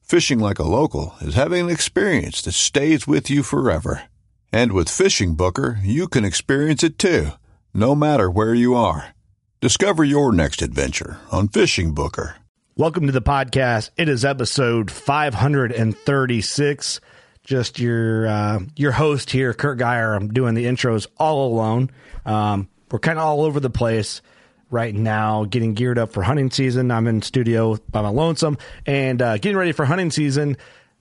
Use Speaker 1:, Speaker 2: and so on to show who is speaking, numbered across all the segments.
Speaker 1: Fishing like a local is having an experience that stays with you forever. And with Fishing Booker, you can experience it too, no matter where you are. Discover your next adventure on Fishing Booker.
Speaker 2: Welcome to the podcast. It is episode 536. Just your uh, your host here, Kurt Geyer. I'm doing the intros all alone. Um, we're kind of all over the place right now, getting geared up for hunting season. I'm in studio by my lonesome and uh, getting ready for hunting season.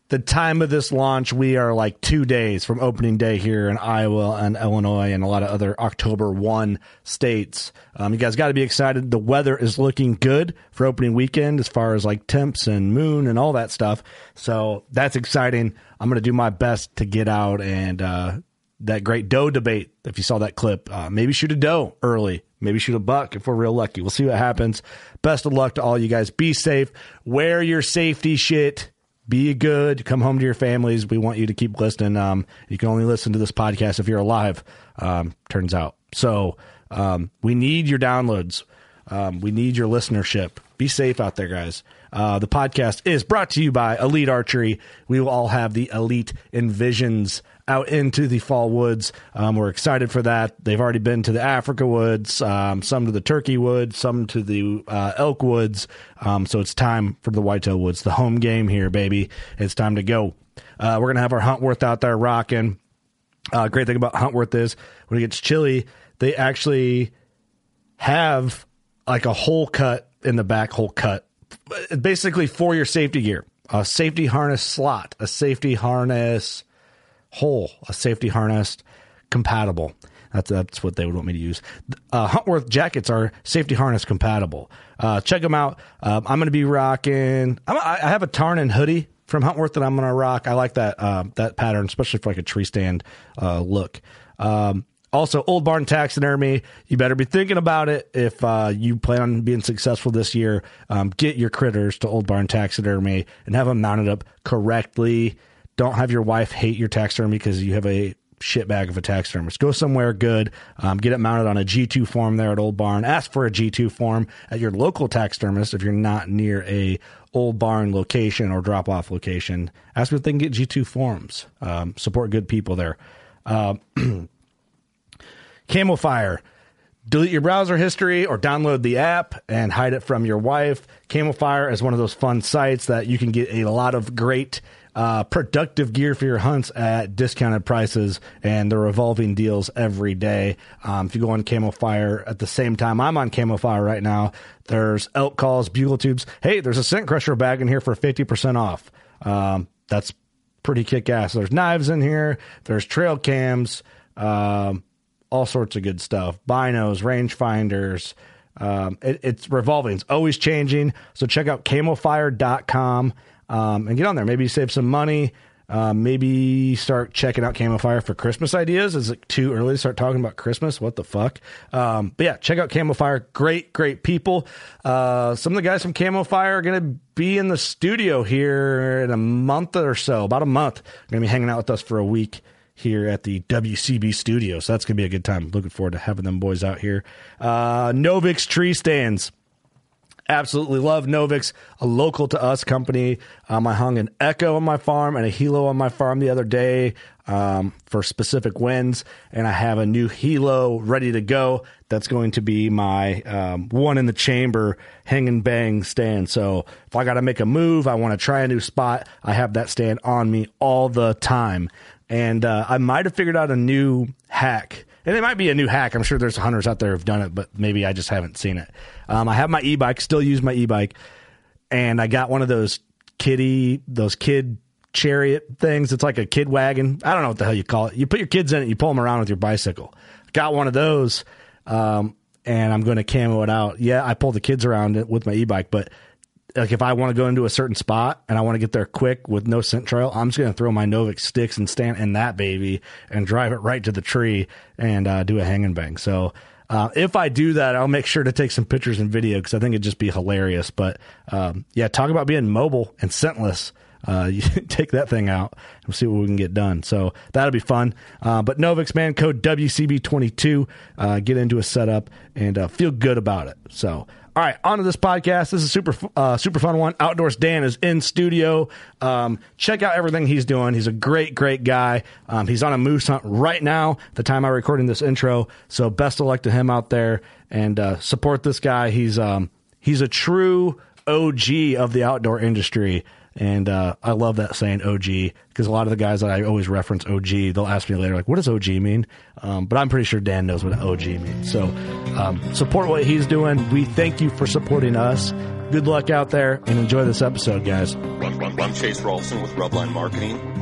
Speaker 2: The time of this launch, we are like two days from opening day here in Iowa and Illinois and a lot of other October 1 states. Um, you guys got to be excited. The weather is looking good for opening weekend as far as like temps and moon and all that stuff. So that's exciting. I'm going to do my best to get out and uh, that great doe debate. If you saw that clip, uh, maybe shoot a doe early, maybe shoot a buck if we're real lucky. We'll see what happens. Best of luck to all you guys. Be safe. Wear your safety shit. Be good. Come home to your families. We want you to keep listening. Um, you can only listen to this podcast if you're alive. Um, turns out. So um, we need your downloads. Um, we need your listenership. Be safe out there, guys. Uh, the podcast is brought to you by Elite Archery. We will all have the Elite Envisions out into the fall woods. Um, we're excited for that. They've already been to the Africa woods, um, some to the Turkey woods, some to the uh, elk woods. Um, so it's time for the whitetail woods, the home game here, baby. It's time to go. Uh, we're gonna have our Huntworth out there rocking. Uh, great thing about Huntworth is when it gets chilly, they actually have like a hole cut in the back hole cut, basically for your safety gear, a safety harness slot, a safety harness hole, a safety harness compatible. That's, that's what they would want me to use. Uh, Huntworth jackets are safety harness compatible. Uh, check them out. Um, I'm going to be rocking. I'm, I I have a Tarnin hoodie from Huntworth that I'm going to rock. I like that uh, that pattern, especially for like a tree stand uh, look. Um, also, Old Barn Taxidermy. You better be thinking about it if uh, you plan on being successful this year. Um, get your critters to Old Barn Taxidermy and have them mounted up correctly. Don't have your wife hate your taxidermy because you have a shit bag of a taxidermist. Go somewhere good. Um, get it mounted on a G2 form there at Old Barn. Ask for a G2 form at your local taxidermist if you're not near a Old Barn location or drop off location. Ask if they can get G2 forms. Um, support good people there. Camel Fire. Delete your browser history or download the app and hide it from your wife. Camel Fire is one of those fun sites that you can get a lot of great uh, productive gear for your hunts at discounted prices and the revolving deals every day. Um, if you go on Camel Fire at the same time I'm on Camel Fire right now, there's elk calls, bugle tubes. Hey, there's a scent crusher bag in here for 50% off. Um, that's pretty kick ass. There's knives in here, there's trail cams. Um, all sorts of good stuff binos rangefinders um, it, it's revolving it's always changing so check out camelfire.com um, and get on there maybe save some money uh, maybe start checking out Camelfire for Christmas ideas. Is it too early to start talking about Christmas? What the fuck? Um, but yeah, check out Camelfire. Great, great people. Uh, some of the guys from Camelfire are going to be in the studio here in a month or so, about a month. Going to be hanging out with us for a week here at the WCB studio. So that's going to be a good time. Looking forward to having them boys out here. Uh, Novix Tree Stands. Absolutely love Novix, a local to us company. Um, I hung an Echo on my farm and a Hilo on my farm the other day um, for specific wins, and I have a new Hilo ready to go. That's going to be my um, one in the chamber hang and bang stand. So if I got to make a move, I want to try a new spot, I have that stand on me all the time. And uh, I might have figured out a new hack and it might be a new hack. I'm sure there's hunters out there who've done it, but maybe I just haven't seen it. Um, I have my e-bike, still use my e-bike, and I got one of those kiddie, those kid chariot things. It's like a kid wagon. I don't know what the hell you call it. You put your kids in it, you pull them around with your bicycle. Got one of those, um, and I'm going to camo it out. Yeah, I pull the kids around it with my e-bike, but like if I want to go into a certain spot and I want to get there quick with no scent trail, I'm just going to throw my Novik sticks and stand in that baby and drive it right to the tree and uh, do a hang and bang. So uh, if I do that, I'll make sure to take some pictures and video because I think it'd just be hilarious. But um, yeah, talk about being mobile and scentless. Uh, you take that thing out and see what we can get done. So that'll be fun. Uh, but Novix, man, code WCB22. Uh, get into a setup and uh, feel good about it. So all right, on to this podcast. This is super uh, super fun one. Outdoors Dan is in studio. Um, check out everything he's doing. He's a great great guy. Um, he's on a moose hunt right now. The time I'm recording this intro, so best of luck to him out there and uh, support this guy. He's um, he's a true OG of the outdoor industry. And uh, I love that saying OG because a lot of the guys that I always reference OG, they'll ask me later, like, what does OG mean? Um, but I'm pretty sure Dan knows what an OG means. So um, support what he's doing. We thank you for supporting us. Good luck out there and enjoy this episode, guys.
Speaker 3: Run, run, run. Chase Rolfson with Rubline Marketing.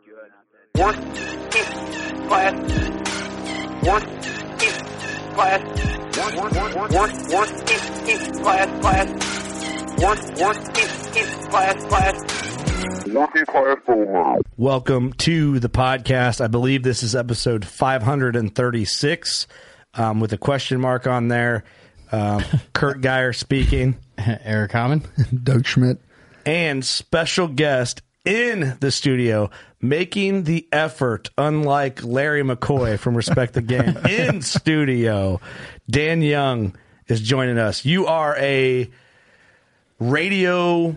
Speaker 4: Work class. Work class. Work work work work class class. Work work class class. Working class over.
Speaker 2: Welcome to the podcast. I believe this is episode 536 um, with a question mark on there. Um, Kurt Geyer speaking.
Speaker 5: Eric Common.
Speaker 6: Doug Schmidt.
Speaker 2: And special guest in the studio making the effort, unlike Larry McCoy from Respect the Game, in studio. Dan Young is joining us. You are a radio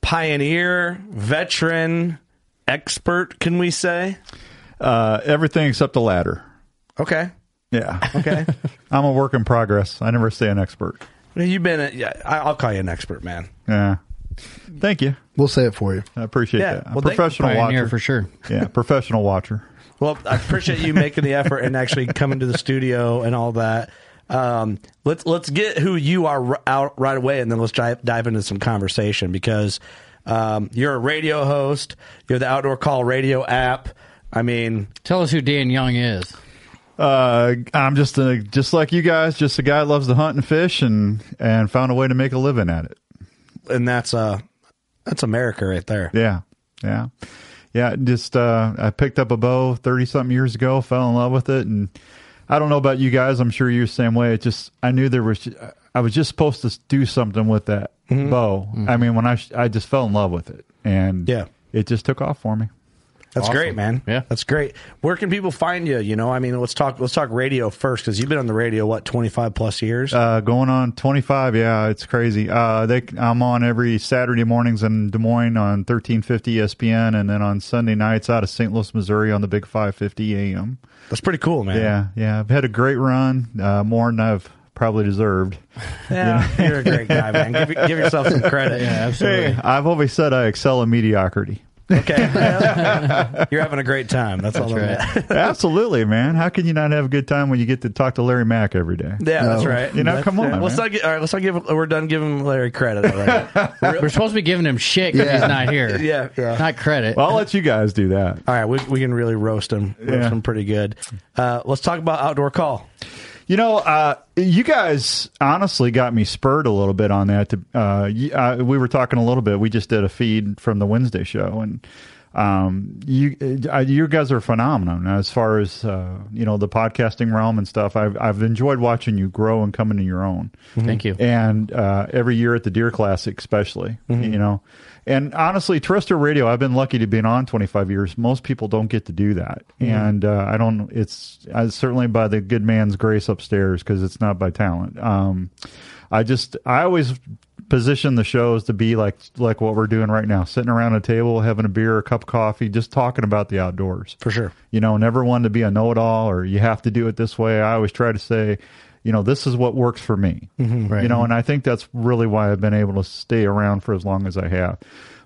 Speaker 2: pioneer, veteran, expert, can we say?
Speaker 7: Uh, everything except the latter.
Speaker 2: Okay.
Speaker 7: Yeah.
Speaker 2: Okay.
Speaker 7: I'm a work in progress. I never say an expert.
Speaker 2: You've been, a, yeah, I'll call you an expert, man.
Speaker 7: Yeah. Thank you.
Speaker 6: We'll say it for you.
Speaker 7: I appreciate
Speaker 2: Yeah,
Speaker 7: that. I'm
Speaker 2: well,
Speaker 7: a
Speaker 2: thank-
Speaker 7: professional
Speaker 5: Pioneer
Speaker 7: watcher
Speaker 5: for sure.
Speaker 7: Yeah, professional watcher.
Speaker 2: Well, I appreciate you making the effort and actually coming to the studio and all that. Um, let's let's get who you are r- out right away, and then let's dive, dive into some conversation because um, you're a radio host. You're the Outdoor Call Radio app. I mean,
Speaker 5: Tell us who Dan Young is.
Speaker 7: Uh, I'm just a, just like you guys, just a guy that loves to hunt and fish, and and found a way to make a living at it.
Speaker 2: and that's uh that's America right there.
Speaker 7: Yeah, yeah, yeah. Just uh, I picked up a bow thirty something years ago, fell in love with it, and I don't know about you guys. I'm sure you're the same way. It just I knew there was I was just supposed to do something with that bow. I mean, when I sh- I just fell in love with it, and
Speaker 2: Yeah.
Speaker 7: it just took off for me.
Speaker 2: That's great, man.
Speaker 5: Yeah.
Speaker 2: that's great. Where can people find you? You know, I mean, let's talk let's talk radio first because you've been on the radio what twenty five plus years.
Speaker 7: Uh, going on 25. Yeah, it's crazy. Uh, they, I'm on every Saturday mornings in Des Moines on E 1350 ESPN, and then on Sunday nights out of St. Louis, Missouri, on the Big 550 AM.
Speaker 2: that's pretty cool, man.
Speaker 7: Yeah, yeah. I've had a great run, uh, more than I've probably deserved.
Speaker 2: Yeah, you're a great guy, man. Give, give yourself some credit.
Speaker 5: Yeah, absolutely.
Speaker 7: I've always said I excel in mediocrity.
Speaker 2: Okay. Well, you're having a great time. That's, all
Speaker 7: that's right. Absolutely, man. How can you not have a good time when you get to talk to Larry Mack every day?
Speaker 2: Yeah, that's right.
Speaker 7: You know,
Speaker 2: That's-
Speaker 7: come on. man.
Speaker 2: Let's not get, all right, let's not give, we're done giving Larry credit already.
Speaker 5: We're supposed to be giving him shit because he's not here.
Speaker 2: Yeah, yeah.
Speaker 5: Not credit.
Speaker 7: Well, I'll let you guys do that.
Speaker 2: All right, we, we can really roast him. Roast
Speaker 7: Yeah.
Speaker 2: him pretty good. Uh, let's talk about outdoor call.
Speaker 7: You know, uh, you guys honestly got me spurred a little bit on that. To, uh, y- uh, we were talking a little bit. We just did a feed from the Wednesday show, and um, you uh, you guys are a phenomenon as far as uh, you know the podcasting realm and stuff. I've I've enjoyed watching you grow and come into your own.
Speaker 5: Thank you.
Speaker 2: mm-hmm.
Speaker 7: And uh, every year at the Deer Classic, especially, you know. And honestly, terrestrial radio, I've been lucky to be on 25 years. Most people don't get to do that. And uh, I don't, it's I, certainly by the good man's grace upstairs because it's not by talent. Um, I just, I always position the shows to be like like what we're doing right now sitting around a table having a beer a cup of coffee just talking about the outdoors
Speaker 2: For sure.
Speaker 7: you know, never one to be a know-it-all or you have to do it this way. I always try to say, you know, this is what works for me. You know, and I think that's really why I've been able to stay around for as long as I have.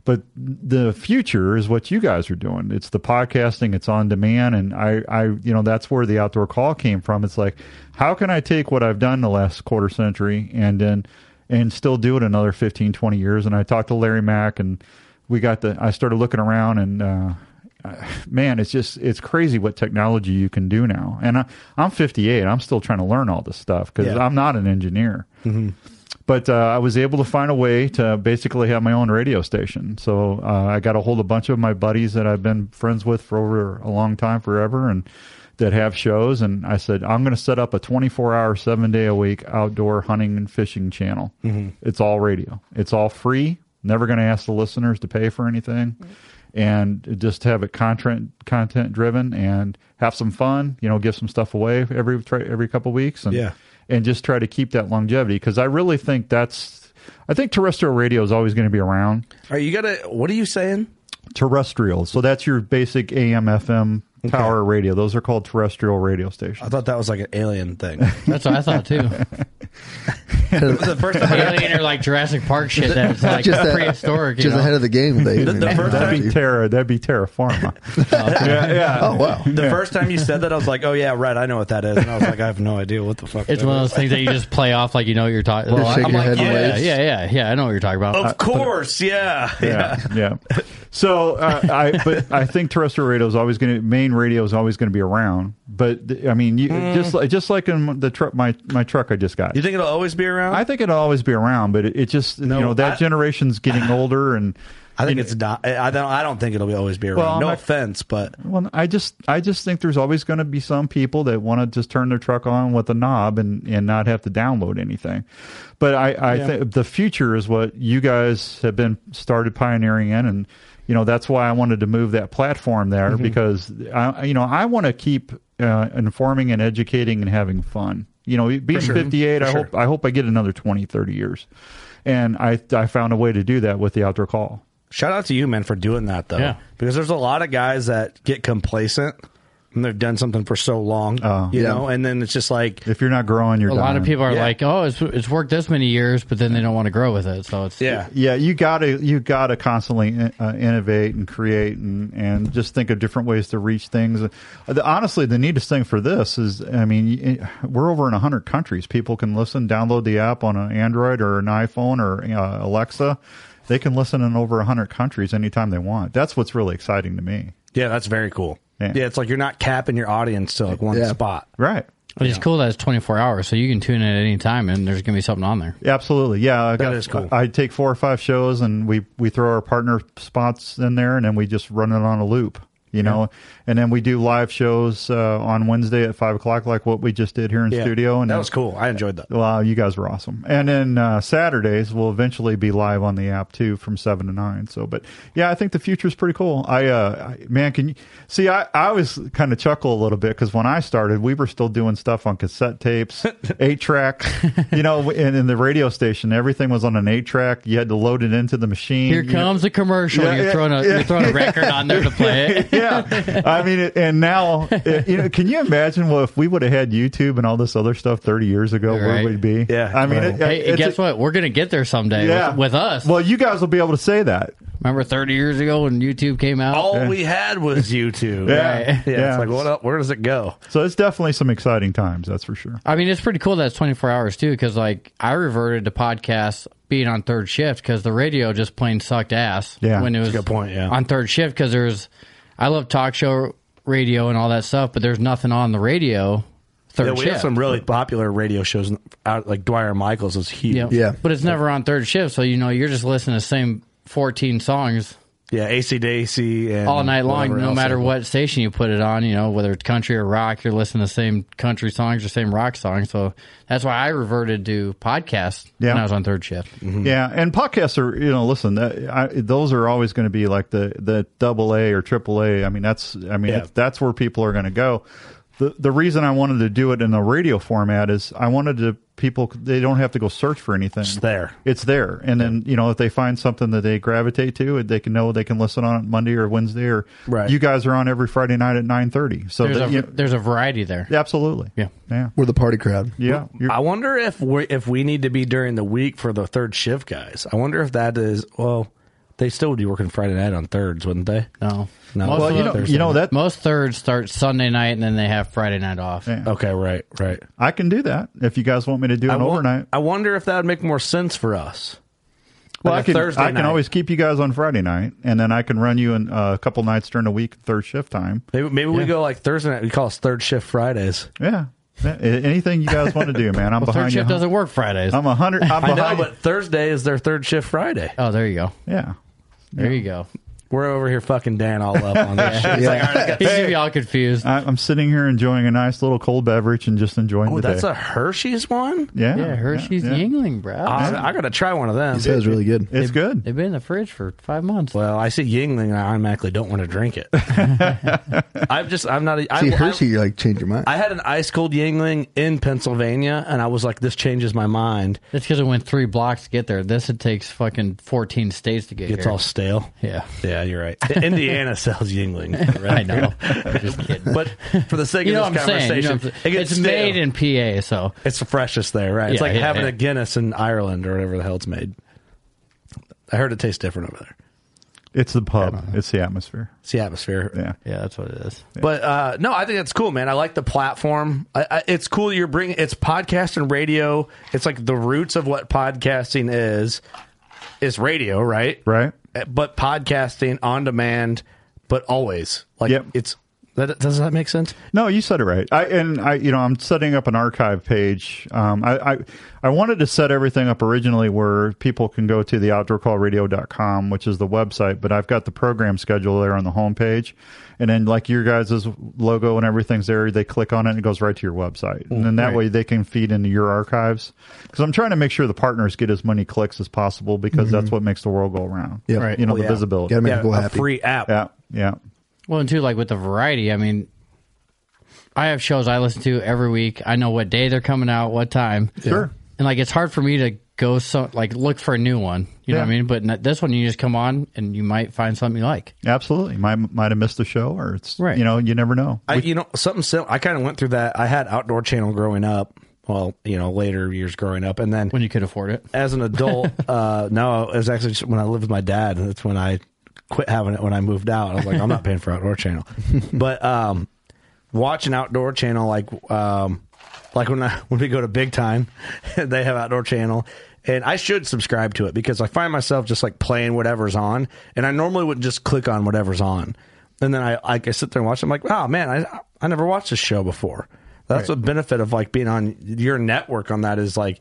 Speaker 7: But the future is what you guys are doing. It's the podcasting, it's on demand, and I, I, you know, that's where the outdoor call came from. It's like, how can I take what I've done the last quarter century and then and still do it another 15, 20 years? And I talked to Larry Mack, and we got the. I started looking around, and uh, man, it's just it's crazy what technology you can do now. And I, I'm 58. I'm still trying to learn all this stuff because
Speaker 2: Yeah.
Speaker 7: I'm not an engineer. But uh, I was able to find a way to basically have my own radio station. So uh, I got a hold of a bunch of my buddies that I've been friends with for over a long time, forever, and that have shows. And I said, I'm going to set up a 24 hour, seven day a week outdoor hunting and fishing channel. It's all radio, it's all free. Never going to ask the listeners to pay for anything and just have it content content driven and have some fun. You know, give some stuff away every try, every couple weeks and
Speaker 2: Yeah.
Speaker 7: and just try to keep that longevity because I really think that's I think terrestrial radio is always going to be around
Speaker 2: All right, you got to, what are you saying?
Speaker 7: terrestrial. So that's your basic AM FM power radio. Those are called terrestrial radio
Speaker 2: I
Speaker 7: stations.
Speaker 2: thought that was like an alien thing.
Speaker 5: That's what I thought too.
Speaker 2: the first time I,
Speaker 5: Alien or like Jurassic Park shit that's like
Speaker 8: Just that-
Speaker 5: prehistoric.
Speaker 8: Just
Speaker 5: you know?
Speaker 8: ahead of the game. They,
Speaker 2: The- the first
Speaker 7: That'd be Terra. That'd be Terra Pharma. yeah, yeah.
Speaker 8: oh wow.
Speaker 2: the first time you said that, I was like, oh yeah, right, I know what that is. And I was like, I have no idea what the fuck
Speaker 5: It's
Speaker 2: that
Speaker 5: one of
Speaker 2: is.
Speaker 5: those things that you just play off like you know what you're talking
Speaker 8: Just shake your head
Speaker 5: yeah,
Speaker 8: and
Speaker 5: yeah,
Speaker 8: wave.
Speaker 5: yeah, yeah, yeah. I know what you're talking about.
Speaker 2: Of course, yeah.
Speaker 7: Uh, yeah, yeah. So uh, I, but I think terrestrial radio is always going to main radio is always going to be around. But th- I mean, you, just like just like in the truck, my my truck I just got.
Speaker 2: Mm. You think it'll always be around?
Speaker 7: I think it'll always be around, but it, it just
Speaker 2: No,
Speaker 7: you know that
Speaker 2: I-
Speaker 7: generation's getting older, and
Speaker 2: I think
Speaker 7: you know,
Speaker 2: it's not. I I don't. I don't think it'll be always be around.
Speaker 7: Well, I'm
Speaker 2: no
Speaker 7: not-
Speaker 2: offense, but
Speaker 7: Well, I just I just think there's always going to be some people that want to just turn their truck on with a knob and and not have to download anything. But I I think the future is what you guys have been started pioneering in, and you know that's why I wanted to move that platform there
Speaker 5: Mm-hmm.
Speaker 7: because I you know I want to keep uh, informing and educating and having fun. You know, being 58, I hope I hope I get another 20, 30 years, and I I found a way to do that with the outdoor call.
Speaker 2: shout out to you, man, for doing that though,
Speaker 5: Yeah.
Speaker 2: because there's a lot of guys that get complacent and they've done something for so long,
Speaker 7: Oh.
Speaker 2: you
Speaker 8: Yeah.
Speaker 2: know, and then it's just like,
Speaker 7: If you're not growing, you're
Speaker 5: a lot of
Speaker 7: dying.
Speaker 5: people are
Speaker 2: Yeah.
Speaker 5: like, "Oh, it's it's worked this many years," but then they don't want to grow with it. So it's
Speaker 2: yeah,
Speaker 7: yeah you gotta you gotta constantly uh, innovate and create and and just think of different ways to reach things the, honestly the neatest thing for this is i mean y- we're over in 100 countries people can listen download the app on an android or an iphone or uh, alexa they can listen in over 100 countries anytime they want that's what's really exciting to me
Speaker 2: yeah, that's very cool. Yeah.
Speaker 7: Yeah.
Speaker 2: it's like you're not capping your audience to like one
Speaker 8: Yeah.
Speaker 2: spot.
Speaker 7: right
Speaker 5: But it's cool that it's 24 hours, so you can tune in at any time, and there's gonna be something on there.
Speaker 7: Absolutely, yeah. I
Speaker 2: That is cool.
Speaker 7: I, I take four or five shows, and we we throw our partner spots in there, and then we just run it on a loop, you know. And then we do live shows uh, on Wednesday at five o'clock, like what we just did here in
Speaker 2: Yeah.
Speaker 7: studio. And
Speaker 2: that
Speaker 7: then-
Speaker 2: was cool. I enjoyed that.
Speaker 7: Wow, you guys were awesome. And then uh, Saturdays will eventually be live on the app too, from seven to nine. So, but yeah, I think the future is pretty cool. I, uh, I man, can you see? I, I always kind of chuckle a little bit because when I started, we were still doing stuff on cassette tapes, eight track. You know, and in the radio station, everything was on an eight track. You had to load it into the machine.
Speaker 5: Here
Speaker 7: you know?
Speaker 5: comes the commercial.
Speaker 7: Yeah,
Speaker 5: you're
Speaker 7: yeah,
Speaker 5: throwing a
Speaker 7: yeah.
Speaker 5: you're throwing a record on there to play it.
Speaker 7: yeah, I mean, it- and now it, you know, can you imagine? Well, if we would have had YouTube and all this other stuff thirty years ago, where
Speaker 5: Right.
Speaker 7: we'd be?
Speaker 2: Yeah.
Speaker 7: I mean, it,
Speaker 5: Hey,
Speaker 7: it's
Speaker 5: guess
Speaker 7: a-
Speaker 5: what? We're gonna get there someday with, with us.
Speaker 7: Well, you guys will be able to say that.
Speaker 5: Remember 30 years ago when YouTube came out?
Speaker 2: All yeah. we had was YouTube.
Speaker 7: yeah.
Speaker 2: Right? yeah. yeah. It's like, what up? Where does it go?
Speaker 7: So it's definitely some exciting times, that's for sure.
Speaker 5: I mean, it's pretty cool that it's 24 hours too, because like I reverted to podcasts being on third shift because the radio just plain sucked ass.
Speaker 7: Yeah.
Speaker 5: When it was
Speaker 2: good point, yeah.
Speaker 5: on third shift because there's, I love talk show radio and all that stuff, but there's nothing on the radio third
Speaker 2: yeah, we
Speaker 5: shift.
Speaker 2: have some really popular radio shows out like Dwyer Michaels is huge.
Speaker 5: Yeah. yeah. But it's never on third shift, so you know you're just listening to the same 14 songs.
Speaker 2: Yeah, AC/DC and
Speaker 5: all night long, no matter what station you put it on. You know, whether it's country or rock, you're listening to the same country songs or same rock songs. So that's why I reverted to podcasts yeah. when I was on third shift.
Speaker 7: Mm-hmm. Yeah, and podcasts are you know, listen, that, I, those are always going to be like the the double A AA or triple A. I mean, that's I mean yeah. that's where people are going to go the the reason I wanted to do it in a radio format is I wanted to people they don't have to go search for anything.
Speaker 2: It's there.
Speaker 7: It's there. And yeah. then, you know, if they find something that they gravitate to, they can know they can listen on it Monday or Wednesday or
Speaker 2: right.
Speaker 7: you guys are on every Friday night at 9:30. So
Speaker 5: there's,
Speaker 7: that,
Speaker 5: a,
Speaker 7: you
Speaker 5: know, there's a variety there.
Speaker 7: Absolutely.
Speaker 5: Yeah.
Speaker 7: Yeah.
Speaker 8: We're the party crowd.
Speaker 7: Yeah.
Speaker 2: You're, I wonder if we if we need to be during the week for the third shift guys. I wonder if that is well they still would be working Friday night on thirds, wouldn't they?
Speaker 5: No,
Speaker 2: no.
Speaker 5: Most
Speaker 7: well, you know, you know that
Speaker 5: most thirds start Sunday night and then they have Friday night off.
Speaker 2: Yeah. Okay, right, right.
Speaker 7: I can do that if you guys want me to do an I overnight.
Speaker 2: I wonder if that would make more sense for us.
Speaker 7: Well, like I can. Thursday I night. can always keep you guys on Friday night, and then I can run you in uh, a couple nights during the week, third shift time.
Speaker 2: Maybe, maybe yeah. we go like Thursday night. We call us third shift Fridays.
Speaker 7: Yeah, Anything you guys want to do, man. I'm well, behind
Speaker 5: third shift
Speaker 7: you.
Speaker 5: doesn't work Fridays.
Speaker 7: I'm a hundred. I'm behind. I
Speaker 2: know, but Thursday is their third shift Friday.
Speaker 5: Oh, there you go.
Speaker 7: Yeah,
Speaker 5: there yeah. you go.
Speaker 2: We're over here fucking Dan all up on this.
Speaker 5: yeah. He's yeah. like, right, hey. gonna be all confused.
Speaker 7: I, am sitting here enjoying a nice little cold beverage and just enjoying.
Speaker 2: Oh,
Speaker 7: the
Speaker 2: that's
Speaker 7: day.
Speaker 2: a Hershey's one.
Speaker 7: Yeah,
Speaker 5: yeah, Hershey's Yingling, bro.
Speaker 2: I, I gotta try one of them.
Speaker 8: It is really good.
Speaker 7: It's
Speaker 5: they've,
Speaker 7: good.
Speaker 5: They've been in the fridge for five months.
Speaker 2: Well, I see Yingling, and I automatically don't want to drink it. I'm just, I'm not. A, I,
Speaker 8: see Hershey, you like change your mind.
Speaker 2: I had an ice cold Yingling in Pennsylvania, and I was like, this changes my mind.
Speaker 5: That's because it went three blocks to get there. This it takes fucking 14 states to get.
Speaker 2: It's
Speaker 5: here.
Speaker 2: all stale.
Speaker 5: Yeah.
Speaker 2: Yeah, you're right. Indiana sells Yingling.
Speaker 5: Right? I know. I'm just kidding.
Speaker 2: But for the sake of you know
Speaker 5: this
Speaker 2: conversation, you know
Speaker 5: it gets it's stale. made in PA, so
Speaker 2: it's the freshest there, right? Yeah, it's like yeah, having yeah. a Guinness in Ireland or whatever the hell it's made. I heard it tastes different over there.
Speaker 7: It's the pub. It's the atmosphere.
Speaker 2: It's the atmosphere.
Speaker 7: Yeah,
Speaker 5: yeah, that's what it is.
Speaker 2: But uh, no, I think that's cool, man. I like the platform. I, I, it's cool. You're bringing it's podcast and radio. It's like the roots of what podcasting is. Is radio, right? Eh,
Speaker 7: Right
Speaker 2: but podcasting on demand, but always like
Speaker 7: yep.
Speaker 2: it's that, does that make sense?
Speaker 7: No, you said it right. I and I, you know, I'm setting up an archive page. Um, I, I, I wanted to set everything up originally where people can go to the outdoorcallradio.com, which is the website, but I've got the program schedule there on the homepage, and then like your guys' logo and everything's there. They click on it and it goes right to your website, and then that right. way they can feed into your archives. Because I'm trying to make sure the partners get as many clicks as possible because mm-hmm. that's what makes the world go around.
Speaker 8: Yeah,
Speaker 7: right. You know, well, the yeah. visibility.
Speaker 8: Gotta make yeah, people happy.
Speaker 2: free app.
Speaker 7: Yeah, yeah.
Speaker 5: Well, and too, like with the variety, I mean, I have shows I listen to every week. I know what day they're coming out, what time.
Speaker 7: Sure.
Speaker 5: And like, it's hard for me to go so like look for a new one. You know yeah. what I mean? But this one, you just come on and you might find something you like.
Speaker 7: Absolutely, might might have missed the show, or it's right. You know, you never know.
Speaker 2: I, you know, something simple. I kind of went through that. I had Outdoor Channel growing up. Well, you know, later years growing up, and then
Speaker 5: when you could afford it
Speaker 2: as an adult. uh, no, it was actually when I lived with my dad. That's when I quit having it when I moved out. I was like, I'm not paying for Outdoor Channel. but um, watching Outdoor Channel, like um, like when I, when we go to Big Time, they have Outdoor Channel, and I should subscribe to it because I find myself just like playing whatever's on, and I normally would just click on whatever's on, and then I like I sit there and watch. It. I'm like, oh man, I I never watched this show before. That's right. the benefit of like being on your network on that is like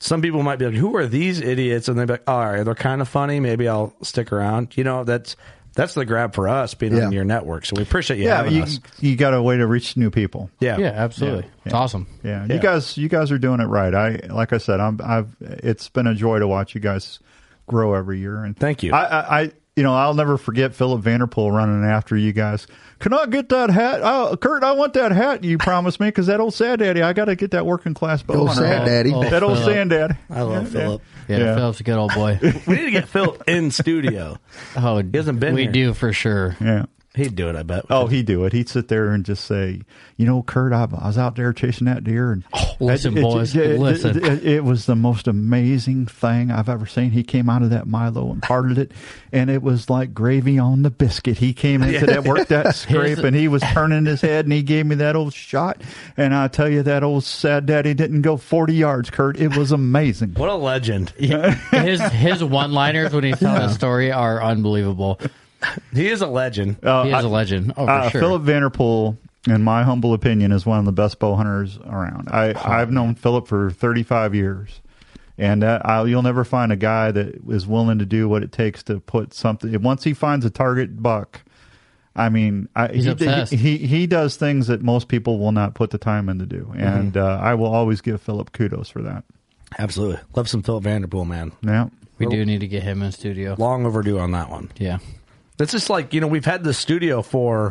Speaker 2: some people might be like, "Who are these idiots?" And they're like, "All right, they're kind of funny. Maybe I'll stick around." You know, that's that's the grab for us being yeah. on your network. So we appreciate you.
Speaker 7: Yeah, you,
Speaker 2: us.
Speaker 7: you got a way to reach new people.
Speaker 2: Yeah,
Speaker 5: yeah, absolutely. Yeah. It's awesome.
Speaker 7: Yeah. you guys, you guys are doing it right. I like I said, I'm, I've it's been a joy to watch you guys grow every year. And
Speaker 2: thank you.
Speaker 7: I, I, I you know, I'll never forget Philip Vanderpool running after you guys. Can I get that hat? Oh, Kurt, I want that hat you promised me because that old sad daddy, I got to get that working class bow
Speaker 8: old sad
Speaker 7: hat.
Speaker 8: daddy.
Speaker 7: Oh, that old
Speaker 5: Phillip.
Speaker 7: sand daddy.
Speaker 2: I love yeah, Philip.
Speaker 5: Yeah, yeah, Philip's a good old boy.
Speaker 2: we need to get Philip in studio.
Speaker 5: Oh,
Speaker 2: he hasn't been.
Speaker 5: We
Speaker 2: here.
Speaker 5: do for sure.
Speaker 7: Yeah.
Speaker 2: He'd do it, I bet.
Speaker 7: Oh, he'd do it. He'd sit there and just say, "You know, Kurt, I, I was out there chasing that deer, and
Speaker 5: listen,
Speaker 7: it- it-
Speaker 5: boys,
Speaker 7: it- it-
Speaker 5: listen."
Speaker 7: it, it was the most amazing thing I've ever seen. He came out of that Milo and parted it, and it was like gravy on the biscuit. He came into
Speaker 5: Yeah.
Speaker 7: that work that
Speaker 5: Here's
Speaker 7: scrape,
Speaker 5: the-
Speaker 7: and he was turning his head, and he gave me that old shot. And I tell you, that old sad daddy didn't go forty yards, Kurt. It was amazing.
Speaker 2: What a legend!
Speaker 5: his his one liners when he's telling a story are unbelievable.
Speaker 2: He is a legend.
Speaker 5: he is a legend. Oh, for
Speaker 7: uh,
Speaker 5: sure.
Speaker 7: Philip Vanderpool, in my humble opinion, is one of the best bow hunters around. I, I've known Philip for 35 years, and uh, I, you'll never find a guy that is willing to do what it takes to put something. Once he finds a target buck, I mean, I,
Speaker 5: He's
Speaker 7: he,
Speaker 5: obsessed.
Speaker 7: he he does things that most people will not put the time in to do,
Speaker 5: Mm-hmm.
Speaker 7: and uh, I will always give Philip kudos for that.
Speaker 2: Absolutely. Love some Philip Vanderpool, man.
Speaker 7: Yeah,
Speaker 5: we do need to get him in studio.
Speaker 2: Long overdue on that one.
Speaker 5: Yeah.
Speaker 2: It's just like, you know, we've had the studio for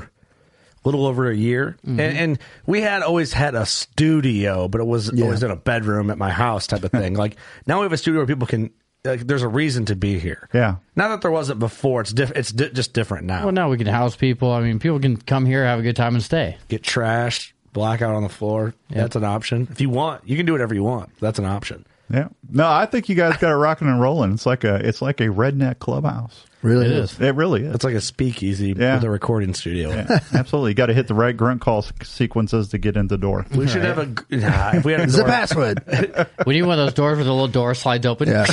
Speaker 2: a little over a year. And, and we had always had a studio, but it was always in a bedroom at my house type of thing. like now we have a studio where people can, like, there's a reason to be here.
Speaker 7: Yeah.
Speaker 2: Not that there wasn't before. It's different. It's di- just different now.
Speaker 5: Well, now we can house people. I mean, people can come here, have a good time, and stay.
Speaker 2: Get trashed, blackout on the floor. That's an option. If you want, you can do whatever you want. That's an option.
Speaker 7: Yeah. No, I think you guys got it rocking and rolling. It's like a it's like a redneck clubhouse. Really
Speaker 2: It is.
Speaker 7: It really is.
Speaker 2: It's like a speakeasy
Speaker 7: Yeah.
Speaker 2: with a recording studio.
Speaker 7: Yeah, absolutely. You got to hit the right grunt call s- sequences to get in the door.
Speaker 2: We should have a. g- Nah, if we had a door-
Speaker 5: we need one of those doors with a little door slides open. Yeah.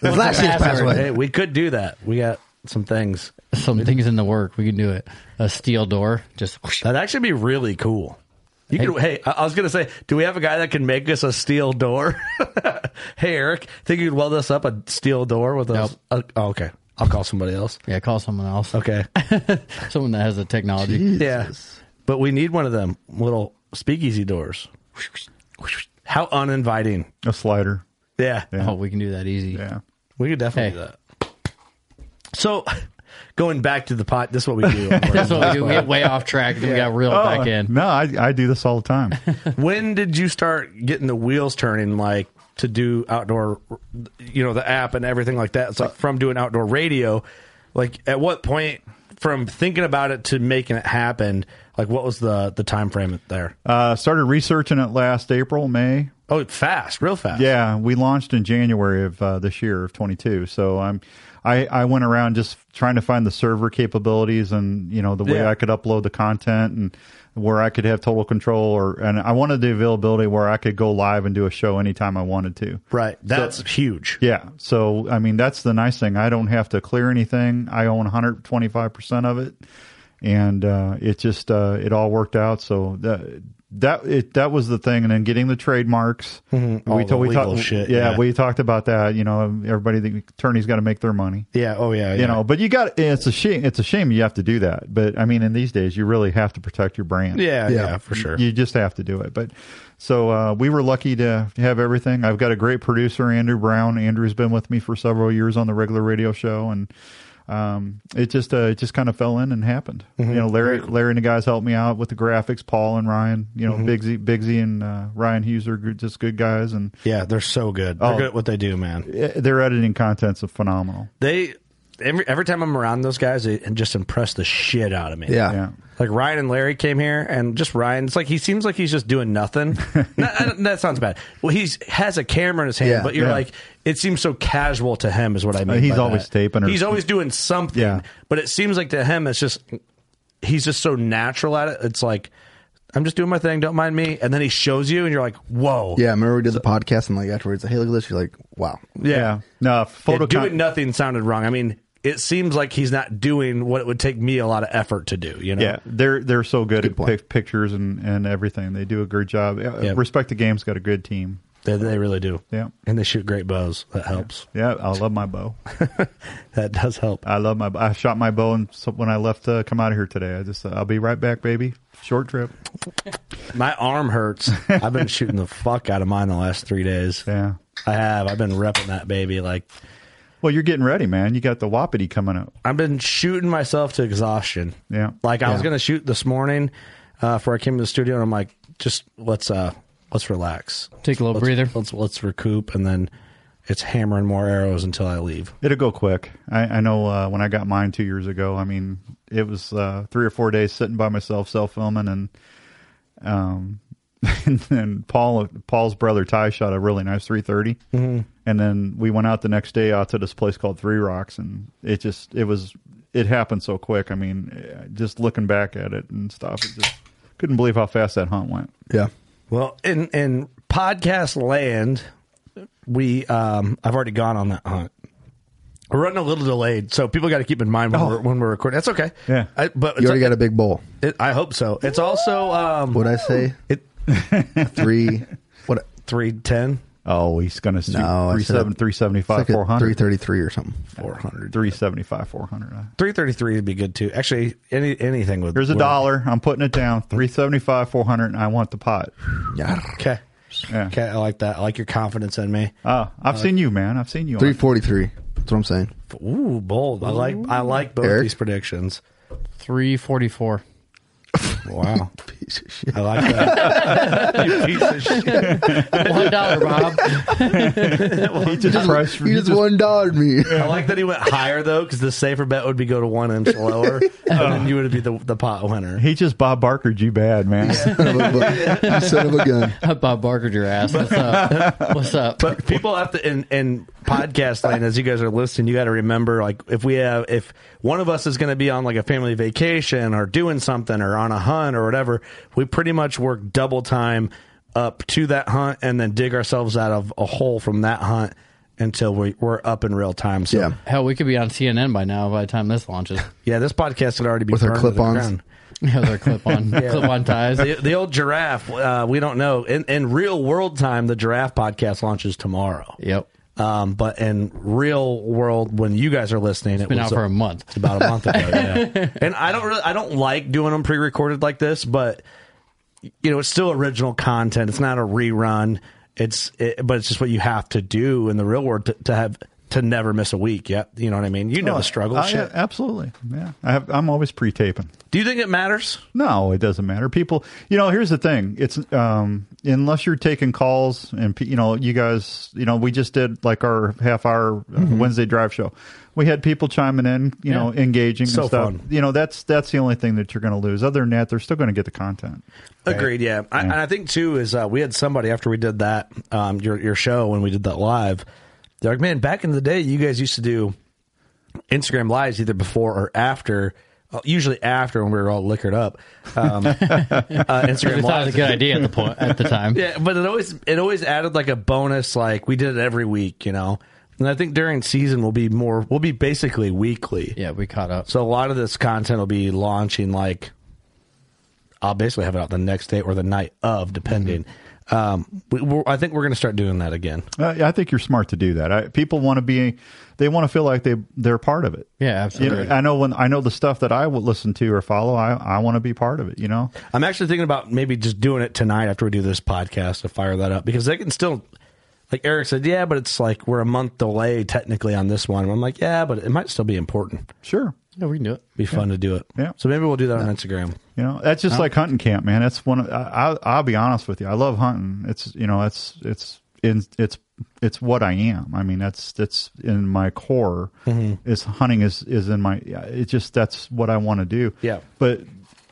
Speaker 2: Last year's Hey, we could do that. We got some things.
Speaker 5: Some things in the work. We can do it. A steel door. Just
Speaker 2: That'd actually be really cool. You could. Hey, I I was gonna say, do we have a guy that can make us a steel door? hey, Eric, think you could weld us up a steel door with a? a- oh, okay, I'll call somebody else.
Speaker 5: yeah, call someone else.
Speaker 2: Okay.
Speaker 5: someone that has the technology.
Speaker 2: Yeah, but we need one of them little speakeasy doors. How uninviting.
Speaker 7: A slider.
Speaker 2: Yeah.
Speaker 5: Oh, we can do that easy.
Speaker 7: Yeah.
Speaker 2: We could definitely do that. So, going back to the pot, this is what we do.
Speaker 5: That's what we do. We get way off track. Then we got reeled
Speaker 7: Oh,
Speaker 5: back in.
Speaker 7: No, I, I do this all the time.
Speaker 2: when did you start getting the wheels turning like to do outdoor you know the app and everything like that it's like from doing outdoor radio like at what point from thinking about it to making it happen like what was the the time frame there
Speaker 7: Uh, started researching it last April, May.
Speaker 2: oh fast real fast
Speaker 7: Yeah, we launched in January of uh, this year of 22. So I'm, I, I went around just trying to find the server capabilities and you know the way
Speaker 2: Yeah.
Speaker 7: I could upload the content and where I could have total control or and I wanted the availability where I could go live and do a show anytime I wanted to.
Speaker 2: right that's huge
Speaker 7: Yeah. So, I mean, that's the nice thing. I don't have to clear anything. I own 125% of it. And uh, it just, uh, it all worked out. So that, that, it, that was the thing. And then getting the trademarks.
Speaker 2: Mm-hmm. All the
Speaker 7: ta-
Speaker 2: legal
Speaker 7: talked-
Speaker 2: shit,
Speaker 7: Yeah,
Speaker 2: yeah.
Speaker 7: We talked about that. You know, everybody, the attorney's got to make their money.
Speaker 2: yeah oh yeah,
Speaker 7: You know, but you got it's a shame. It's a shame you have to do that. But I mean, in these days, you really have to protect your brand.
Speaker 2: yeah yeah, for sure
Speaker 7: You just have to do it. But so uh, we were lucky to have everything. I've got a great producer, Andrew Brown. Andrew's been with me for several years on the regular radio show, and um, it just uh, it just kind of fell in and happened.
Speaker 2: Mm-hmm.
Speaker 7: You know, Larry Larry and the guys helped me out with the graphics. Paul and Ryan, you
Speaker 2: Mm-hmm.
Speaker 7: know, Bigsy Bigsy and uh, Ryan Hughes are good- just good guys, and
Speaker 2: yeah they're so good they're
Speaker 7: Oh.
Speaker 2: good at what they do man
Speaker 7: eh, their editing content's phenomenal.
Speaker 2: they every every time I'm around those guys, they just impress the shit out of me.
Speaker 8: Yeah.
Speaker 7: Yeah.
Speaker 2: Like Ryan and Larry came here, and just Ryan. It's like he seems like he's just doing nothing. No, I don't- that sounds bad. Well, he's has a camera in his hand,
Speaker 7: Yeah.
Speaker 2: but you're
Speaker 7: Yeah.
Speaker 2: like, it seems so casual to him, is what I mean.
Speaker 7: Uh, he's
Speaker 2: by
Speaker 7: always
Speaker 2: that.
Speaker 7: taping or-
Speaker 2: He's always doing something.
Speaker 7: Yeah.
Speaker 2: But it seems like to him, it's just he's just so natural at it. It's like I'm just doing my thing. Don't mind me. And then he shows you, and you're like, whoa,
Speaker 8: Yeah, remember we did the podcast and like afterwards, hey, look at this. You're like, wow.
Speaker 2: yeah.
Speaker 7: No, photo
Speaker 2: Yeah, doing
Speaker 7: con-
Speaker 2: nothing sounded wrong. I mean, it seems like he's not doing what it would take me a lot of effort to do. You know,
Speaker 7: Yeah, they're they're so good, at
Speaker 2: point.
Speaker 7: pic- pictures and, and everything. They do a good job. Uh,
Speaker 2: Yeah.
Speaker 7: Respect the game's got a good team.
Speaker 2: they, they really do.
Speaker 7: Yeah.
Speaker 2: and they shoot great bows. That helps.
Speaker 7: Yeah, I love my bow.
Speaker 2: That does help.
Speaker 7: I love my. I shot my bow, and so when I left, uh, come out of here today. I just, uh, I'll be right back, baby. Short trip.
Speaker 2: My arm hurts. I've been shooting the fuck out of mine the last three days.
Speaker 7: Yeah.
Speaker 2: I have. I've been repping that baby. Like
Speaker 7: Well, you're getting ready, man. You got the Wapiti coming up.
Speaker 2: I've been shooting myself to exhaustion.
Speaker 7: Yeah.
Speaker 2: Like I was
Speaker 7: Yeah.
Speaker 2: gonna shoot this morning, uh, before I came to the studio, and I'm like, just let's uh let's relax,
Speaker 5: Take a little
Speaker 2: let's,
Speaker 5: breather.
Speaker 2: let's let's recoup, and then it's hammering more arrows until I leave.
Speaker 7: It'll go quick. I, I know uh, when I got mine two years ago, I mean, it was uh, three or four days sitting by myself, self filming, and um, and then Paul Paul's brother Ty shot a really nice 330,
Speaker 2: Mhm.
Speaker 7: and then we went out the next day out to this place called Three Rocks, and it just it was it happened so quick. I mean, eh, just looking back at it and stuff, it just couldn't believe how fast that hunt went.
Speaker 8: Yeah.
Speaker 2: Well, in in podcast land, we um I've already gone on that hunt. We're running a little delayed, so people got to keep in mind when, we're, when we're recording. That's okay.
Speaker 7: Oh. Yeah.
Speaker 2: I, but
Speaker 8: You already got a big bowl.
Speaker 2: It, I hope so. It's also um
Speaker 8: What'd I say?
Speaker 2: It
Speaker 8: three. What?
Speaker 2: Three ten.
Speaker 7: Oh, he's gonna shoot
Speaker 8: No, I
Speaker 7: three
Speaker 8: said
Speaker 7: seven
Speaker 8: it-
Speaker 7: three seventy five
Speaker 8: it's like a
Speaker 7: four hundred
Speaker 8: 333 or something.
Speaker 2: four hundred
Speaker 7: three seventy five four hundred.
Speaker 2: three thirty three would be good too. Actually, any anything with
Speaker 7: Here's a
Speaker 2: with-
Speaker 7: dollar. I'm putting it down. Three seventy five, four hundred, and I want the pot.
Speaker 8: Yeah.
Speaker 2: Okay.
Speaker 7: Yeah.
Speaker 2: Okay, Uh, I like that. I like your confidence in me.
Speaker 7: Oh, I've seen you, man. I've seen you. on-
Speaker 8: 343. That's what I'm saying.
Speaker 2: Ooh, bold. I like I like both
Speaker 8: Eric?
Speaker 2: these predictions.
Speaker 5: 344.
Speaker 2: Wow.
Speaker 8: Piece of shit.
Speaker 2: I like that. You piece of shit.
Speaker 5: One dollar, Bob.
Speaker 7: he just priced.
Speaker 8: You
Speaker 7: he
Speaker 8: just
Speaker 7: just-
Speaker 8: one dollar me.
Speaker 2: I like that he went higher though, because the safer bet would be go to one inch lower, and then you would be the, the pot winner.
Speaker 7: he just Bob Barker you bad, man.
Speaker 8: Son of a- you son of a gun.
Speaker 5: Bob Barker, your ass. What's up? What's up?
Speaker 2: But people have to in, in podcast land as you guys are listening, you got to remember like if we have if one of us is going to be on like a family vacation or doing something or on a hunt or whatever, we pretty much work double time up to that hunt and then dig ourselves out of a hole from that hunt until we, we're up in real time. So
Speaker 8: Yeah.
Speaker 5: Hell, we could be on CNN by now. By the time this launches,
Speaker 2: yeah, this podcast would already be
Speaker 8: With our
Speaker 2: burned to the
Speaker 8: clip-ons.
Speaker 2: ground.
Speaker 5: yeah, their clip on, clip on ties.
Speaker 2: The, the old giraffe, uh, we don't know. In, in real world time, the giraffe podcast launches tomorrow.
Speaker 5: Yep,
Speaker 2: Um, but in real world, when you guys are listening, it
Speaker 5: been
Speaker 2: was
Speaker 5: out for a month.
Speaker 2: It's about a month ago. yeah. And I don't really, I don't like doing them pre-recorded like this, but you know, it's still original content. It's not a rerun. It's, it, but it's just what you have to do in the real world to, to have to never miss a week. Yeah, you know what I mean. You know the struggle.
Speaker 7: Oh,
Speaker 2: shit.
Speaker 7: yeah, absolutely. Yeah, I have, I'm always pre-taping.
Speaker 2: Do you think it matters?
Speaker 7: No, it doesn't matter. People, you know, here's the thing. It's um, unless you're taking calls and pe- you know, you guys, you know, we just did like our half hour uh,
Speaker 2: Mm-hmm.
Speaker 7: Wednesday drive show. We had people chiming in, you know, engaging
Speaker 2: So
Speaker 7: and stuff.
Speaker 2: fun.
Speaker 7: You know, that's that's the only thing that you're going to lose. Other than that, they're still going to get the content.
Speaker 2: Agreed. Yeah, I, and I think too is uh, we had somebody after we did that um, your your show when we did that live. They're like, man, back in the day, you guys used to do Instagram lives either before or after. uh, Usually after when we were all liquored up, um, uh,
Speaker 5: We
Speaker 2: Instagram
Speaker 5: thought it
Speaker 2: lives.
Speaker 5: was a good idea at the point at the time.
Speaker 2: Yeah, but it always it always added like a bonus. Like we did it every week, you know. And I think during season we'll be more we'll be basically weekly.
Speaker 5: Yeah, we caught up.
Speaker 2: So a lot of this content will be launching like I'll basically have it out the next day or the night of, depending.
Speaker 7: Mm-hmm.
Speaker 2: Um, we, we're, I think we're going to start doing that again.
Speaker 7: Uh, I think you're smart to do that. I, people want to be, they want to feel like they they're part of it.
Speaker 5: Yeah,
Speaker 7: You know,
Speaker 5: absolutely.
Speaker 7: I know when I know the stuff that I would listen to or follow. I I want to be part of it. You know,
Speaker 2: I'm actually thinking about maybe just doing it tonight after we do this podcast to fire that up because they can still, like Eric said, yeah, but it's like we're a month delay technically on this one. I'm like, yeah, but it might still be important.
Speaker 7: sure.
Speaker 5: Yeah, we can do it.
Speaker 2: Be fun to do it.
Speaker 7: Yeah.
Speaker 2: So maybe we'll do that on Instagram.
Speaker 7: You know, that's just like hunting camp, man. That's one. Of, I, I I'll be honest with you. I love hunting. It's you know, it's it's in it's it's what I am. I mean, that's that's in my core.
Speaker 2: Mm-hmm.
Speaker 7: Is hunting is is in my. yeah, It's just that's what I want to do.
Speaker 2: Yeah.
Speaker 7: but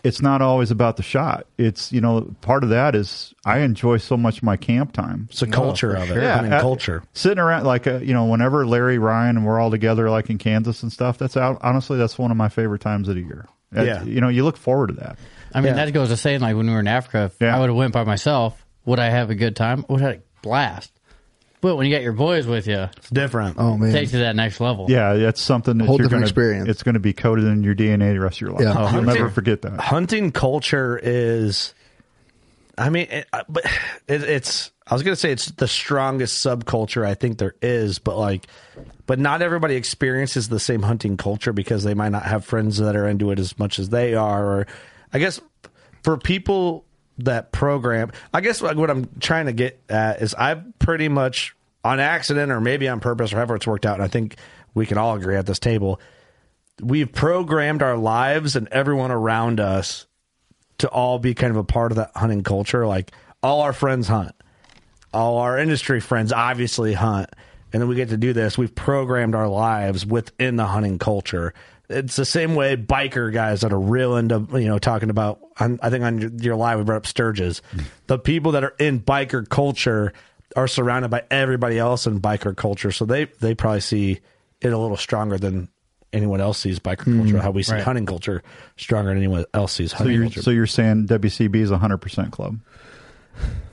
Speaker 7: it's not always about the shot. It's you know, part of that is I enjoy so much my camp time.
Speaker 2: It's a culture of it. Hunting
Speaker 7: uh,
Speaker 2: culture.
Speaker 7: Sitting around, like, uh, you know, whenever Larry, Ryan, and we're all together, like in Kansas and stuff, that's out. Honestly, that's one of my favorite times of the year. That-
Speaker 2: Yeah.
Speaker 7: You know, you look forward to that.
Speaker 5: I mean,
Speaker 2: Yeah.
Speaker 5: that goes to saying like when we were in Africa, if
Speaker 7: Yeah.
Speaker 5: I would have went by myself, would I have a good time? Would I have a blast? But when you got your boys with you,
Speaker 2: It's different.
Speaker 8: Oh man.
Speaker 5: it takes you to that next level.
Speaker 7: Yeah, that's something that
Speaker 8: Whole
Speaker 7: you're
Speaker 8: different
Speaker 7: gonna,
Speaker 8: experience.
Speaker 7: It's going to be coded in your DNA the rest of your life.
Speaker 8: Yeah.
Speaker 7: You'll
Speaker 2: Hunting-
Speaker 7: never forget that.
Speaker 2: hunting culture is i mean it, I- but it, it's i was going to say it's the strongest subculture i think there is but like but not everybody experiences the same hunting culture because they might not have friends that are into it as much as they are or i guess for people that program i guess like what i'm trying to get at is i've pretty much on accident or maybe on purpose or however it's worked out and i think we can all agree at this table we've programmed our lives and everyone around us to all be kind of a part of that hunting culture. Like all our friends hunt, all our industry friends obviously hunt. and then we get to do this. We've programmed our lives within the hunting culture. It's the same way biker guys that are real into you know talking about. On, I think on your, your live we brought up Sturges. The people that are in biker culture are surrounded by everybody else in biker culture, so they they probably see it a little stronger than anyone else sees biker culture. How we see
Speaker 7: Hmm. Right.
Speaker 2: hunting culture stronger than anyone else sees
Speaker 7: So
Speaker 2: hunting
Speaker 7: you're,
Speaker 2: culture.
Speaker 7: so you're saying WCB is a hundred percent club.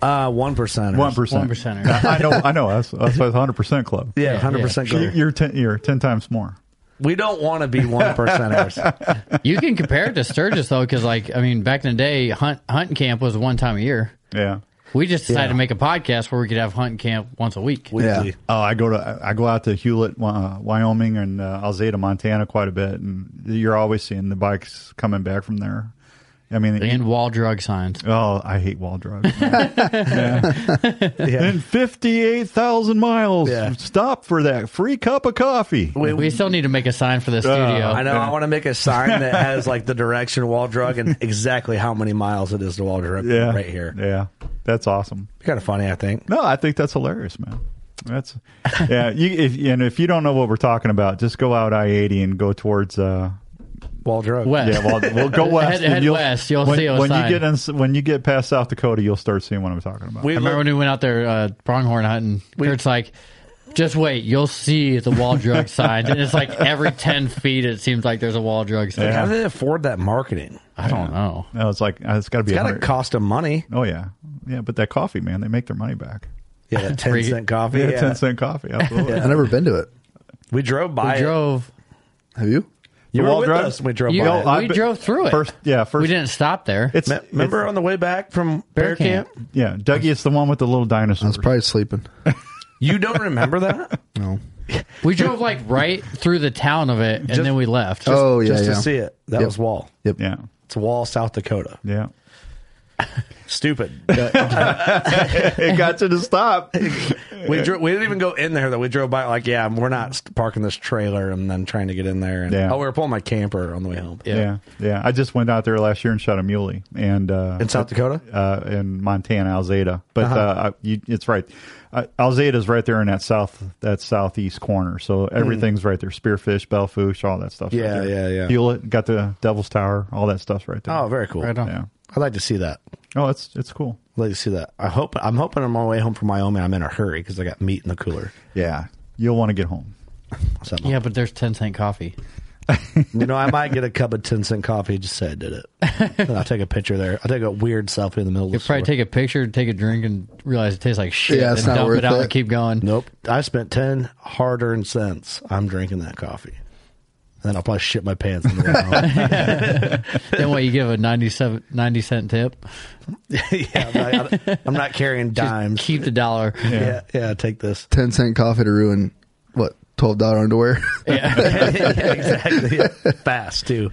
Speaker 2: Uh, one percent.
Speaker 7: One percent. I I know. I know. That's that's why it's hundred percent club.
Speaker 2: Yeah, 100%
Speaker 7: So
Speaker 2: club.
Speaker 7: You're ten. You're ten times more.
Speaker 2: We don't want to be one percenters.
Speaker 5: you can compare it to Sturgis though, because like I mean, back in the day, hunt hunting camp was one time a year.
Speaker 7: Yeah.
Speaker 5: We just decided
Speaker 7: Yeah.
Speaker 5: to make a podcast where we could have hunting camp once a week.
Speaker 7: Yeah. Oh, I go to I go out to Hewlett, uh, Wyoming, and uh, Alzada, Montana, quite a bit, and you're always seeing the bikes coming back from there. I mean,
Speaker 5: and wall drug signs.
Speaker 7: Oh, I hate wall drugs. And fifty-eight thousand miles. Stop for that free cup of coffee.
Speaker 5: We, still need to make a sign for the studio.
Speaker 2: I know. I want to make a sign that has like the direction wall drug and exactly how many miles it is to wall drug
Speaker 7: Yeah.
Speaker 2: right here.
Speaker 7: Yeah, that's awesome.
Speaker 2: Kind of funny, I think.
Speaker 7: No, I think that's hilarious, man. That's yeah. You, if, and if you don't know what we're talking about, just go out I eighty and go towards uh,
Speaker 2: Wall drug.
Speaker 5: West.
Speaker 7: Yeah, well, we'll go west.
Speaker 5: Head-
Speaker 7: and
Speaker 5: head west, you'll
Speaker 7: when,
Speaker 5: see a
Speaker 7: when
Speaker 5: sign.
Speaker 7: you get in, when you get past South Dakota, you'll start seeing what I'm talking about.
Speaker 5: I remember when we went out there uh, pronghorn hunting. Kurt's like, just wait, you'll see the wall drug sign. And it's like every 10 feet, it seems like there's a wall drug sign.
Speaker 2: Like, How do they afford that marketing?
Speaker 5: I don't know.
Speaker 7: No, it's like uh, it's got to be.
Speaker 2: It's got to
Speaker 7: 100
Speaker 2: cost them money.
Speaker 7: Oh yeah, yeah. But that coffee, man, they make their money back.
Speaker 2: Yeah, that ten cent coffee.
Speaker 7: Yeah, ten cent coffee. Absolutely.
Speaker 8: I've never been to it.
Speaker 2: We drove by.
Speaker 5: We drove.
Speaker 8: Have you?
Speaker 2: You
Speaker 7: The
Speaker 2: were
Speaker 7: wall
Speaker 2: with
Speaker 7: drug?
Speaker 2: us. when We drove
Speaker 5: You-
Speaker 2: by. it.
Speaker 5: we drove through it.
Speaker 7: First, yeah, first
Speaker 5: we didn't stop there.
Speaker 7: It's
Speaker 2: Me- remember on the way back from bear camp?
Speaker 7: yeah, Dougie. It's the one with the little dinosaur. I was
Speaker 8: probably sleeping.
Speaker 2: You don't remember that?
Speaker 8: No.
Speaker 5: We drove like right through the town of it, and
Speaker 2: Just-
Speaker 5: then we left.
Speaker 8: oh yeah,
Speaker 2: Just
Speaker 8: yeah.
Speaker 2: to see it. That
Speaker 8: Yep.
Speaker 2: was Wall.
Speaker 8: Yep.
Speaker 7: Yeah,
Speaker 2: It's Wall, South Dakota.
Speaker 7: yeah.
Speaker 2: Stupid.
Speaker 7: it got to the stop.
Speaker 2: we dro- we didn't even go in there though. We drove by like, yeah, we're not st- parking this trailer and then trying to get in there. And,
Speaker 7: Yeah.
Speaker 2: Oh, we were pulling my camper on the way home.
Speaker 7: Yeah. yeah, I just went out there last year and shot a muley and uh,
Speaker 2: In South Dakota?
Speaker 7: uh, in Montana, Alzada. But uh
Speaker 2: Uh-huh.
Speaker 7: I you, it's right. Uh, Alzada's right there in that south that southeast corner. So everything's right there: spearfish, bellfish, all that stuff.
Speaker 2: Hmm. Yeah,
Speaker 7: right there.
Speaker 2: yeah, yeah.
Speaker 7: Hewlett got the Devil's Tower, all that stuff's right there.
Speaker 2: Oh, very cool.
Speaker 5: Right on.
Speaker 7: Yeah.
Speaker 2: I'd like to see that.
Speaker 7: Oh, it's it's cool.
Speaker 2: I'd like to see that. I hope I'm hoping on my way home from Wyoming. I'm in a hurry because I got meat in the cooler.
Speaker 7: Yeah, you'll want to get home.
Speaker 2: So,
Speaker 5: Yeah, but there's 10 cent coffee.
Speaker 2: You know, I might get a cup of ten cent coffee. Just say I did it. and I'll take a picture there. I'll take a weird selfie in the middle.
Speaker 5: You'll
Speaker 2: of the
Speaker 5: probably
Speaker 2: store.
Speaker 5: take a picture, take a drink, and realize it tastes like shit.
Speaker 8: Yeah, it's
Speaker 5: and
Speaker 8: not
Speaker 5: dump
Speaker 8: worth
Speaker 5: it out
Speaker 8: it.
Speaker 5: and keep going.
Speaker 2: Nope. I spent ten hard earned cents. I'm drinking that coffee. And then I'll probably shit my pants on the way home.
Speaker 5: then what? You give a 97, 90 cent tip.
Speaker 2: yeah, I'm not, I'm not carrying dimes.
Speaker 5: Keep the dollar.
Speaker 2: yeah, yeah, take this.
Speaker 8: Ten cent coffee to ruin what twelve dollar underwear.
Speaker 2: Yeah, exactly. Yeah. Fast too.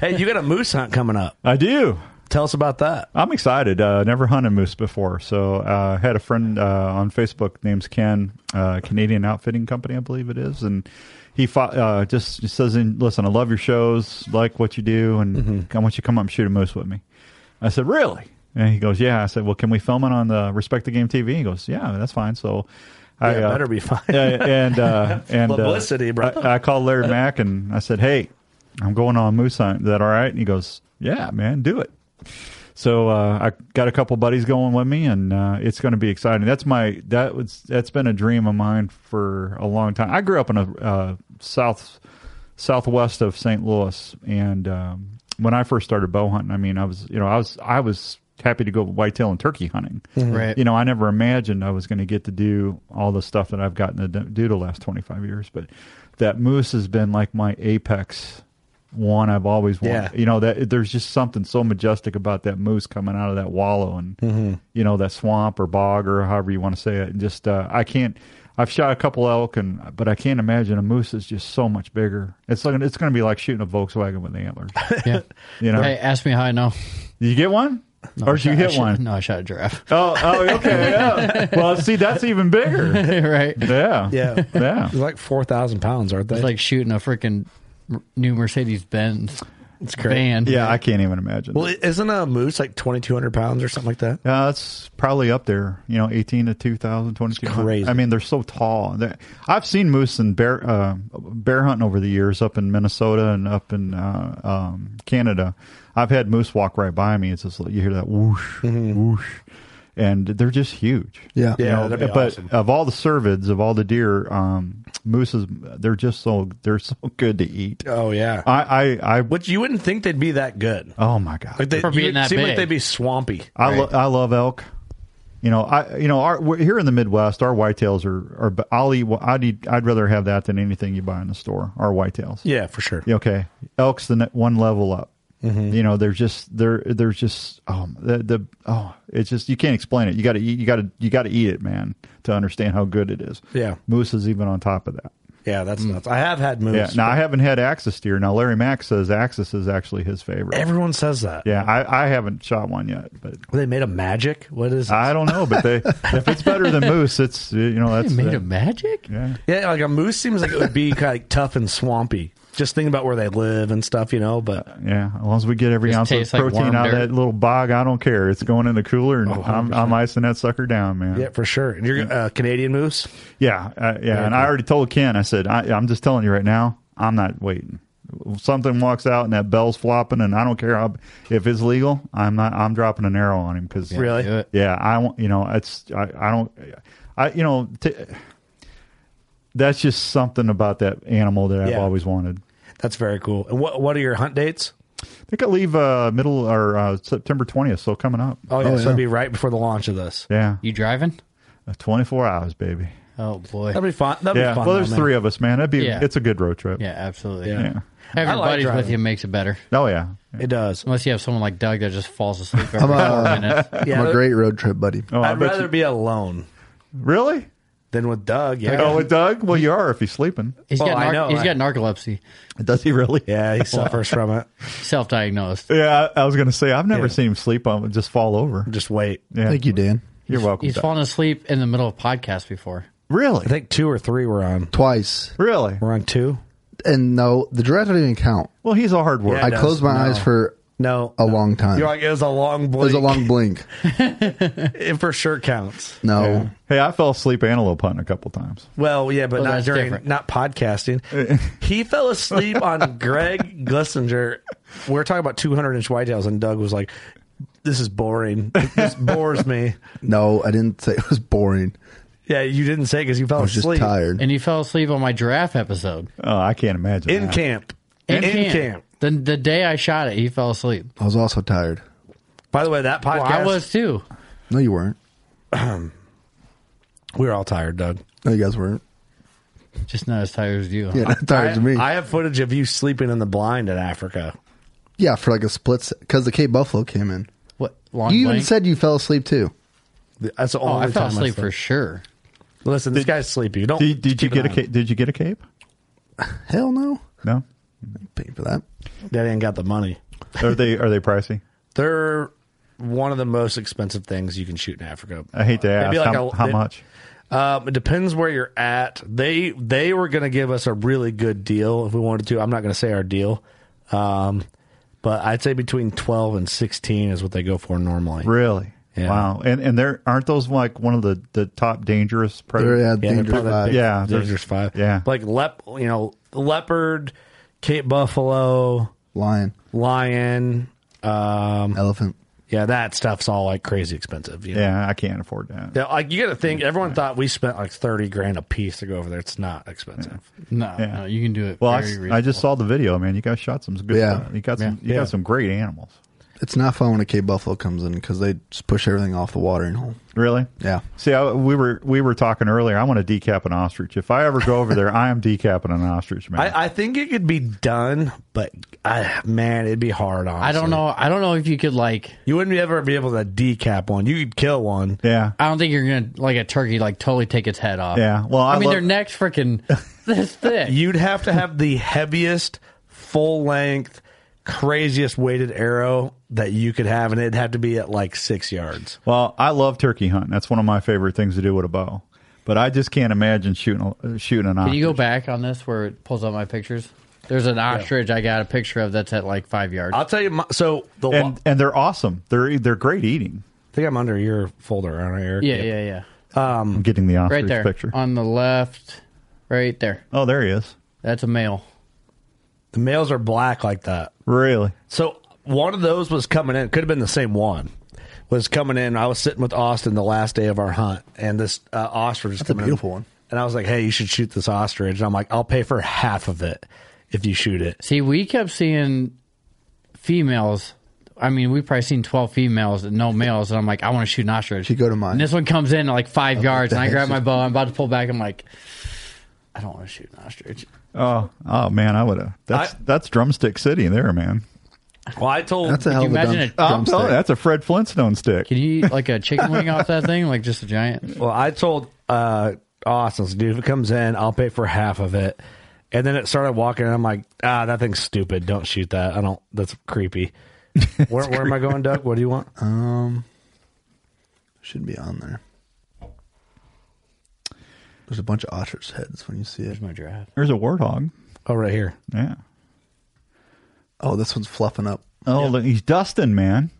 Speaker 2: Hey, you got a moose hunt coming up.
Speaker 7: I do.
Speaker 2: Tell us about that.
Speaker 7: I'm excited. Uh, never hunted moose before, so uh, I had a friend uh, on Facebook name's Ken, uh, Canadian Outfitting Company, I believe it is, and he fought, uh, just, just says, "Listen, I love your shows, like what you do, and
Speaker 2: Mm-hmm.
Speaker 7: I want you to come up and shoot a moose with me." I said, "Really?" And he goes, "Yeah." I said, "Well, can we film it on the Respect the Game TV?" He goes, "Yeah, that's fine." So. I,
Speaker 2: Yeah,
Speaker 7: uh,
Speaker 2: better be fine.
Speaker 7: yeah, and uh, and uh,
Speaker 2: Publicity, bro.
Speaker 7: I, I called Larry Mack and I said, "Hey, I'm going on a moose hunt. Is that all right?" And he goes, "Yeah, man, do it." So uh, I got a couple buddies going with me, and uh, it's going to be exciting. That's my that was that's been a dream of mine for a long time. I grew up in a uh, south southwest of St. Louis, and um, when I first started bow hunting, I mean, I was you know I was I was happy to go whitetail and turkey hunting.
Speaker 5: Right.
Speaker 7: You know, I never imagined I was going to get to do all the stuff that I've gotten to do- do the last twenty five years, but that moose has been like my apex one I've always wanted.
Speaker 2: Yeah.
Speaker 7: You know that there's just something so majestic about that moose coming out of that wallow and you know that swamp or bog or however you want to say it. And just uh, I can't. I've shot a couple elk and but I can't imagine a moose is just so much bigger. It's like it's going to be like shooting a Volkswagen with antlers.
Speaker 5: Yeah.
Speaker 7: You know,
Speaker 5: Hey, ask me how I know.
Speaker 7: Did you get one
Speaker 5: No, I
Speaker 7: or did
Speaker 5: shot-
Speaker 7: you
Speaker 5: I
Speaker 7: hit
Speaker 5: shot-
Speaker 7: one?
Speaker 5: No, I shot a giraffe.
Speaker 7: Oh, oh, okay. Yeah. well, see, that's even bigger.
Speaker 5: right.
Speaker 7: Yeah.
Speaker 2: Yeah,
Speaker 7: Yeah.
Speaker 2: it's like four thousand pounds, aren't they?
Speaker 5: It's like shooting a freaking new Mercedes Benz.
Speaker 2: It's great.
Speaker 5: Band.
Speaker 7: Yeah, I can't even imagine.
Speaker 2: Well, isn't a moose like twenty two hundred pounds or something like that?
Speaker 7: Yeah, that's probably up there. You know, eighteen to 2,000, 2,200.
Speaker 2: crazy.
Speaker 7: I mean, they're so tall. They're, I've seen moose and bear uh, bear hunting over the years up in Minnesota and up in uh, um, Canada. I've had moose walk right by me. It's just like you hear that whoosh, whoosh, and they're just huge.
Speaker 8: Yeah.
Speaker 7: You
Speaker 2: Yeah,
Speaker 7: know,
Speaker 2: that'd be
Speaker 7: but
Speaker 2: awesome.
Speaker 7: of all the cervids, of all the deer, um, moose is they're just so they're so good to eat.
Speaker 2: Oh yeah.
Speaker 7: Uh, I I, I
Speaker 2: Which you wouldn't think they'd be that good.
Speaker 7: oh my god,
Speaker 2: Like they
Speaker 5: For being
Speaker 2: you
Speaker 5: that
Speaker 2: seem like
Speaker 5: big.
Speaker 2: they'd be swampy.
Speaker 7: I, lo- I love elk. You know, I you know our we're- here in the Midwest, our whitetails are are. but I'll eat. I'd eat, I'd rather have that than anything you buy in the store. Our whitetails.
Speaker 2: Yeah, for sure.
Speaker 7: Yeah, Okay. Elk's the ne- one level up.
Speaker 2: Mm-hmm.
Speaker 7: You know, they're just they're they're just um the, the oh it's just you can't explain it. You got to eat. You got to you got to eat it, man, to understand how good it is.
Speaker 2: Yeah.
Speaker 7: Moose is even on top of that.
Speaker 2: Yeah, that's nuts. I have had moose.
Speaker 7: Yeah. Now I haven't had Axis deer. Now Larry Max says Axis is actually his favorite.
Speaker 2: Everyone says that.
Speaker 7: yeah, I, I haven't shot one yet, but
Speaker 2: They made a magic. What is? it?
Speaker 7: I don't know, but they if it's better than moose, it's you know that's
Speaker 5: They made
Speaker 7: that-
Speaker 5: of magic?
Speaker 7: yeah.
Speaker 2: Yeah, like a moose seems like it would be kind of like tough and swampy. Just thinking about where they live and stuff, you know. But
Speaker 7: uh, Yeah, as long as we get every
Speaker 5: Just
Speaker 7: ounce of
Speaker 5: tastes like
Speaker 7: protein
Speaker 5: warm
Speaker 7: out of
Speaker 5: dirt. Oh,
Speaker 7: that little bog, I don't care. It's going in the cooler, and I'm, I'm icing that sucker down, man.
Speaker 2: yeah, for sure. And you're uh, Canadian moose.
Speaker 7: Yeah, uh, yeah. And I already told Ken. I said, I, I'm just telling you right now, I'm not waiting. Something walks out and that bell's flopping, and I don't care how, if it's legal. I'm not. I'm dropping an arrow on him because
Speaker 2: Really?
Speaker 5: Do it.
Speaker 7: Yeah, I won't. You know, it's I, I don't. I you know, t- that's just something about that animal that I've
Speaker 2: Yeah.
Speaker 7: always wanted.
Speaker 2: That's very cool. And what what are your hunt dates?
Speaker 7: I think I leave uh, middle or uh, September 20th, so coming up.
Speaker 2: Oh yeah,
Speaker 8: Oh,
Speaker 2: so
Speaker 8: yeah.
Speaker 2: it'd be right before the launch of this.
Speaker 7: Yeah,
Speaker 5: You driving?
Speaker 7: 24 hours, baby.
Speaker 5: Oh, boy.
Speaker 2: That'd be fun. That'd
Speaker 7: Yeah,
Speaker 2: be fun.
Speaker 7: well, there's
Speaker 2: though, man.
Speaker 7: three of us, man. That'd be
Speaker 5: Yeah.
Speaker 7: it's a good road trip.
Speaker 5: Yeah, absolutely.
Speaker 2: Yeah.
Speaker 7: yeah.
Speaker 5: Having
Speaker 2: I
Speaker 5: your
Speaker 2: like
Speaker 5: buddies with
Speaker 2: driving.
Speaker 5: you makes it better.
Speaker 7: Oh yeah.
Speaker 2: It does.
Speaker 5: Unless you have someone like Doug that just falls asleep every
Speaker 8: I'm,
Speaker 5: four
Speaker 8: uh,
Speaker 5: minutes.
Speaker 2: Yeah,
Speaker 8: I'm a great road trip buddy.
Speaker 7: Oh, I
Speaker 2: I'd
Speaker 7: bet
Speaker 2: rather
Speaker 7: you-
Speaker 2: be alone
Speaker 7: really.
Speaker 2: than with Doug. Yeah.
Speaker 7: Oh, with Doug? Well, you are if he's sleeping.
Speaker 5: He's
Speaker 2: Well,
Speaker 5: got
Speaker 2: I
Speaker 5: nar-
Speaker 2: know,
Speaker 5: he's
Speaker 2: I-
Speaker 5: got narcolepsy,
Speaker 7: Does he really?
Speaker 2: yeah, he suffers from it.
Speaker 5: self diagnosed.
Speaker 7: Yeah, I, I was going to say I've never
Speaker 2: Yeah.
Speaker 7: seen him sleep on just fall over.
Speaker 2: Just wait.
Speaker 7: Yeah,
Speaker 8: Thank you, Dan.
Speaker 7: You're welcome.
Speaker 5: He's
Speaker 7: Doug.
Speaker 5: fallen asleep in the middle of podcast before.
Speaker 7: really,
Speaker 2: I think two or three were on.
Speaker 8: Twice.
Speaker 7: really.
Speaker 2: We're on two.
Speaker 8: And no, the giraffe didn't even count.
Speaker 7: Well, he's a hard worker.
Speaker 2: Yeah,
Speaker 8: I
Speaker 2: does.
Speaker 8: closed my
Speaker 2: No.
Speaker 8: eyes for
Speaker 2: No,
Speaker 8: a long time.
Speaker 2: You're like it was a long
Speaker 8: it was
Speaker 2: blink.
Speaker 8: a long blink.
Speaker 2: It for sure counts.
Speaker 8: No.
Speaker 7: Yeah. Hey, I fell asleep antelope hunting a couple times.
Speaker 2: Well, yeah, but
Speaker 5: Well,
Speaker 2: not
Speaker 5: that's
Speaker 2: during,
Speaker 5: different.
Speaker 2: not podcasting. he fell asleep on Greg Glissinger. We're talking about 200 inch whitetails, and Doug was like, "This is boring. This bores me."
Speaker 8: No, I didn't say it was boring.
Speaker 2: Yeah, you didn't say because you fell
Speaker 8: I was just
Speaker 2: asleep
Speaker 8: tired.
Speaker 5: And he fell asleep on my giraffe episode.
Speaker 7: Oh, I can't imagine.
Speaker 2: in
Speaker 7: that.
Speaker 2: camp.
Speaker 5: In camp. The, the day I shot it, he fell asleep.
Speaker 8: I was also tired.
Speaker 2: By the way, that podcast
Speaker 5: Well, I was too.
Speaker 8: No, you weren't.
Speaker 2: we were all tired, Doug.
Speaker 8: No, you guys weren't.
Speaker 5: Just not as tired as you. huh?
Speaker 8: Yeah, not tired
Speaker 2: I,
Speaker 8: as me.
Speaker 2: I have footage of you sleeping in the blind in Africa.
Speaker 8: yeah, for like a split because the Cape Buffalo came in.
Speaker 5: What long
Speaker 8: you even
Speaker 5: blank?
Speaker 8: said you fell asleep too.
Speaker 2: That's the
Speaker 5: Oh,
Speaker 2: only
Speaker 5: I fell
Speaker 2: time
Speaker 5: asleep
Speaker 2: slept.
Speaker 5: for sure.
Speaker 2: Listen, this guy's sleepy. You don't.
Speaker 7: Did, did you
Speaker 2: keep an
Speaker 7: get a
Speaker 2: eye on
Speaker 7: cape? Did you get a cape?
Speaker 8: Hell no.
Speaker 7: No.
Speaker 8: Paying for that.
Speaker 2: him. That ain't got the money.
Speaker 7: Are they are they pricey?
Speaker 2: They're one of the most expensive things you can shoot in Africa.
Speaker 7: I hate to ask
Speaker 2: Maybe like
Speaker 7: how,
Speaker 2: a-
Speaker 7: how
Speaker 2: they-
Speaker 7: much.
Speaker 2: Um, it depends where you're at. They they were going to give us a really good deal if we wanted to. I'm not going to say our deal, um, but I'd say between 12 and 16 is what they go for normally.
Speaker 7: Really?
Speaker 2: Yeah.
Speaker 7: Wow. And and there aren't those like one of the the top dangerous
Speaker 8: They're
Speaker 7: predators.
Speaker 8: yeah,
Speaker 2: Yeah, they're
Speaker 8: dangerous
Speaker 2: probably
Speaker 8: vibes.
Speaker 2: big-
Speaker 7: Yeah, there's-
Speaker 2: dangerous five.
Speaker 7: yeah.
Speaker 2: like lep, you know, leopard, Cape buffalo,
Speaker 8: Lion,
Speaker 2: lion. Um,
Speaker 8: elephant.
Speaker 2: yeah, that stuff's all like crazy expensive. You know?
Speaker 7: Yeah, I can't afford that.
Speaker 2: Now, like you got to think, everyone thought we spent like thirty grand a piece to go over there. It's not expensive.
Speaker 5: No,
Speaker 7: Yeah.
Speaker 5: no, you can do it.
Speaker 7: Well, I,
Speaker 5: very
Speaker 7: s- I
Speaker 5: reasonable.
Speaker 7: just saw the video, man. You guys shot some good
Speaker 8: Yeah.
Speaker 7: stuff. You got some
Speaker 5: Yeah.
Speaker 7: you
Speaker 2: Yeah.
Speaker 7: got some great animals.
Speaker 8: It's not fun when a Cape Buffalo comes in because they just push everything off the watering hole.
Speaker 7: Really?
Speaker 8: Yeah.
Speaker 7: See, I, we were we were talking earlier. I want to decap an ostrich. If I ever go over there, I am decapping an ostrich, man.
Speaker 2: I, I think it could be done, but I, man, it'd be hard. Honestly,
Speaker 5: I don't know. I don't know if you could like.
Speaker 2: You wouldn't ever be able to decap one. You could kill one.
Speaker 7: yeah,
Speaker 5: I don't think you're gonna like a turkey like totally take its head off.
Speaker 7: yeah. Well, I,
Speaker 5: I, mean
Speaker 7: love-
Speaker 5: their neck's freaking this thick.
Speaker 2: You'd have to have the heaviest, full length, craziest weighted arrow that you could have, and it'd have to be at like six yards.
Speaker 7: Well, I love turkey hunting. That's one of my favorite things to do with a bow. But I just can't imagine shooting a- uh, shooting an
Speaker 5: Can
Speaker 7: ostrich.
Speaker 5: you go back on this where it pulls out my pictures? There's an ostrich I got a picture of that's at like five yards.
Speaker 2: I'll tell you. My, so the
Speaker 7: and, and they're awesome. They're they're great eating.
Speaker 2: I think I'm under your folder, aren't I, Eric?
Speaker 5: Yeah, yeah, yeah.
Speaker 2: Um,
Speaker 7: I'm getting the ostrich
Speaker 5: right there
Speaker 7: picture.
Speaker 5: on the left, right there.
Speaker 7: Oh, there he is.
Speaker 5: That's a male.
Speaker 2: The males are black like that.
Speaker 7: Really?
Speaker 2: So one of those was coming in. Could have been the same one. Was coming in. I was sitting with Austin the last day of our hunt, and this uh, ostrich. That's
Speaker 8: a beautiful one.
Speaker 2: And I was like, "Hey, you should shoot this ostrich." And I'm like, "I'll pay for half of it if you shoot it."
Speaker 5: See, we kept seeing females. I mean, we probably seen twelve females and no males, and I'm like, I want to shoot an ostrich.
Speaker 8: You go to
Speaker 5: And
Speaker 8: mine.
Speaker 5: this one comes in like five yards,
Speaker 8: the
Speaker 5: and I
Speaker 8: heck
Speaker 5: grab
Speaker 8: is
Speaker 5: my
Speaker 8: it?
Speaker 5: bow. I'm about to pull back. I'm like, I don't want to shoot an ostrich.
Speaker 7: Oh, oh man, I would have. That's
Speaker 2: I-
Speaker 7: that's Drumstick City there, man.
Speaker 2: Well, I told
Speaker 8: That's a hell
Speaker 5: you
Speaker 8: of a
Speaker 5: imagine
Speaker 8: dumb,
Speaker 5: it-
Speaker 7: I'm
Speaker 8: dumb
Speaker 7: telling you, Oh, that's a Fred Flintstone stick.
Speaker 5: Can you eat like a chicken wing off that thing? Like just a giant?
Speaker 2: Well, I told uh, Austin, I said, dude, if it comes in, I'll pay for half of it. And then it started walking, and I'm like, ah, that thing's stupid. Don't shoot that. I don't. That's creepy. Where, where am I going, Doug? What do you want?
Speaker 8: Um, should be on there. There's a bunch of ostrich heads when you see it.
Speaker 5: There's my draft.
Speaker 7: There's a warthog.
Speaker 2: Oh, right here.
Speaker 7: Yeah.
Speaker 8: Oh, this one's fluffing up.
Speaker 7: Oh, look, he's dusting, man.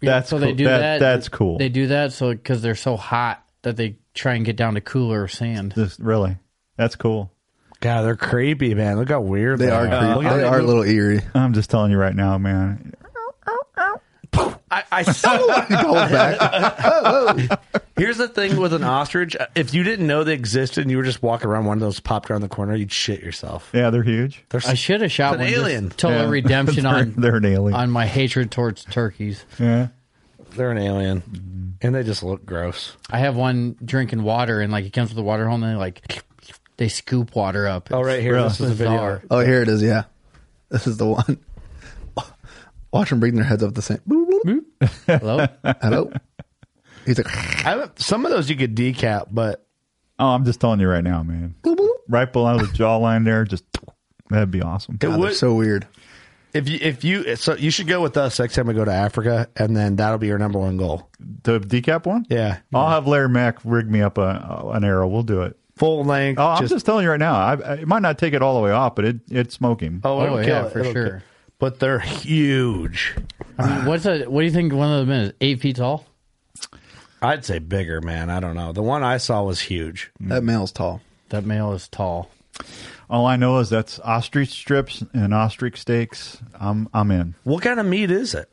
Speaker 7: That's
Speaker 5: so they
Speaker 7: cool.
Speaker 5: do
Speaker 7: That-
Speaker 5: that.
Speaker 7: that's cool.
Speaker 5: They do that so because they're so hot that they try and get down to cooler sand.
Speaker 7: This really, that's cool.
Speaker 2: God, they're creepy, man. Look how weird
Speaker 8: They are
Speaker 2: Oh, Look
Speaker 8: creep-
Speaker 2: how
Speaker 8: they are a
Speaker 2: move.
Speaker 8: little eerie.
Speaker 7: I'm just telling you right now, man.
Speaker 2: I, I saw.
Speaker 8: Going back.
Speaker 2: Here's the thing with an ostrich: if you didn't know they existed, and you were just walking around, one of those popped around the corner, you'd shit yourself.
Speaker 7: Yeah, they're huge.
Speaker 2: There's,
Speaker 5: I should have shot
Speaker 2: It's an
Speaker 5: one. just
Speaker 2: alien.
Speaker 5: Total
Speaker 7: Yeah.
Speaker 5: redemption
Speaker 7: they're,
Speaker 5: on
Speaker 7: they're an alien.
Speaker 5: on my hatred towards turkeys.
Speaker 7: yeah.
Speaker 2: they're an alien, and they just look gross.
Speaker 5: I have one drinking water and like he comes with the water hole and they like they scoop water up.
Speaker 2: Oh, right here.
Speaker 7: Really?
Speaker 2: This is a video.
Speaker 5: Bizarre.
Speaker 8: Oh, here it is. Yeah, this is the one. Watch them bring their heads up the same. Boop, boop.
Speaker 5: Hello.
Speaker 2: Hmm?
Speaker 8: Hello. He's like,
Speaker 2: I haven't- some of those you could decap, but
Speaker 7: Oh, I'm just telling you right now, man. Right below the jawline there, just that'd be awesome.
Speaker 2: it
Speaker 8: God, they're
Speaker 2: would.
Speaker 8: so weird.
Speaker 2: If you if you so you should go with us next time we go to Africa, and then that'll be your number one goal.
Speaker 7: The decap one.
Speaker 2: Yeah,
Speaker 7: I'll have Larry Mack rig me up a, an arrow. We'll do it.
Speaker 2: full length.
Speaker 7: Oh, I'm just, telling you right now. I, I- it might not take it all the way off, but it it's smoking.
Speaker 2: oh, it'll
Speaker 5: Oh,
Speaker 2: kill
Speaker 5: yeah,
Speaker 2: it.
Speaker 5: for
Speaker 2: It'll
Speaker 5: sure.
Speaker 2: kill- But they're huge.
Speaker 5: I mean, what's a what do you think one of them is? Eight feet tall?
Speaker 2: I'd say bigger, man. I don't know. The one I saw was huge.
Speaker 8: That male's tall.
Speaker 5: That male is tall.
Speaker 7: All I know is that's ostrich strips and ostrich steaks. I'm I'm in.
Speaker 2: What kind of meat is it?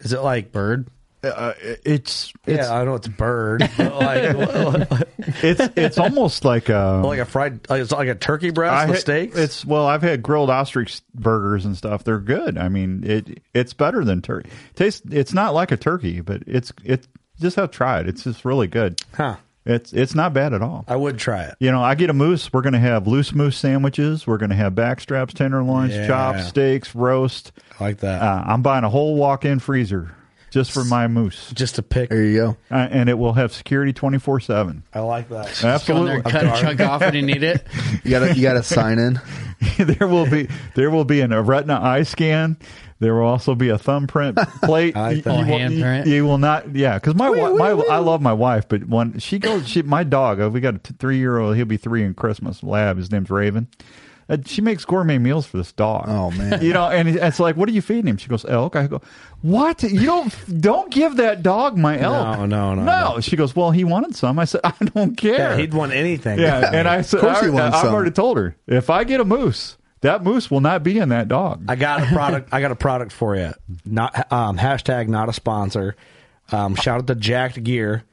Speaker 2: Is it like bird?
Speaker 7: Uh, it's it's
Speaker 2: yeah, I know it's bird. But like what-
Speaker 7: it's it's almost like a
Speaker 2: like a fried, like, it's like a turkey
Speaker 7: I
Speaker 2: breast with
Speaker 7: had-
Speaker 2: steaks.
Speaker 7: It's well, I've had grilled ostrich burgers and stuff. They're good. I mean, it it's better than turkey. Tastes. It's not like a turkey, but it's it just have tried. It's just really good.
Speaker 2: huh?
Speaker 7: It's it's not bad at all.
Speaker 2: I would try it.
Speaker 7: You know, I get a moose. We're going to have loose moose sandwiches. We're going to have backstraps, tenderloins,
Speaker 2: Yeah.
Speaker 7: chops, steaks, roast.
Speaker 2: I like that.
Speaker 7: Uh, I'm buying a whole walk-in freezer just for my moose,
Speaker 2: just to pick.
Speaker 8: There you go.
Speaker 7: uh, and it will have security 24 seven.
Speaker 2: I like that.
Speaker 5: Go in there
Speaker 7: Absolutely,
Speaker 5: and cut a chunk off when you need it.
Speaker 8: You gotta you gotta sign in.
Speaker 7: there will be there will be an, a retina eye scan. There will also be a thumbprint plate.
Speaker 2: like that.
Speaker 5: Oh,
Speaker 7: will,
Speaker 5: handprint.
Speaker 7: you will not, yeah, because my wi- my I love my wife, but when she goes, she my dog. uh, We got a t- three year old. He'll be three in Christmas. Lab. His name's Raven. Uh, she makes gourmet meals for this dog.
Speaker 8: Oh, man.
Speaker 7: you know, and it's like, what are you feeding him? She goes elk. I go, what? You don't don't give that dog my elk.
Speaker 2: No, no, no,
Speaker 7: no.
Speaker 2: no.
Speaker 7: She goes, well, he wanted some. I said, I don't care.
Speaker 2: Yeah, he'd want anything.
Speaker 7: Yeah, and I said,
Speaker 8: Of course
Speaker 7: I,
Speaker 8: he wants
Speaker 7: have
Speaker 8: some.
Speaker 7: already told her if I get a moose, that moose will not be in that dog.
Speaker 2: I got a product. I got a product for you. Not um, hashtag not a sponsor. Um, shout out to Jacked Gear,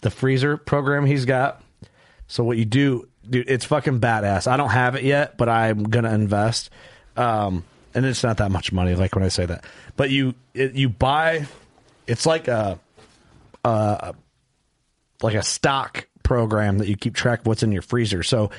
Speaker 2: the freezer program he's got. So what you do, dude, it's fucking badass. I don't have it yet, but I'm gonna invest. Um, and it's not that much money, like when I say that. But you it, you buy, it's like a like a stock program that you keep track of what's in your freezer. So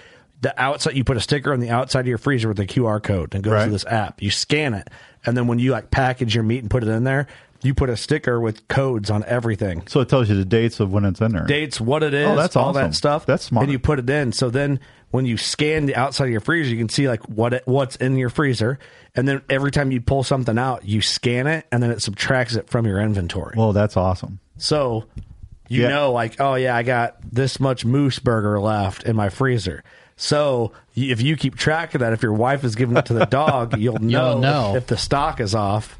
Speaker 2: the outside, you put a sticker on the outside of your freezer with a QR code and it goes
Speaker 7: Right.
Speaker 2: to this app. You scan it, and then when you like package your meat and put it in there, you put a sticker with codes on everything,
Speaker 7: So it tells you the dates of when it's in there.
Speaker 2: dates, what it is,
Speaker 7: Oh, that's
Speaker 2: all
Speaker 7: awesome.
Speaker 2: that stuff.
Speaker 7: That's smart.
Speaker 2: And you put it in. So then when you scan the outside of your freezer, you can see like what it, what's in your freezer, and then every time you pull something out, you scan it, and then it subtracts it from your inventory.
Speaker 7: Well, that's awesome.
Speaker 2: So you
Speaker 7: Yeah.
Speaker 2: know, like, oh yeah, I got this much moose burger left in my freezer. So y- if you keep track of that, if your wife is giving it to the dog, you'll know,
Speaker 5: You'll know.
Speaker 2: if the stock is off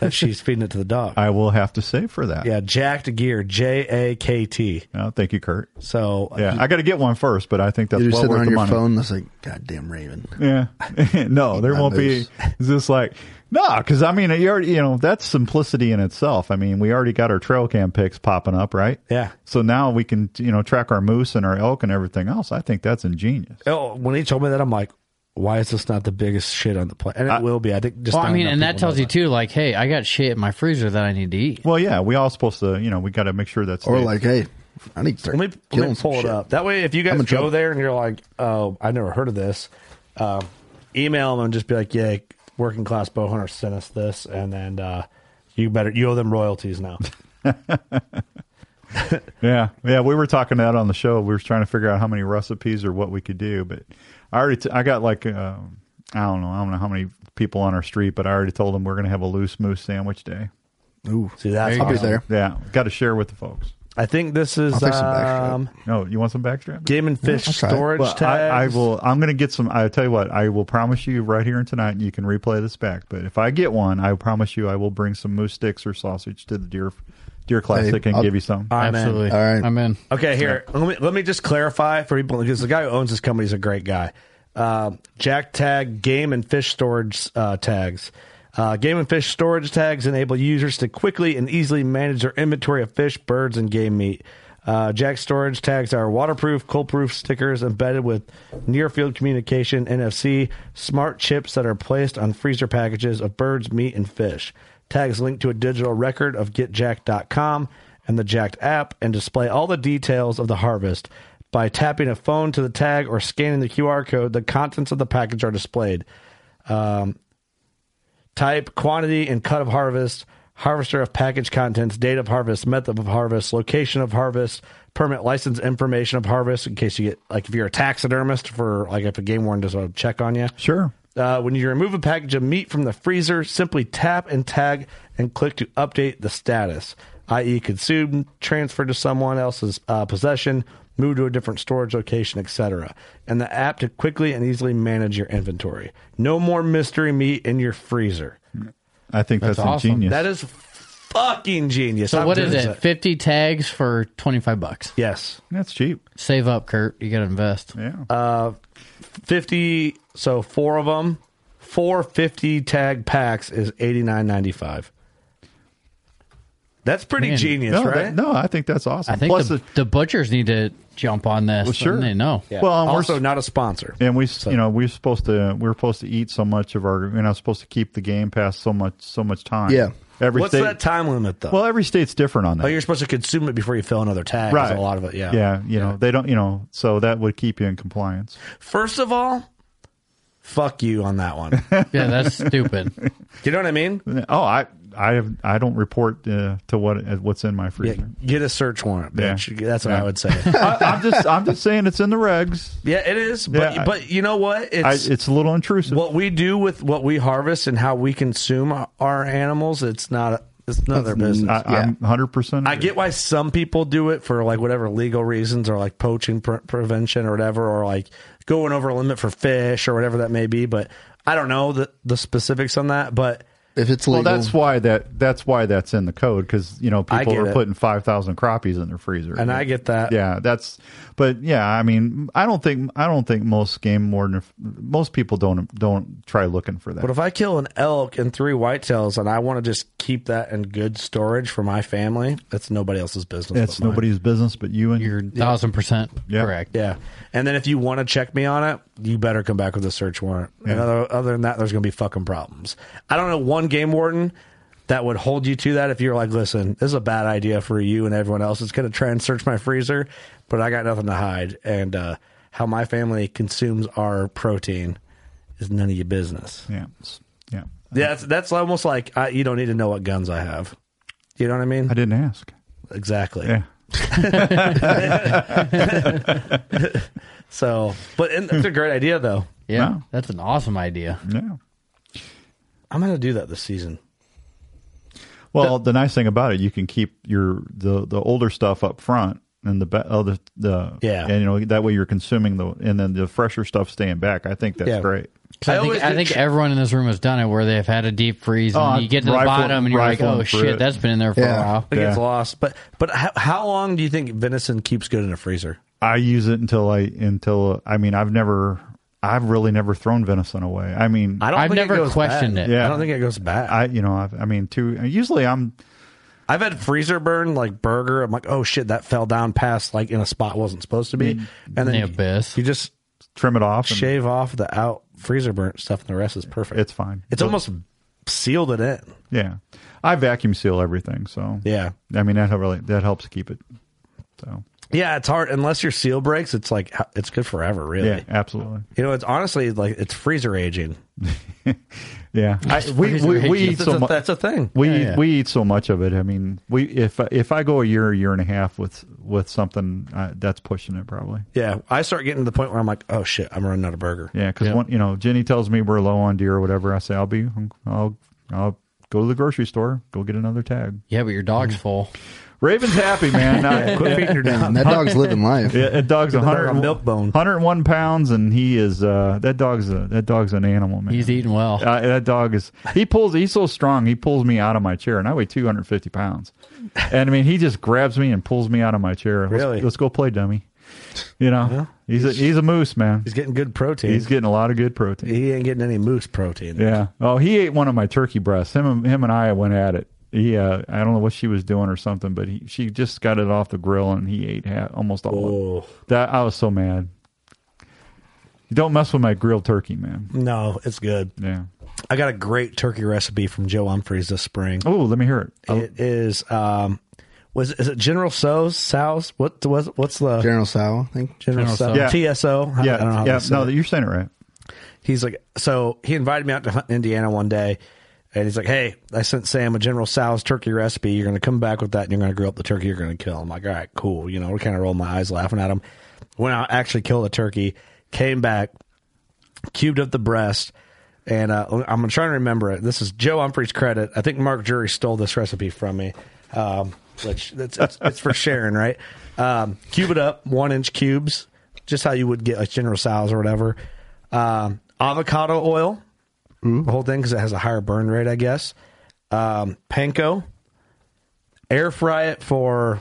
Speaker 2: that she's feeding it to the dog.
Speaker 7: I will have to save for that.
Speaker 2: Yeah, jacked gear, J A K T.
Speaker 7: Oh, thank you, Kurt.
Speaker 2: So
Speaker 7: Yeah, I got to get one first, but I think that's
Speaker 8: You're
Speaker 7: well
Speaker 8: sitting
Speaker 7: worth
Speaker 8: on
Speaker 7: the
Speaker 8: your
Speaker 7: money.
Speaker 8: phone. That's like, goddamn Raven.
Speaker 7: Yeah. no, there
Speaker 8: my
Speaker 7: won't
Speaker 8: moose.
Speaker 7: be. It's just like, nah, because I mean, you already, you know, that's simplicity in itself. I mean, we already got our trail cam pics popping up, right?
Speaker 2: Yeah.
Speaker 7: So now we can, you know, track our moose and our elk and everything else. I think that's ingenious.
Speaker 2: Oh, when he told me that, I'm like, why is this not the biggest shit on the planet? And it will be. I think. Just
Speaker 5: well, I
Speaker 2: not
Speaker 5: mean,
Speaker 2: enough
Speaker 5: and that
Speaker 2: people
Speaker 5: tells
Speaker 2: know
Speaker 5: you too, like, hey, I got shit in my freezer that I need to eat.
Speaker 7: Well, yeah, we all supposed to, you know, we got to make sure that's.
Speaker 8: Or like, hey, I need to start
Speaker 2: Let me, let
Speaker 8: killing
Speaker 2: me
Speaker 8: some
Speaker 2: pull it
Speaker 8: shit.
Speaker 2: up. That way, if you
Speaker 8: I'm
Speaker 2: guys
Speaker 8: in
Speaker 2: go
Speaker 8: trouble.
Speaker 2: there and you're like, "Oh, I never heard of this," um, email them and just be like, "Yeah, working class bow hunter sent us this," and then uh, you better you owe them royalties now.
Speaker 7: Yeah, yeah, we were talking that on the show. We were trying to figure out how many recipes or what we could do, but I already t- I got like uh, I don't know, I don't know how many people on our street, but I already told them we're gonna have a loose moose sandwich day.
Speaker 8: Ooh,
Speaker 2: See, that's
Speaker 5: There you
Speaker 2: awesome.
Speaker 5: go.
Speaker 7: Yeah, got to share with the folks.
Speaker 2: I think this is
Speaker 8: I'll take some backstrap.
Speaker 2: um,
Speaker 7: No, you want some backstrap?
Speaker 2: game and fish
Speaker 8: I'll try it.
Speaker 2: storage
Speaker 7: Well, I,
Speaker 2: tags.
Speaker 7: I will. I'm going to get some. I tell you what. I will promise you right here and tonight. and You can replay this back. But if I get one, I promise you, I will bring some moose sticks or sausage to the deer deer classic and
Speaker 8: I'll-
Speaker 7: give you some.
Speaker 2: I'm in.
Speaker 5: Absolutely.
Speaker 8: All right.
Speaker 5: I'm in.
Speaker 2: Okay, here. Let me let me just clarify for people because the guy who owns this company is a great guy. Um, Jack Tag Game and Fish Storage uh, Tags. Uh, game and fish storage tags enable users to quickly and easily manage their inventory of fish, birds, and game meat. Uh, Jack storage tags are waterproof, cold-proof stickers embedded with near-field communication NFC smart chips that are placed on freezer packages of birds, meat, and fish. Tags link to a digital record of GetJack.com and the Jacked app and display all the details of the harvest. By tapping a phone to the tag or scanning the QR code, the contents of the package are displayed. Um, type, quantity, and cut of harvest, harvester of package contents, date of harvest, method of harvest, location of harvest, permit license information of harvest in case you get, like, if you're a taxidermist for, like, if a game warden does a check on you.
Speaker 7: Sure.
Speaker 2: Uh, when you remove a package of meat from the freezer, simply tap and tag and click to update the status, i.e., consumed, transferred to someone else's uh, possession, moved to a different storage location, etc. And the app to quickly and easily manage your inventory. No more mystery meat in your freezer.
Speaker 7: I think that's,
Speaker 5: That's awesome.
Speaker 7: ingenious.
Speaker 2: That is fucking genius.
Speaker 5: So
Speaker 2: I'm
Speaker 5: what is
Speaker 2: doing
Speaker 5: it? Fifty tags for twenty five bucks.
Speaker 2: Yes,
Speaker 7: that's cheap.
Speaker 5: Save up, Kurt. You got to invest.
Speaker 7: Yeah.
Speaker 2: fifty. So four of them, four fifty tag packs is eighty nine ninety five. That's pretty
Speaker 5: Man.
Speaker 2: genius,
Speaker 7: no,
Speaker 2: right?
Speaker 7: that- no, I think that's awesome.
Speaker 5: I think
Speaker 7: Plus,
Speaker 5: the,
Speaker 7: it-
Speaker 5: the butchers need to jump on this.
Speaker 7: Well, sure.
Speaker 5: and They know.
Speaker 2: Yeah.
Speaker 7: Well, and um, we're
Speaker 2: also
Speaker 7: s-
Speaker 2: not a sponsor.
Speaker 7: and we, s you know, we're supposed to we're supposed to eat so much of our. We're not supposed to keep the game past so much so much time.
Speaker 8: Yeah.
Speaker 7: Every
Speaker 2: What's
Speaker 7: state.
Speaker 2: that time limit though?
Speaker 7: well, every state's different on that.
Speaker 2: oh, you're supposed to consume it before you fill another tag. is
Speaker 7: right.
Speaker 2: A lot of it, yeah.
Speaker 7: Yeah. You know, they don't. You know, so that would keep you in compliance.
Speaker 2: First of all, fuck you on that one.
Speaker 5: Yeah, that's stupid.
Speaker 2: you know what I mean?
Speaker 7: Oh, I I have I don't report uh, to what uh, what's in my
Speaker 2: Yeah,
Speaker 7: freezer.
Speaker 2: get a search warrant,
Speaker 7: Yeah.
Speaker 2: bitch. That's what
Speaker 7: Yeah.
Speaker 2: I would say.
Speaker 7: I, I'm just I'm just saying it's in the regs.
Speaker 2: yeah, it is. But
Speaker 7: Yeah, I-
Speaker 2: but you know what?
Speaker 7: I,
Speaker 2: It's,
Speaker 7: it's a little intrusive.
Speaker 2: what we do with what we harvest and how we consume our- our animals. It's not. It's none of their business.
Speaker 7: I, I'm 100. percent
Speaker 2: I get why some people do it for like whatever legal reasons or like poaching pre- prevention or whatever, or like going over a limit for fish or whatever that may be. But I don't know the, the specifics on that. But
Speaker 8: If it's
Speaker 7: Well,
Speaker 8: legal,
Speaker 7: that's why that that's why that's in the code because you know
Speaker 2: I
Speaker 7: people
Speaker 2: get
Speaker 7: are
Speaker 2: it.
Speaker 7: putting five thousand crappies in their freezer,
Speaker 2: and I get that.
Speaker 7: yeah, that's. But yeah, I mean, I don't think I don't think most game warden most people don't don't try looking for that.
Speaker 2: But if I kill an elk and three whitetails and I want to just keep that in good storage for my family, that's nobody else's business.
Speaker 7: it's
Speaker 2: but mine.
Speaker 7: nobody's business but you and
Speaker 5: You're thousand percent
Speaker 7: Yeah.
Speaker 5: correct.
Speaker 2: Yeah. And then if you want to check me on it, you better come back with a search warrant.
Speaker 7: Mm.
Speaker 2: And other, other than that, there's going to be fucking problems. I don't know one game warden that would hold you to that if you're like, listen, this is a bad idea for you and everyone else. It's going to try and search my freezer, but I got nothing to hide. And uh, how my family consumes our protein is none of your business.
Speaker 7: yeah yeah.
Speaker 2: Yeah, that's, that's almost like I, you don't need to know what guns I have. You know what I mean?
Speaker 7: I didn't ask.
Speaker 2: Exactly.
Speaker 7: Yeah.
Speaker 2: So, but and it's a great idea though.
Speaker 5: Yeah,
Speaker 7: Wow.
Speaker 5: that's an awesome idea.
Speaker 7: Yeah.
Speaker 2: I'm going to do that this season.
Speaker 7: Well, the nice thing about it, you can keep your the the older stuff up front and the be- oh, the, the
Speaker 2: Yeah.
Speaker 7: and you know that way you're consuming the and then the fresher stuff staying back. I think that's
Speaker 5: Yeah.
Speaker 7: great.
Speaker 5: 'Cause I, think, I think everyone in this room has done it where they've had a deep freeze and
Speaker 7: Oh,
Speaker 5: you get to the
Speaker 7: rifle-
Speaker 5: bottom and you're like,
Speaker 7: rifle
Speaker 5: oh
Speaker 7: and
Speaker 5: shit,
Speaker 7: fruit.
Speaker 5: that's been in there for a while.
Speaker 2: It gets lost. But but how, how long do you think venison keeps good in a freezer?
Speaker 7: I use it until I until I mean I've never I've really never thrown venison away. I mean
Speaker 2: I don't I've think it never goes questioned bad. it. I don't think it goes bad.
Speaker 7: I you know I've, I mean too usually I'm
Speaker 2: I've had freezer burn like burger. I'm like, oh shit, that fell down past like in a spot it wasn't supposed to be,
Speaker 7: Mm.
Speaker 2: and then
Speaker 7: the
Speaker 2: abyss. You just
Speaker 7: trim it off, and-
Speaker 2: shave off the out freezer burnt stuff, and the rest is perfect.
Speaker 7: It's fine.
Speaker 2: It's almost sealed it in.
Speaker 7: yeah I vacuum seal everything so
Speaker 2: yeah
Speaker 7: I mean that really that helps keep it so
Speaker 2: Yeah, it's hard unless your seal breaks. It's like it's good forever, really.
Speaker 7: Yeah, absolutely.
Speaker 2: You know, it's honestly like it's freezer aging.
Speaker 7: yeah I, we we, we eat
Speaker 2: That's
Speaker 7: so
Speaker 2: a-
Speaker 7: much
Speaker 2: That's a thing.
Speaker 7: we
Speaker 2: Yeah,
Speaker 7: eat
Speaker 2: yeah.
Speaker 7: we eat so much of it I mean we if if I go a year a year and a half with with something uh, that's pushing it probably
Speaker 2: Yeah, I start getting to the point where I'm like, oh shit, I'm running out of burger.
Speaker 7: Yeah, because one, you know, Jenny tells me we're low on deer or whatever. I say I'll be, I'll, I'll go to the grocery store, go get another tag.
Speaker 5: Yeah, but your
Speaker 7: Mm.
Speaker 5: dog's full.
Speaker 7: Raven's happy, man. I-
Speaker 5: Quit feeding your dog. That dog's living life.
Speaker 7: Yeah, that dog's
Speaker 5: Give the dog a
Speaker 7: 100,
Speaker 5: milk
Speaker 2: bone.
Speaker 7: 101 pounds, and he is uh, that dog's a, that dog's an animal, man. He's
Speaker 5: eating well.
Speaker 7: Uh, that dog is. He pulls. He's so strong. He pulls me out of my chair, and I weigh 250 pounds. And I mean, he just grabs me and pulls me out of my chair. Let's-
Speaker 2: Really?
Speaker 7: Let's, go play dummy. You know, he's a, he's a moose, man.
Speaker 2: He's getting good protein.
Speaker 7: He's getting a lot of good protein.
Speaker 2: He ain't getting any moose protein.
Speaker 7: Yeah. Oh, he ate one of my turkey breasts. Him, and- him and I went at it. He, uh, I don't know what she was doing or something, but he, she just got it off the grill and he ate ha almost all. Of it. That I was so mad. You don't mess with my grilled turkey, man.
Speaker 2: No, it's good.
Speaker 7: Yeah.
Speaker 2: I got a great turkey recipe from Joe Humphreys this spring.
Speaker 7: Oh, let me hear it.
Speaker 2: It is um was is it General So's Sows? What was what's the
Speaker 8: General Sow, I think.
Speaker 2: General,
Speaker 8: General
Speaker 2: Sow.
Speaker 8: Sow. Yeah.
Speaker 2: TSO. I- I
Speaker 8: Yeah,
Speaker 2: don't know how
Speaker 8: yeah,
Speaker 2: they say
Speaker 8: no,
Speaker 2: it.
Speaker 7: You're saying it right.
Speaker 2: He's like so he invited me out to hunt in Indiana one day and he's like, Hey, I sent Sam a General Sows turkey recipe. You're gonna come back with that and you're gonna grill up the turkey, you're gonna kill. I'm like, All right, cool. You know, we kinda rolled my eyes laughing at him. Went out, actually killed a turkey, came back, cubed up the breast, and uh, I'm gonna try and remember it. This is Joe Humphrey's credit. I think Mark Jury stole this recipe from me, um, which that's it's, it's for sharing, right? Um, cube it up, one inch cubes, just how you would get like General Sal's or whatever. Um, avocado oil, the whole thing because it has a higher burn rate, I guess. Um, panko, air fry it for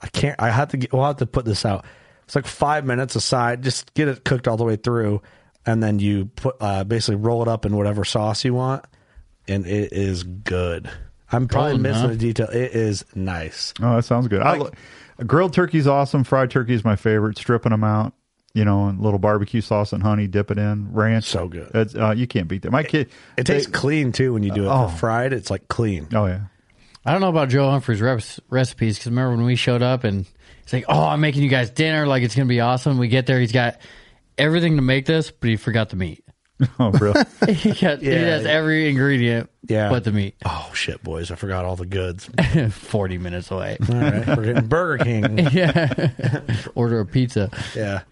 Speaker 2: I can't. I have to. Get, we'll have to put this out. It's like five minutes aside. Just get it cooked all the way through, and then you put uh, basically roll it up in whatever sauce you want, and it is good. I'm probably
Speaker 7: Golden,
Speaker 2: missing
Speaker 7: huh?
Speaker 2: a detail. It is nice.
Speaker 7: Oh, that sounds good. I lo- grilled turkey's awesome. Fried turkey's my favorite. Stripping them out, you know, and a little barbecue sauce and honey, dip it in ranch. So
Speaker 2: good.
Speaker 7: It's, uh, you can't beat that. My kid.
Speaker 2: It tastes clean too when you do it
Speaker 7: Oh.
Speaker 2: fried. It's like clean.
Speaker 7: Oh yeah.
Speaker 5: I don't know about Joe Humphrey's reps, recipes because remember when we showed up and he's like, "Oh, I'm making you guys dinner. Like it's gonna be awesome." We get there, he's got everything to make this, but he forgot the meat.
Speaker 7: Oh, really?
Speaker 5: he got he
Speaker 2: Yeah.
Speaker 5: has every ingredient,
Speaker 2: Yeah.
Speaker 5: but the meat.
Speaker 2: Oh shit, boys! I forgot all the goods.
Speaker 5: Forty minutes away.
Speaker 2: All right, we're getting Burger King.
Speaker 5: yeah, order a pizza.
Speaker 2: Yeah.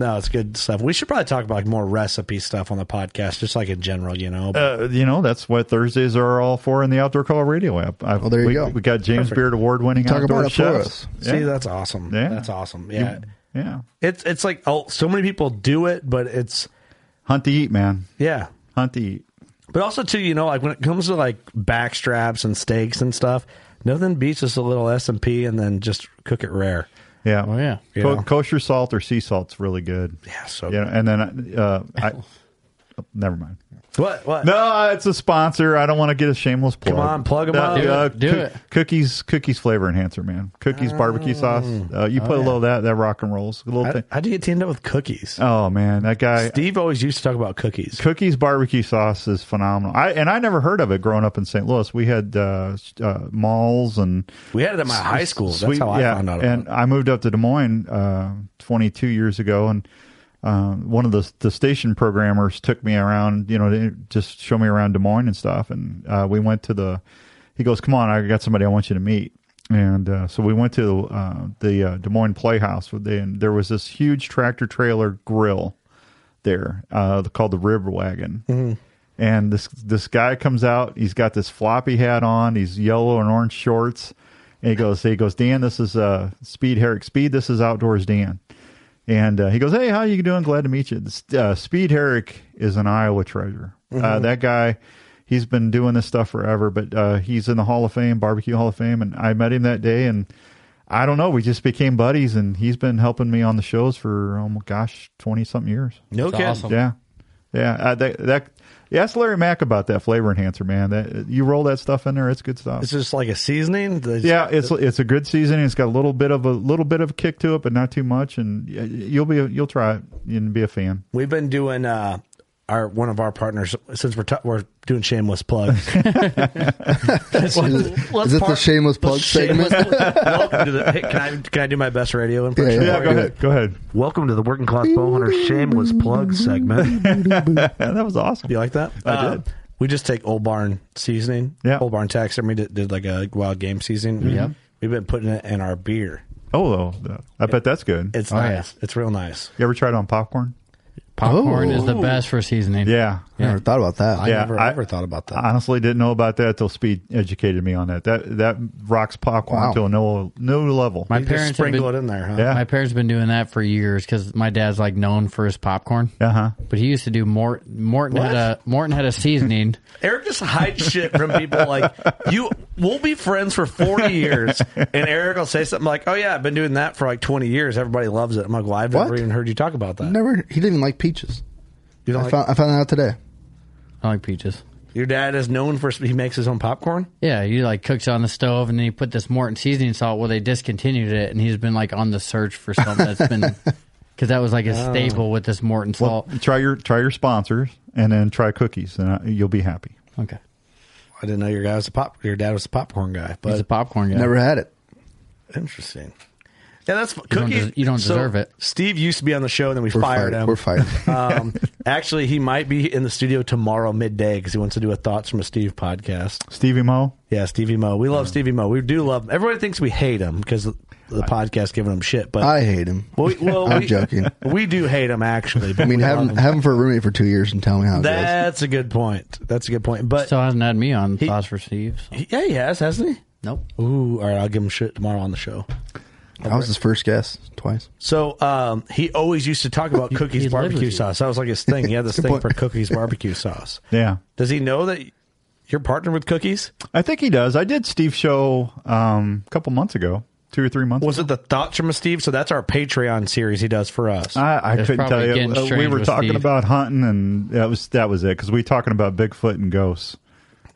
Speaker 2: No, it's good stuff. We should probably talk about more recipe stuff on the podcast, just like in general, you know.
Speaker 7: Uh, you know, that's what Thursdays are all for in the Outdoor Color Radio app. I've,
Speaker 2: there you
Speaker 7: we,
Speaker 2: go.
Speaker 7: We got James
Speaker 2: Perfect.
Speaker 7: Beard Award winning
Speaker 2: Talk
Speaker 7: outdoor
Speaker 2: about it for
Speaker 7: chefs.
Speaker 2: us. See, that's awesome.
Speaker 7: Yeah.
Speaker 2: That's awesome.
Speaker 7: You-
Speaker 2: Yeah.
Speaker 7: yeah.
Speaker 2: It's it's like oh, so many people do it, but it's
Speaker 7: Hunt to eat, man.
Speaker 2: yeah,
Speaker 7: hunt to eat.
Speaker 2: But also too, you know, like when it comes to like back straps and steaks and stuff, nothing beats just a little S and P and then just cook it rare.
Speaker 7: Yeah. Oh,
Speaker 5: yeah.
Speaker 7: Co-
Speaker 2: Yeah.
Speaker 7: kosher salt or sea salt's really good.
Speaker 2: Yeah. So
Speaker 7: you know, and then uh, I. oh, Never mind.
Speaker 2: What? What?
Speaker 7: No, it's a sponsor. I don't want to get a shameless plug.
Speaker 2: Come on, plug 'em
Speaker 7: Uh,
Speaker 2: up. Do
Speaker 7: uh,
Speaker 2: it. Do
Speaker 7: coo-
Speaker 2: it.
Speaker 7: Cookies, cookies flavor enhancer, man. Cookies, barbecue sauce. Uh, you
Speaker 2: Oh,
Speaker 7: put a
Speaker 2: yeah.
Speaker 7: little of that, that rock and rolls. A little
Speaker 2: How,
Speaker 7: thing.
Speaker 2: how'd you get to end up with cookies?
Speaker 7: Oh man, that guy.
Speaker 2: Steve always used to talk about cookies.
Speaker 7: Cookies barbecue sauce is phenomenal. I and I never heard of it growing up in St. Louis. We had uh, s- uh, malls and
Speaker 2: We had it at my
Speaker 7: s-
Speaker 2: high school. That's how I found out about
Speaker 7: And I moved up to Des Moines uh, 22 years ago, and uh, one of the the station programmers took me around. You know, to just show me around Des Moines and stuff. And uh, we went to the. He goes, "Come on, I got somebody I want you to meet." And uh, so we went to uh, the uh, Des Moines Playhouse, with the- and there was this huge tractor trailer grill there uh, called the Rib Wagon. And this this guy comes out. He's got this floppy hat on. He's yellow and orange shorts, And he goes, he goes, Dan, this is uh, Speed Herrick Speed. This is Outdoors Dan. And uh, he goes, hey, how you doing? Glad to meet you. This, uh, Speed Herrick is an Iowa treasure. Uh,
Speaker 9: Mhm.
Speaker 7: that guy, he's been doing this stuff forever, but uh, he's in the Hall of Fame, Barbecue Hall of Fame. And I met him that day and I don't know. We just became buddies, and he's been helping me on the shows for oh my gosh, twenty something years.
Speaker 2: No That's kidding. awesome.
Speaker 7: Yeah, yeah. Uh, that that. Yeah, ask Larry Mack about that flavor enhancer, man. That you roll that stuff in there, it's good stuff.
Speaker 2: It's just like a seasoning. The-
Speaker 7: yeah, it's it's a good seasoning. It's got a little bit of a little bit of a kick to it, but not too much. And y- you'll be you'll try it and be a fan.
Speaker 2: We've been doing uh, our one of our partners since we're t- we're doing shameless plugs.
Speaker 8: Is it- is it the shameless plug segment?
Speaker 2: Welcome to the- hey, can I can I do my best radio impression?
Speaker 8: Yeah, yeah,
Speaker 2: for
Speaker 8: go
Speaker 2: you?
Speaker 8: ahead,
Speaker 7: Go ahead.
Speaker 2: Welcome to the Working Class Bowhunter shameless plug segment.
Speaker 7: that was awesome.
Speaker 2: You like that?
Speaker 7: I
Speaker 2: Uh,
Speaker 7: did.
Speaker 2: We just take Old Barn seasoning. Yeah. Mm-hmm. Old Barn tax. and we did, did like a wild game season.
Speaker 7: Yeah.
Speaker 2: We've been putting it in our beer.
Speaker 7: Oh, I bet that's good.
Speaker 2: It's
Speaker 7: Oh, yeah.
Speaker 2: nice. It's real nice.
Speaker 7: You ever tried it on popcorn?
Speaker 5: Popcorn is the best for seasoning.
Speaker 7: Yeah,
Speaker 5: Yeah. Never
Speaker 7: thought about that.
Speaker 5: I never ever
Speaker 2: thought about that.
Speaker 7: Honestly, didn't know about that till Speed educated me on that. That that rocks popcorn
Speaker 5: Wow.
Speaker 7: to a no no level.
Speaker 5: My parents have been,
Speaker 7: Yeah,
Speaker 5: My parents have been doing that for years because my dad's like known for his popcorn.
Speaker 7: Uh huh.
Speaker 5: But he used to do Mort, Morton had a Morton had a seasoning.
Speaker 2: Eric just hides shit from people. Like you, we'll be friends for forty years, and Eric will say something like, "Oh yeah, I've been doing that for like twenty years. Everybody loves it." I'm like, "Well, I've never even heard you talk about that."
Speaker 8: Never. He didn't even like peaches.
Speaker 2: You don't
Speaker 8: I,
Speaker 2: like-
Speaker 8: found, I found that out today.
Speaker 5: I like peaches.
Speaker 2: Your dad is known for he makes his own popcorn.
Speaker 5: Yeah, he like cooks it on the stove, and then he put this Morton seasoning salt. Well, they discontinued it, and he's been like on the search for something that's been because that was like a
Speaker 7: Oh.
Speaker 5: staple with this Morton
Speaker 7: Well,
Speaker 5: salt.
Speaker 7: try your try your sponsors, and then try cookies, and I, you'll be happy.
Speaker 5: Okay.
Speaker 2: I didn't know your guy was a pop. Your dad was a popcorn guy, but
Speaker 5: He's a popcorn guy.
Speaker 8: Never had it.
Speaker 2: Interesting. Yeah, that's cookies.
Speaker 5: don't des- you don't
Speaker 2: so
Speaker 5: deserve it.
Speaker 2: Steve used to be on the show, and then we
Speaker 8: We're
Speaker 2: fired,
Speaker 8: fired.
Speaker 2: him.
Speaker 8: We're fired.
Speaker 2: um, actually, he might be in the studio tomorrow midday because he wants to do a thoughts from a Steve podcast.
Speaker 7: Stevie Mo.
Speaker 2: Yeah, Stevie Mo. We love Stevie Mo. We do love. Everybody thinks we hate him because the the podcast giving him shit. But
Speaker 8: I hate him.
Speaker 2: Well, we- well,
Speaker 8: I'm
Speaker 2: we-
Speaker 8: joking.
Speaker 2: We do hate him actually.
Speaker 8: I
Speaker 2: but
Speaker 8: mean,
Speaker 2: we
Speaker 8: have
Speaker 2: love
Speaker 8: him, have him for a roommate for two years and tell me how it goes.
Speaker 2: That's a good point. That's a good point. But
Speaker 5: still hasn't had me on thoughts for Steve. so-
Speaker 2: yeah, he has, hasn't he?
Speaker 5: Nope.
Speaker 2: Ooh, all right. I'll give him shit tomorrow on the show.
Speaker 8: That was his first guess twice.
Speaker 2: So um, he always used to talk about cookies
Speaker 8: he lived with
Speaker 2: barbecue
Speaker 8: you.
Speaker 2: sauce. That was like his thing. He had this
Speaker 8: Good
Speaker 2: thing
Speaker 8: point.
Speaker 2: for cookies barbecue sauce.
Speaker 7: Yeah.
Speaker 2: Does he know that you're partnered with cookies?
Speaker 7: I think he does. I did Steve's show um, a couple months ago, two or three months.
Speaker 2: Was it the thoughts from a Steve? So that's our Patreon series he does for us.
Speaker 7: I, I couldn't tell you. Uh, We were talking about hunting, and that was that was it because we were talking about Bigfoot and ghosts.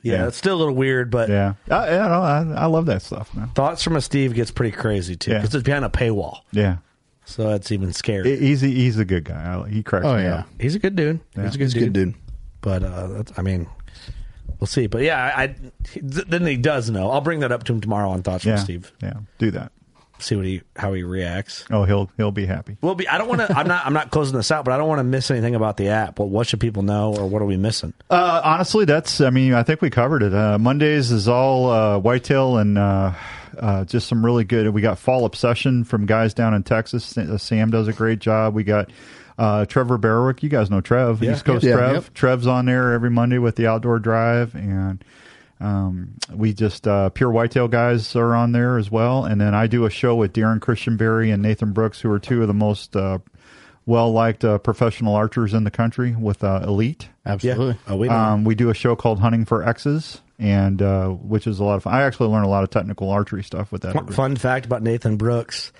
Speaker 2: Yeah, it's still a little weird, but
Speaker 7: yeah, I, I, don't- I- I love that stuff, man.
Speaker 2: thoughts from a Steve gets pretty crazy too because it's behind a paywall,
Speaker 7: Yeah,
Speaker 2: so that's even scarier.
Speaker 7: He- he's a, he's a good guy. I like- He cracks
Speaker 2: Oh,
Speaker 7: me
Speaker 2: yeah.
Speaker 7: up.
Speaker 2: He's a good dude.
Speaker 7: Yeah.
Speaker 2: He's a good
Speaker 7: He's a
Speaker 2: dude.
Speaker 7: good dude.
Speaker 2: But uh, that's, I mean, we'll see. But yeah, I, I he- th- then he does know. I'll bring that up to him tomorrow on thoughts
Speaker 7: Yeah,
Speaker 2: from Steve.
Speaker 7: Yeah, do that.
Speaker 2: See what he how he reacts.
Speaker 7: Oh, he'll he'll be happy.
Speaker 2: Well, be, I don't want to. I'm not. I'm not closing this out, but I don't want to miss anything about the app. Well, what should people know, or what are we missing?
Speaker 7: Uh, honestly, that's. I mean, I think we covered it. Uh, Mondays is all uh, whitetail and uh, uh, just some really good. We got fall obsession from guys down in Texas. Sa- uh, Sam does a great job. We got uh, Trevor Berwick. You guys know Trev,
Speaker 9: Yeah.
Speaker 7: East Coast
Speaker 9: Yeah.
Speaker 7: Trev.
Speaker 9: Yep.
Speaker 7: Trev's on there every Monday with the outdoor drive, and um, we just uh, pure whitetail guys are on there as well. And then I do a show with Darren Christianberry and Nathan Brooks, who are two of the most uh, well liked uh, professional archers in the country with uh, Elite.
Speaker 5: Absolutely. Yeah. Oh, we know.
Speaker 7: um, we do a show called Hunting for X's, and uh, which is a lot of fun. I actually learn a lot of technical archery stuff with that.
Speaker 2: Fun, fun fact about Nathan Brooks,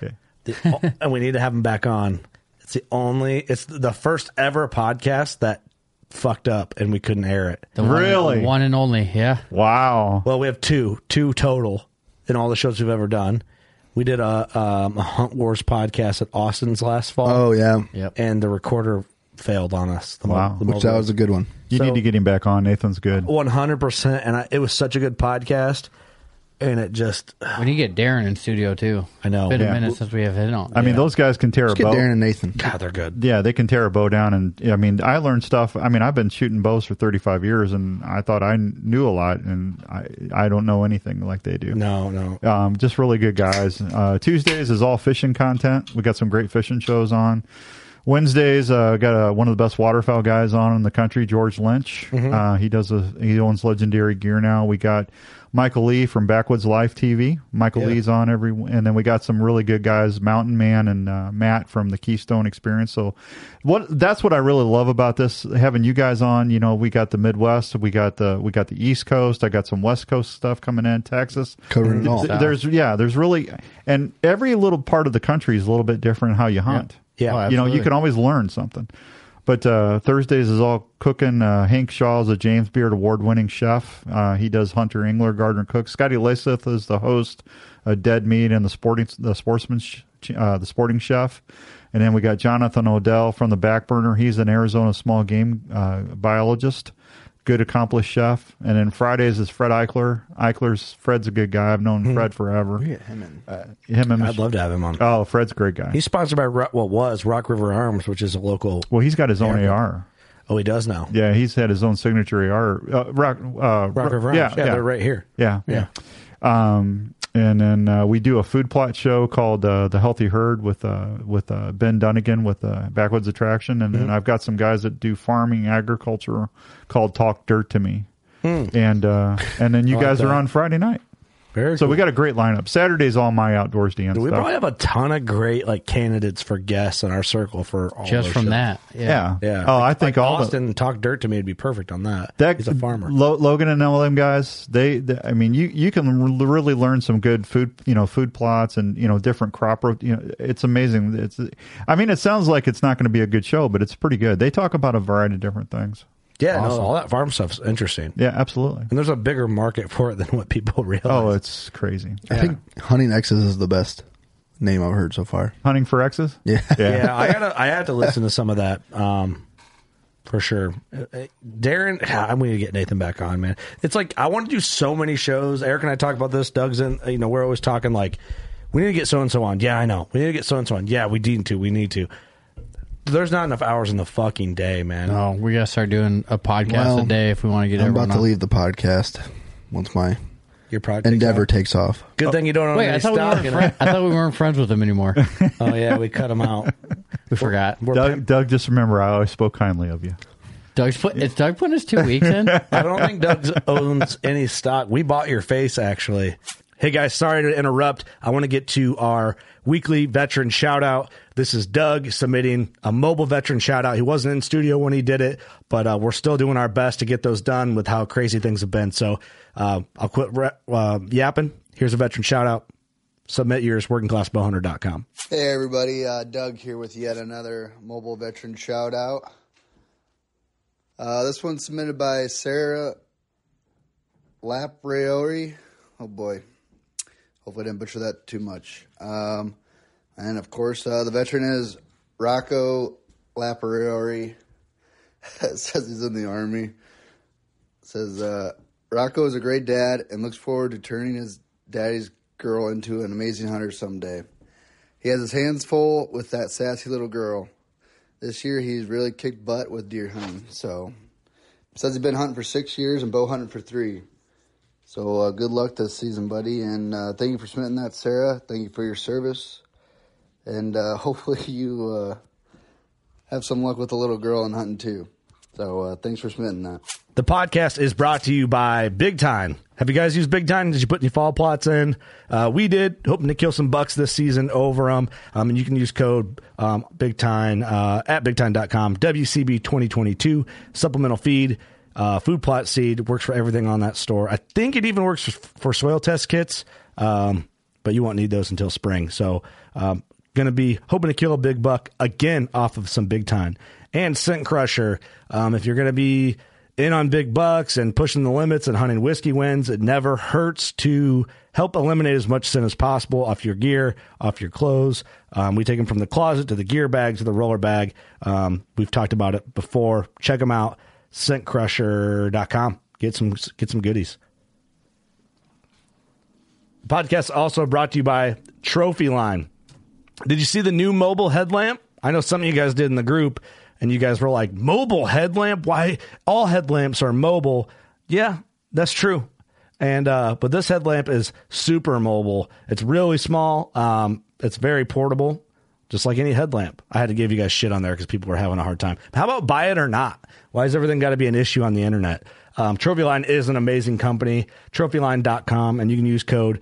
Speaker 2: The- and we need to have him back on. It's the only. It's the first ever podcast that fucked up, and we couldn't air it.
Speaker 5: The one- Really? one and only. Yeah.
Speaker 7: Wow.
Speaker 2: Well, we have two, two total in all the shows we've ever done. We did a, um, a Hunt Wars podcast at Austin's last fall.
Speaker 8: Oh, yeah.
Speaker 2: and the recorder failed on us. The mo-
Speaker 7: Wow,
Speaker 2: the mobile-
Speaker 7: You
Speaker 2: So- Oh,
Speaker 7: need to get him back on. Nathan's good.
Speaker 2: One hundred percent, and I, it was such a good podcast, and it just
Speaker 5: when you get Darren in studio too.
Speaker 2: I know.
Speaker 5: Been
Speaker 7: Yeah.
Speaker 5: a minute since we have hit on.
Speaker 7: I mean, those guys can tear a bow.
Speaker 8: Nathan.
Speaker 2: God, they're good.
Speaker 7: Yeah, they can tear a bow down, and I mean, I learned stuff. I mean, I've been shooting bows for thirty-five years, and I thought I kn- knew a lot, and I I don't know anything like they do.
Speaker 2: No, no.
Speaker 7: Um, just really good guys. Uh, Tuesdays is all fishing content. We got some great fishing shows on. Wednesdays, uh, got uh, one of the best waterfowl guys on in the country, George Lynch.
Speaker 9: Mhm.
Speaker 7: Uh, he does a, he owns Legendary Gear now. We got Michael Lee from Backwoods Life TV. Michael
Speaker 9: Yeah.
Speaker 7: Lee's on every, and then we got some really good guys, Mountain Man and uh, Matt from the Keystone Experience. So, what that's what I really love about this having you guys on. You know, we got the Midwest, we got the we got the East Coast. I got some West Coast stuff coming in, Texas.
Speaker 8: Covering it all.
Speaker 7: Th- There's yeah, there's really, and every little part of the country is a little bit different how you hunt.
Speaker 2: Yeah. Yeah. Oh,
Speaker 7: you know, you
Speaker 2: absolutely.
Speaker 7: can always learn something. But uh, Thursdays is all cooking. Uh, Hank Shaw is a James Beard award-winning chef. Uh, he does hunter, angler, gardener, cook. Scotty Laseth is the host of Dead Meat and the sporting the sportsman's Ch- uh, the sporting chef. And then we got Jonathan Odell from the Back Burner. He's an Arizona small game uh, biologist good accomplished chef. And then Fridays is Fred Eichler. Eichler's Fred's a good guy. I've known Fred forever. him and
Speaker 2: I'd Hmm. love to have him on.
Speaker 7: Oh, Fred's a great guy.
Speaker 2: He's sponsored by Ro- what was Rock River Arms, which is a local.
Speaker 7: Well, he's got his own AR.
Speaker 2: Oh, he does now.
Speaker 7: Yeah, he's had his own signature AR. Uh, Rock, uh,
Speaker 2: Rock River Arms. Yeah, they're right here.
Speaker 7: Yeah, yeah. Um, and then uh, we do a food plot show called uh, the Healthy Herd with uh, with uh, Ben Dunnigan with uh, Backwoods Attraction,
Speaker 2: Mm-hmm.
Speaker 7: and then I've got some guys that do farming agriculture called Talk Dirt to Me, and uh, and then you
Speaker 2: Hmm. I like
Speaker 7: guys
Speaker 2: that.
Speaker 7: are on Friday night.
Speaker 2: Very
Speaker 7: so we got a great lineup. Saturday's all my outdoors dance.
Speaker 2: We
Speaker 7: stuff.
Speaker 2: probably have a ton of great like candidates for guests in our circle for all
Speaker 7: Just
Speaker 2: those
Speaker 7: from
Speaker 2: shows.
Speaker 7: that, yeah.
Speaker 2: yeah.
Speaker 7: Yeah. Oh, I think all the-
Speaker 2: Austin talk dirt to me would be perfect on that.
Speaker 7: That,
Speaker 2: He's a farmer.
Speaker 7: Lo- Logan and all them guys, they, they- I mean, you, you can re- really learn some good food, you know, food plots and, you know, different crop, rot- you know, it's amazing. It's, I mean, it sounds like it's not going to be a good show, but it's pretty good. They talk about a variety of different things.
Speaker 2: Yeah,
Speaker 7: Awesome.
Speaker 2: no, all that farm stuff's interesting.
Speaker 7: Yeah, absolutely.
Speaker 2: And there's a bigger market for it than what people realize.
Speaker 7: Oh, it's crazy.
Speaker 8: I think Hunting X's is the best name I've heard so far.
Speaker 7: Hunting for X's?
Speaker 8: Yeah.
Speaker 2: yeah. I gotta, I had to listen to some of that, um, for sure. Uh, uh, Darren, I'm going to get Nathan back on, man. It's like I want to do so many shows. Eric and I talk about this. Doug's in, you know, we're always talking like, we need to get so and so on. Yeah, I know. We need to get so and so on. Yeah, we need to. We need to. There's not enough hours in the fucking day, man.
Speaker 5: No, Oh, we gotta start doing a podcast a
Speaker 2: Well,
Speaker 5: day if we want to get.
Speaker 8: I'm
Speaker 5: everyone
Speaker 8: about to
Speaker 5: on.
Speaker 8: leave the podcast once my
Speaker 2: Your project
Speaker 8: endeavor takes off.
Speaker 2: Good thing you don't own
Speaker 5: Wait,
Speaker 2: any
Speaker 5: I thought, we
Speaker 2: stock
Speaker 5: weren't
Speaker 2: in
Speaker 5: friend-
Speaker 2: it.
Speaker 5: I thought we weren't friends with him anymore.
Speaker 2: oh yeah, we cut him out.
Speaker 5: We forgot.
Speaker 7: Doug, Doug, just remember, I always spoke kindly of you.
Speaker 5: Doug's put. Is Doug putting his two weeks in?
Speaker 2: I don't think Doug owns any stock. We bought your face, actually. Hey guys, sorry to interrupt. I want to get to our weekly veteran shout out. This is Doug submitting a mobile veteran shout out. He wasn't in studio when he did it, but uh, we're still doing our best to get those done with how crazy things have been. So uh, I'll quit re- uh, yapping. Here's a veteran shout out. Submit yours, workingclassbowhunter.com.
Speaker 6: Hey everybody, uh, Doug here with yet another mobile veteran shout out. Uh, this one's submitted by Sarah Lapriori. Oh boy, hopefully I didn't butcher that too much. Um, and of course, uh, the veteran is Rocco Lapriori. It says he's in the army. It says uh, Rocco is a great dad and looks forward to turning his daddy's girl into an amazing hunter someday. He has his hands full with that sassy little girl. This year, he's really kicked butt with deer hunting. So, says he's been hunting for six years and bow hunting for three. So, uh, good luck this season, buddy. And uh, thank you for submitting that, Sarah. Thank you for your service. And uh, hopefully, you uh, have some luck with the little girl and hunting too. So, uh, thanks for submitting that.
Speaker 2: The podcast is brought to you by Big Time. Have you guys used Big Time? Did you put any fall plots in? Uh, we did, hoping to kill some bucks this season over them. Um, and you can use code um, Big Time uh, at BigTime.com, WCB2022, supplemental feed, uh, food plot seed, works for everything on that store. I think it even works for, for soil test kits, um, but you won't need those until spring. So, um, going to be hoping to kill a big buck again off of some Big Time. And Scent Crusher, um, if you're going to be in on big bucks and pushing the limits and hunting whiskey wins. It never hurts to help eliminate as much sin as possible off your gear, off your clothes. Um, we take them from the closet to the gear bag to the roller bag. Um, we've talked about it before. Check them out, scentcrusher.com. Get some get some goodies. The podcast is also brought to you by Trophy Line. Did you see the new mobile headlamp? I know some of you guys did in the group, and you guys were like, "Mobile headlamp? Why all headlamps are mobile?" Yeah, that's true. And uh, but this headlamp is super mobile. It's really small. Um, it's very portable. just like any headlamp. I had to give you guys shit on there because people were having a hard time. How about buy it or not? Why has everything got to be an issue on the internet? Um, Trophy Line is an amazing company. TrophyLine.com, and you can use code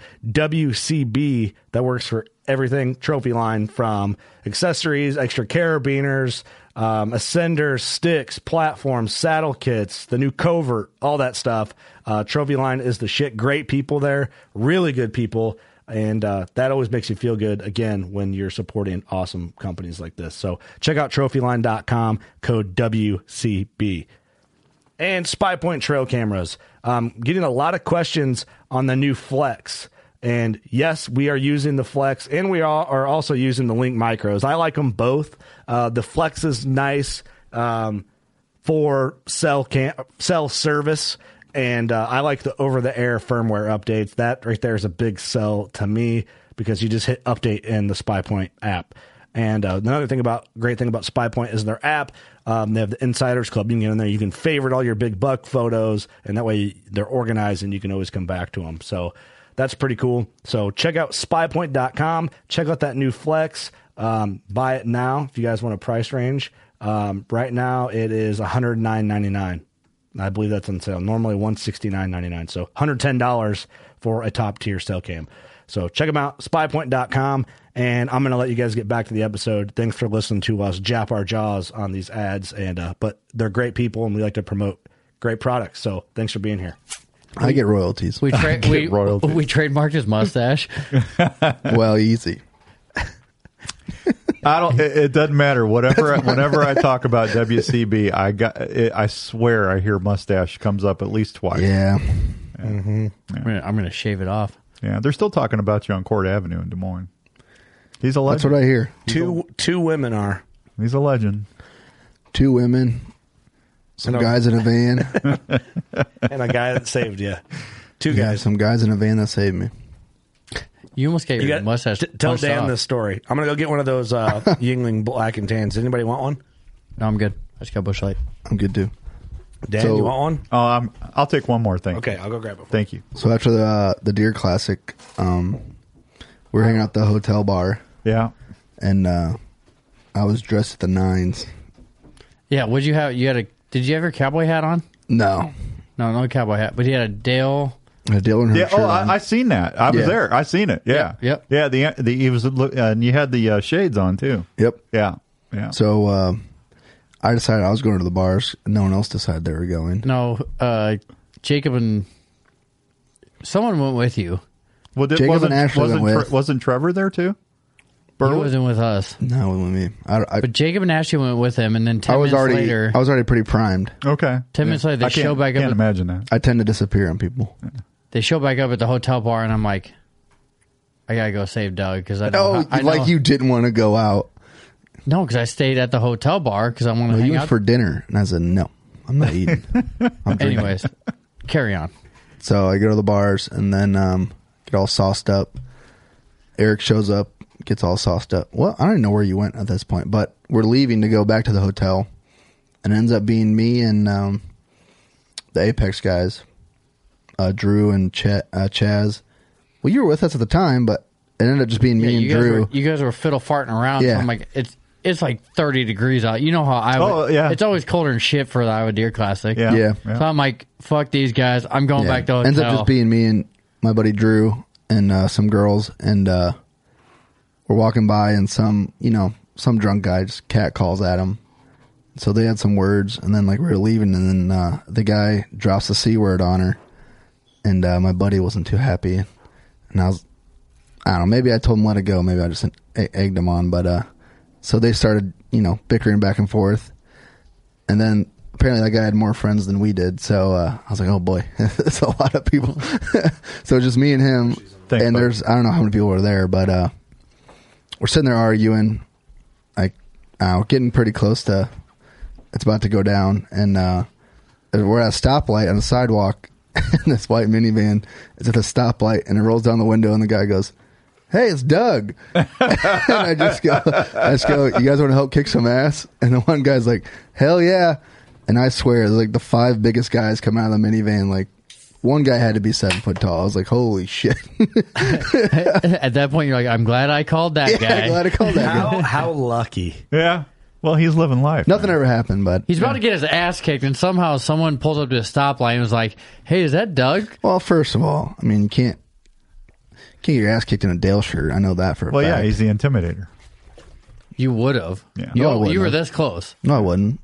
Speaker 2: WCB. That works for everything Trophy Line from accessories, extra carabiners, um, ascenders, sticks, platforms, saddle kits, the new covert, all that stuff. Uh, Trophy Line is the shit. Great people there, really good people and uh, that always makes you feel good again when you're supporting awesome companies like this so check out trophyline.com code wcb and spy point trail cameras um, getting a lot of questions on the new flex and yes we are using the flex and we are, are also using the link micros i like them both uh, the flex is nice um, for cell cam- cell service and uh, I like the over the air firmware updates. That right there is a big sell to me because you just hit update in the SpyPoint app. And uh, another thing about great thing about SpyPoint is their app. Um, they have the Insiders Club. You can get in there. You can favorite all your big buck photos, and that way they're organized, and you can always come back to them. So that's pretty cool. So check out SpyPoint.com. Check out that new Flex. Um, buy it now if you guys want a price range. Um, right now it is one hundred nine ninety nine. I believe that's on sale. Normally one sixty nine ninety nine. So hundred ten dollars for a top tier cell cam. So check them out, spypoint.com. And I'm going to let you guys get back to the episode. Thanks for listening to us jap our jaws on these ads. And uh, but they're great people, and we like to promote great products. So thanks for being here.
Speaker 8: I get royalties.
Speaker 5: We
Speaker 8: I
Speaker 5: tra-
Speaker 8: get
Speaker 5: we,
Speaker 8: royalties.
Speaker 5: we trademarked his mustache.
Speaker 8: well, easy.
Speaker 7: I don't. It, it doesn't matter. Whatever. whenever I talk about WCB, I got. It, I swear, I hear mustache comes up at least twice.
Speaker 8: Yeah.
Speaker 5: I'm gonna- I'm going to shave it off.
Speaker 7: Yeah. They're still talking about you on Court Avenue in Des Moines. He's a legend.
Speaker 8: That's what I hear.
Speaker 2: Two two women are.
Speaker 7: He's a legend.
Speaker 8: Two women, some
Speaker 2: And a-
Speaker 8: guys in a van.
Speaker 2: and a guy that saved you. Two
Speaker 8: Yeah, some guys in a van that saved me.
Speaker 5: You almost got your mustache.
Speaker 2: t- tell
Speaker 5: punched
Speaker 2: Dan
Speaker 5: off.
Speaker 2: this story. I'm going to go get one of those uh, Yingling black and tans. Anybody want one?
Speaker 5: No, I'm good. I just got bush light.
Speaker 8: I'm good too.
Speaker 2: Dan,
Speaker 8: So-
Speaker 2: you want one?
Speaker 7: Oh, I'm, I'll take one more thing.
Speaker 2: Okay, I'll go grab it.
Speaker 7: Thank you.
Speaker 8: So after the uh, the Deer Classic, um, we were hanging out at the hotel bar.
Speaker 7: Yeah.
Speaker 8: And uh, I was dressed at the nines.
Speaker 5: Yeah, would you have? You had a? Did you have your cowboy hat on?
Speaker 8: No,
Speaker 5: no, no cowboy hat. But you had a Dale.
Speaker 8: A Dale and
Speaker 7: Yeah. Oh, I, I seen that. I was
Speaker 5: Yeah.
Speaker 7: there. I seen it. Yeah.
Speaker 5: Yep,
Speaker 7: Yeah. The the he was uh, and you had the uh, shades on too.
Speaker 8: Yep.
Speaker 7: Yeah. Yeah.
Speaker 8: So uh, I decided I was going to the bars. No one else decided they were going.
Speaker 5: No, uh, Jacob and someone went with you.
Speaker 7: Well, did,
Speaker 8: Jacob
Speaker 7: wasn't,
Speaker 8: and Ashley
Speaker 7: wasn't,
Speaker 8: went
Speaker 7: Tre-
Speaker 8: with.
Speaker 7: wasn't Trevor there too?
Speaker 5: He wasn't with us.
Speaker 8: No, it wasn't me. I, I,
Speaker 5: But Jacob and Ashley went with him, and then ten
Speaker 8: I was
Speaker 5: minutes
Speaker 8: already
Speaker 5: later,
Speaker 8: I was already pretty primed.
Speaker 7: Okay.
Speaker 5: ten minutes later, they show back up. At,
Speaker 7: that.
Speaker 8: I tend to disappear on people.
Speaker 5: They show back up at the hotel bar, and I'm like, I gotta go save Doug because I know.
Speaker 8: No,
Speaker 5: how- I know-
Speaker 8: Oh, like you didn't want to go out.
Speaker 5: No, because I stayed at the hotel bar because I want to
Speaker 8: No,
Speaker 5: hang
Speaker 8: you went
Speaker 5: out.
Speaker 8: for dinner, and I said no. I'm not eating. I'm drinking.
Speaker 5: Anyways, carry on.
Speaker 8: So I go to the bars and then um, get all sauced up. Eric shows up, gets all sauced up. Well, I don't know where you went at this point, but we're leaving to go back to the hotel, and it ends up being me and um, the Apex guys, uh, Drew and Ch- uh, Chaz. Well, you were with us at the time, but it ended up just being me
Speaker 5: Yeah,
Speaker 8: and
Speaker 5: you guys
Speaker 8: Drew.
Speaker 5: were- you guys were fiddle farting around.
Speaker 8: Yeah.
Speaker 5: So I'm like, it's it's like 30 degrees out. You know how I would,
Speaker 8: Oh, yeah.
Speaker 5: It's always colder than shit for the Iowa Deer Classic.
Speaker 8: Yeah. Yeah. Yeah.
Speaker 5: So I'm like, fuck these guys. I'm going
Speaker 8: Yeah.
Speaker 5: back to hotel.
Speaker 8: Ends up just being me and my buddy Drew and uh, some girls, and uh, we're walking by, and some you know some drunk guy just cat calls at him. So they had some words, and then like we were leaving, and then uh, the guy drops the c word on her, and uh, my buddy wasn't too happy, and I was. I don't know. Maybe I told him let it go. Maybe I just e- egged him on. But uh, so they started, you know, bickering back and forth. And then apparently that guy had more friends than we did. So uh, I was like, oh boy, it's a lot of people. so it's just me and him. and there's, I don't know how many people were there, but uh, we're sitting there arguing. Like, uh, we're getting pretty close to it's about to go down. And uh, we're at a stoplight on the sidewalk. and this white minivan is at the stoplight and it rolls down the window. And the guy goes, Hey, it's Doug. and I just go, I just go, you guys want to help kick some ass? And the one guy's like, hell yeah. And I swear, it's like the five biggest guys come out of the minivan, like one guy had to be seven foot tall. I was like, holy shit.
Speaker 5: At that point, you're like, I'm glad I called that
Speaker 8: Yeah,
Speaker 5: guy.
Speaker 8: glad I called that
Speaker 2: how, How lucky.
Speaker 7: Yeah. Well, he's living life.
Speaker 8: Nothing ever happened, but
Speaker 5: He's about to get his ass kicked, and somehow someone pulls up to a stoplight and was like, "Hey, is that Doug?"
Speaker 8: Well, first of all, I mean, you can't can't get your ass kicked in a Dale shirt. I know that for a
Speaker 7: Well, yeah,
Speaker 8: fact.
Speaker 7: he's the intimidator.
Speaker 5: You would have.
Speaker 7: Yeah.
Speaker 5: You,
Speaker 8: No, I wouldn't
Speaker 5: you were
Speaker 8: have.
Speaker 5: this close.
Speaker 8: No, I wouldn't.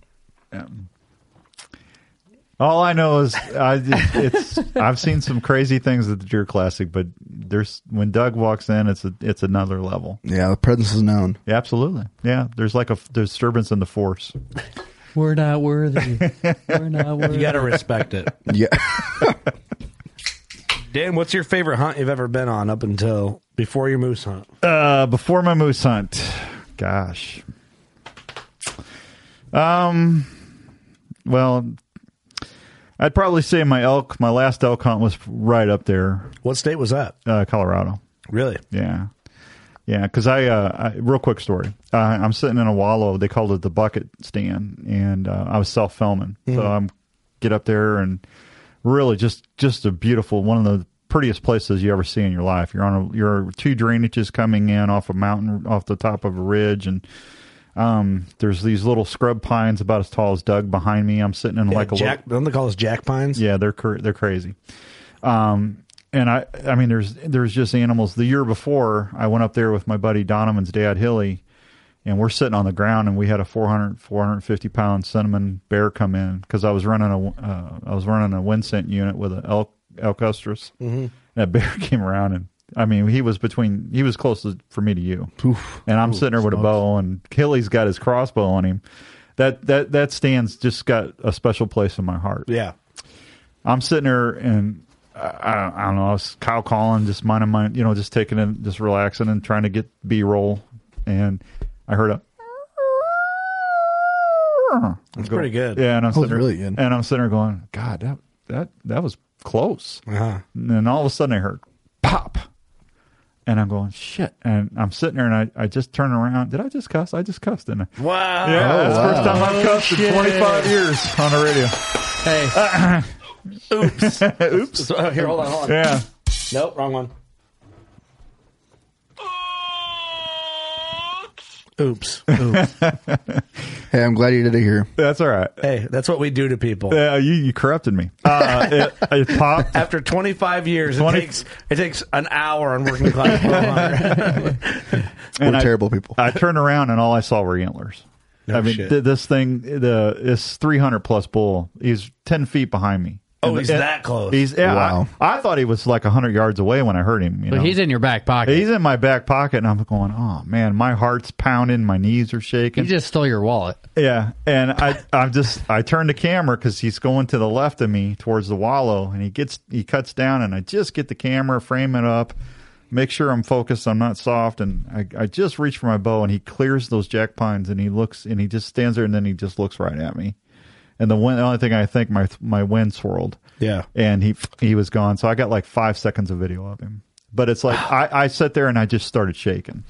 Speaker 7: All I know is I, it's I've seen some crazy things at the Deer Classic, but there's when Doug walks in, it's a, it's another level.
Speaker 8: Yeah, the presence is known.
Speaker 7: Yeah, absolutely. Yeah, there's like a f- disturbance in the force.
Speaker 5: We're not worthy. We're not worthy.
Speaker 2: You got to respect it.
Speaker 8: Yeah.
Speaker 2: Dan, what's your favorite hunt you've ever been on up until before your moose hunt?
Speaker 7: Uh, before my moose hunt, gosh. Um, well, I'd probably say my elk, my last elk hunt was right up there,
Speaker 2: What state was that?
Speaker 7: uh, Colorado.
Speaker 2: Really?
Speaker 7: Yeah. Yeah, because I, uh, I, real quick story. Uh, I'm sitting in a wallow. They called it the bucket stand, and uh, I was self filming.
Speaker 9: Mhm.
Speaker 2: Mm-hmm.
Speaker 7: So I'm get up there and really just just a beautiful one of the prettiest places you ever see in your life. You're on a, you're two drainages coming in off a mountain off the top of a ridge, and um, there's these little scrub pines about as tall as Doug behind me. I'm sitting in
Speaker 2: Yeah,
Speaker 7: like a little-
Speaker 2: Jack, don't they call us Jack Pines?
Speaker 7: yeah, they're cra- they're crazy. Um, and I I mean there's there's just animals. The year before, I went up there with my buddy Donovan's dad Hilly, and we're sitting on the ground, and we had a 400 450 pound cinnamon bear come in because I was running a uh, I was running a wind scent unit with an elk elk estrus.
Speaker 9: Mhm.
Speaker 7: That bear came around and. I mean, he was between, he was close to, for me to you. And I'm sitting there with a bow, and Hilly's got his crossbow on him. That, that, that stands just got a special place in my heart.
Speaker 2: Yeah.
Speaker 7: I'm sitting there and I, I I don't know. I was cow calling, just minding my, you know, just taking it, just relaxing and trying to get B roll. And I heard a.
Speaker 2: That's
Speaker 7: Go-
Speaker 2: pretty good.
Speaker 7: Yeah, and I'm
Speaker 2: That was
Speaker 7: sitting there,
Speaker 2: really good.
Speaker 7: and I'm sitting there going, God, that that that was close.
Speaker 2: Uh-huh.
Speaker 7: And then all of a sudden I heard pop, and I'm going shit. And I'm sitting there and I, I just turn around. Did I just cuss? I just cussed, didn't I?
Speaker 2: Wow.
Speaker 7: Yeah, that's the first time I've cussed in 25 years on the radio.
Speaker 5: Hey.
Speaker 2: Oops.
Speaker 7: Oops.
Speaker 2: So, Oh, here, hold on, hold on.
Speaker 7: Yeah.
Speaker 2: Nope, wrong one. Oops.
Speaker 8: Hey, I'm glad you did it here.
Speaker 7: That's all right.
Speaker 2: hey, that's what we do to people.
Speaker 7: Yeah, you, you corrupted me. Uh, it, it popped.
Speaker 2: After 25 years,
Speaker 7: 20
Speaker 2: it takes it takes an hour on working class. Pro Hunter.
Speaker 7: and
Speaker 8: We're
Speaker 7: I-
Speaker 8: terrible people.
Speaker 2: Uh,
Speaker 7: I turned around and all I saw were antlers.
Speaker 2: No
Speaker 7: I mean,
Speaker 2: shit.
Speaker 7: th- this thing, the this 300 plus bull, he's 10 feet behind me.
Speaker 2: Oh,
Speaker 7: And-
Speaker 2: he's
Speaker 7: and
Speaker 2: that close.
Speaker 7: He's yeah,
Speaker 2: Wow.
Speaker 7: I, I thought he was like 100 yards away when I heard him. You
Speaker 5: But
Speaker 7: know?
Speaker 5: he's in your back pocket.
Speaker 7: He's in my back pocket, and I'm going, oh man, my heart's pounding, my knees are shaking.
Speaker 5: He just stole your wallet.
Speaker 7: Yeah, and I I'm just I turn the camera because he's going to the left of me towards the wallow, and he gets he cuts down, and I just get the camera, frame it up, make sure I'm focused, I'm not soft, and I I just reach for my bow, and he clears those jack pines, and he looks, and he just stands there, and then he just looks right at me, and the wind, the only thing I think my my wind swirled,
Speaker 2: Yeah.
Speaker 7: and he he was gone, so I got like five seconds of video of him, but it's like I I sat there and I just started shaking,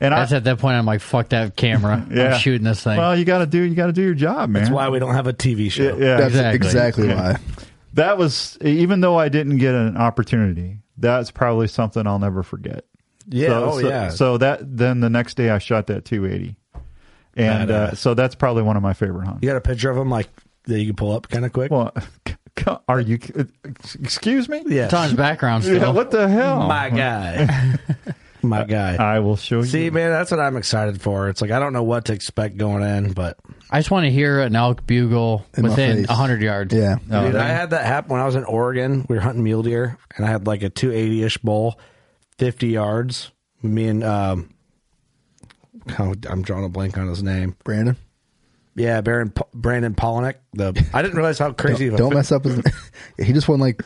Speaker 7: and I
Speaker 5: That's at that point I'm like, fuck that camera.
Speaker 7: Yeah.
Speaker 5: I'm shooting this thing.
Speaker 7: well, you got to do you got to do your job, man.
Speaker 2: That's why we don't have a TV show.
Speaker 7: Yeah, yeah.
Speaker 8: That's exactly,
Speaker 7: Yeah.
Speaker 8: why.
Speaker 7: That was even though I didn't get an opportunity. That's probably something I'll never forget.
Speaker 2: Yeah,
Speaker 7: So,
Speaker 2: oh,
Speaker 7: so,
Speaker 2: yeah.
Speaker 7: So that then the next day I shot that 280, and uh,
Speaker 2: Badass.
Speaker 7: so that's probably one of my favorite hunts.
Speaker 2: You got a picture of him like that you can pull up kind of quick?
Speaker 7: Well, are you? Excuse me.
Speaker 2: Yeah.
Speaker 5: Tom's background still.
Speaker 7: Yeah, what the
Speaker 8: Oh.
Speaker 7: hell?
Speaker 2: My guy. Uh, My guy.
Speaker 7: I will show you.
Speaker 2: See, man, that's what I'm excited for. It's like I don't know what to expect going in, but
Speaker 5: I just want to hear an elk bugle
Speaker 8: In my
Speaker 5: within
Speaker 8: face.
Speaker 5: 100 yards. Oh,
Speaker 8: Yeah.
Speaker 2: Dude, I had that happen when I was in Oregon. We were hunting mule deer, and I had like a 280 ish bull, 50 yards. Me and, um, oh, I'm drawing a blank on his name.
Speaker 8: Brandon,
Speaker 2: Yeah, Baron, Brandon Polinick. The I didn't realize how crazy.
Speaker 8: don't, don't mess up his He just won like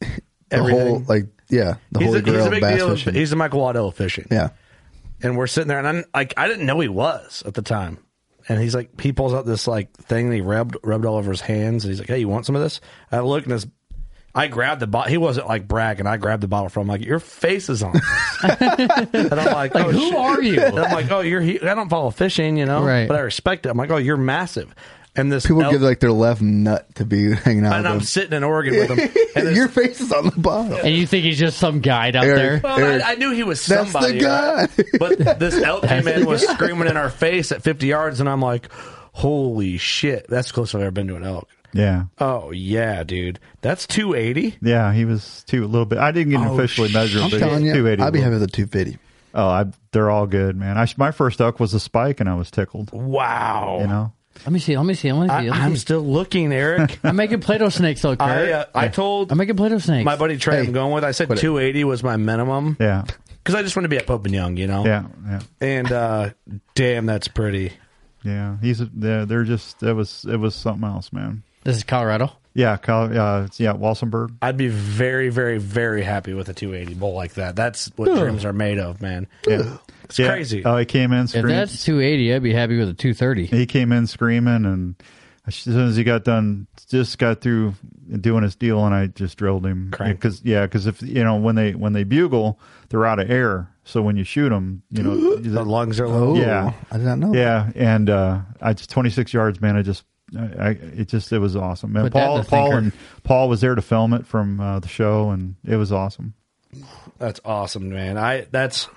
Speaker 8: the whole
Speaker 2: Everything.
Speaker 8: like yeah, the
Speaker 2: he's,
Speaker 8: holy
Speaker 2: a, he's
Speaker 8: grail
Speaker 2: a
Speaker 8: of
Speaker 2: big
Speaker 8: bass
Speaker 2: deal.
Speaker 8: fishing.
Speaker 2: He's a Michael Waddell fishing.
Speaker 8: yeah.
Speaker 2: and we're sitting there, and I'm like, I didn't know he was at the time. And he's like, he pulls out this like thing that he rubbed rubbed all over his hands, and he's like, "Hey, you want some of this?" I look and this, I grabbed the bottle. He wasn't like bragging. I grabbed the bottle from him, like, "Your face is on." this." and I'm like,
Speaker 5: Like,
Speaker 2: oh,
Speaker 5: who
Speaker 2: shit."
Speaker 5: are you?
Speaker 2: And I'm like, "Oh, you're." He- I don't follow fishing, you know,
Speaker 5: Right.
Speaker 2: but I respect it. I'm like, "Oh, you're massive." And this
Speaker 8: people
Speaker 2: elk-
Speaker 8: give like their left nut to be hanging out.
Speaker 2: and I'm
Speaker 8: with
Speaker 2: sitting in Oregon with him. And
Speaker 8: them.
Speaker 2: there's-
Speaker 8: Your face is on the bottom.
Speaker 5: And you think he's just some guy down
Speaker 8: Eric,
Speaker 5: there?
Speaker 8: Well, Eric,
Speaker 2: I knew he was
Speaker 8: That's the
Speaker 2: somebody.
Speaker 8: guy.
Speaker 2: right? But this elk came
Speaker 5: That's
Speaker 2: in
Speaker 5: the
Speaker 2: was
Speaker 5: guy.
Speaker 2: screaming in our face at 50 yards, and I'm like, holy shit, that's the closest I've ever been to an elk.
Speaker 7: Yeah.
Speaker 2: Oh yeah, dude, that's 280.
Speaker 7: Yeah, he was two a little bit. I didn't get
Speaker 2: Oh,
Speaker 7: officially measured,
Speaker 2: shit.
Speaker 7: but
Speaker 2: I'm telling you,
Speaker 7: two eighty.
Speaker 2: I'd be happy
Speaker 8: with a two fifty.
Speaker 7: Oh, I, they're all good, man. I, sh- my first elk was a spike, and I was tickled.
Speaker 2: Wow.
Speaker 7: You know,
Speaker 5: Let me see. Let me see. Let me
Speaker 2: I,
Speaker 5: see. Let me
Speaker 2: I'm
Speaker 5: see.
Speaker 2: still looking, Eric.
Speaker 5: I'm making Play-Doh snakes, though, Kurt.
Speaker 2: I uh, I told
Speaker 5: I'm making Play-Doh snakes.
Speaker 2: my buddy Trey I'm going with. I said
Speaker 5: quit it.
Speaker 2: 280 was my minimum.
Speaker 7: Yeah.
Speaker 2: Because I just want to be at Pope and Young, you know.
Speaker 7: yeah, yeah,
Speaker 2: And uh, damn, that's pretty.
Speaker 7: yeah. He's a- they're, they're just it was it was something else, man.
Speaker 5: This is Colorado.
Speaker 7: Yeah, Col- uh, it's- yeah, Walsenburg.
Speaker 2: I'd be very, very, very happy with a 280 bull like that. That's what
Speaker 7: Ugh.
Speaker 2: dreams are made of, man.
Speaker 7: Yeah.
Speaker 2: It's
Speaker 7: Yeah.
Speaker 2: crazy.
Speaker 7: Oh, he came in
Speaker 5: If
Speaker 7: screaming.
Speaker 5: that's 280, I'd be happy with a 230.
Speaker 7: he came in screaming, and as soon as he got done, just got through doing his deal, and I just drilled him.
Speaker 2: Crank.
Speaker 7: Because yeah, because if you know when they when they bugle, they're out of air. So when you shoot them, you know
Speaker 2: the lungs are low.
Speaker 7: yeah,
Speaker 8: Oh, I did not know.
Speaker 7: Yeah, and uh, I just 26 yards, man. I just, I, I it just, it was awesome. And
Speaker 5: Put that in
Speaker 7: Paul,
Speaker 5: the
Speaker 7: Paul,
Speaker 5: thinker.
Speaker 7: and Paul was there to film it from uh, the show, and it was awesome.
Speaker 2: Oh. That's awesome, man. I that's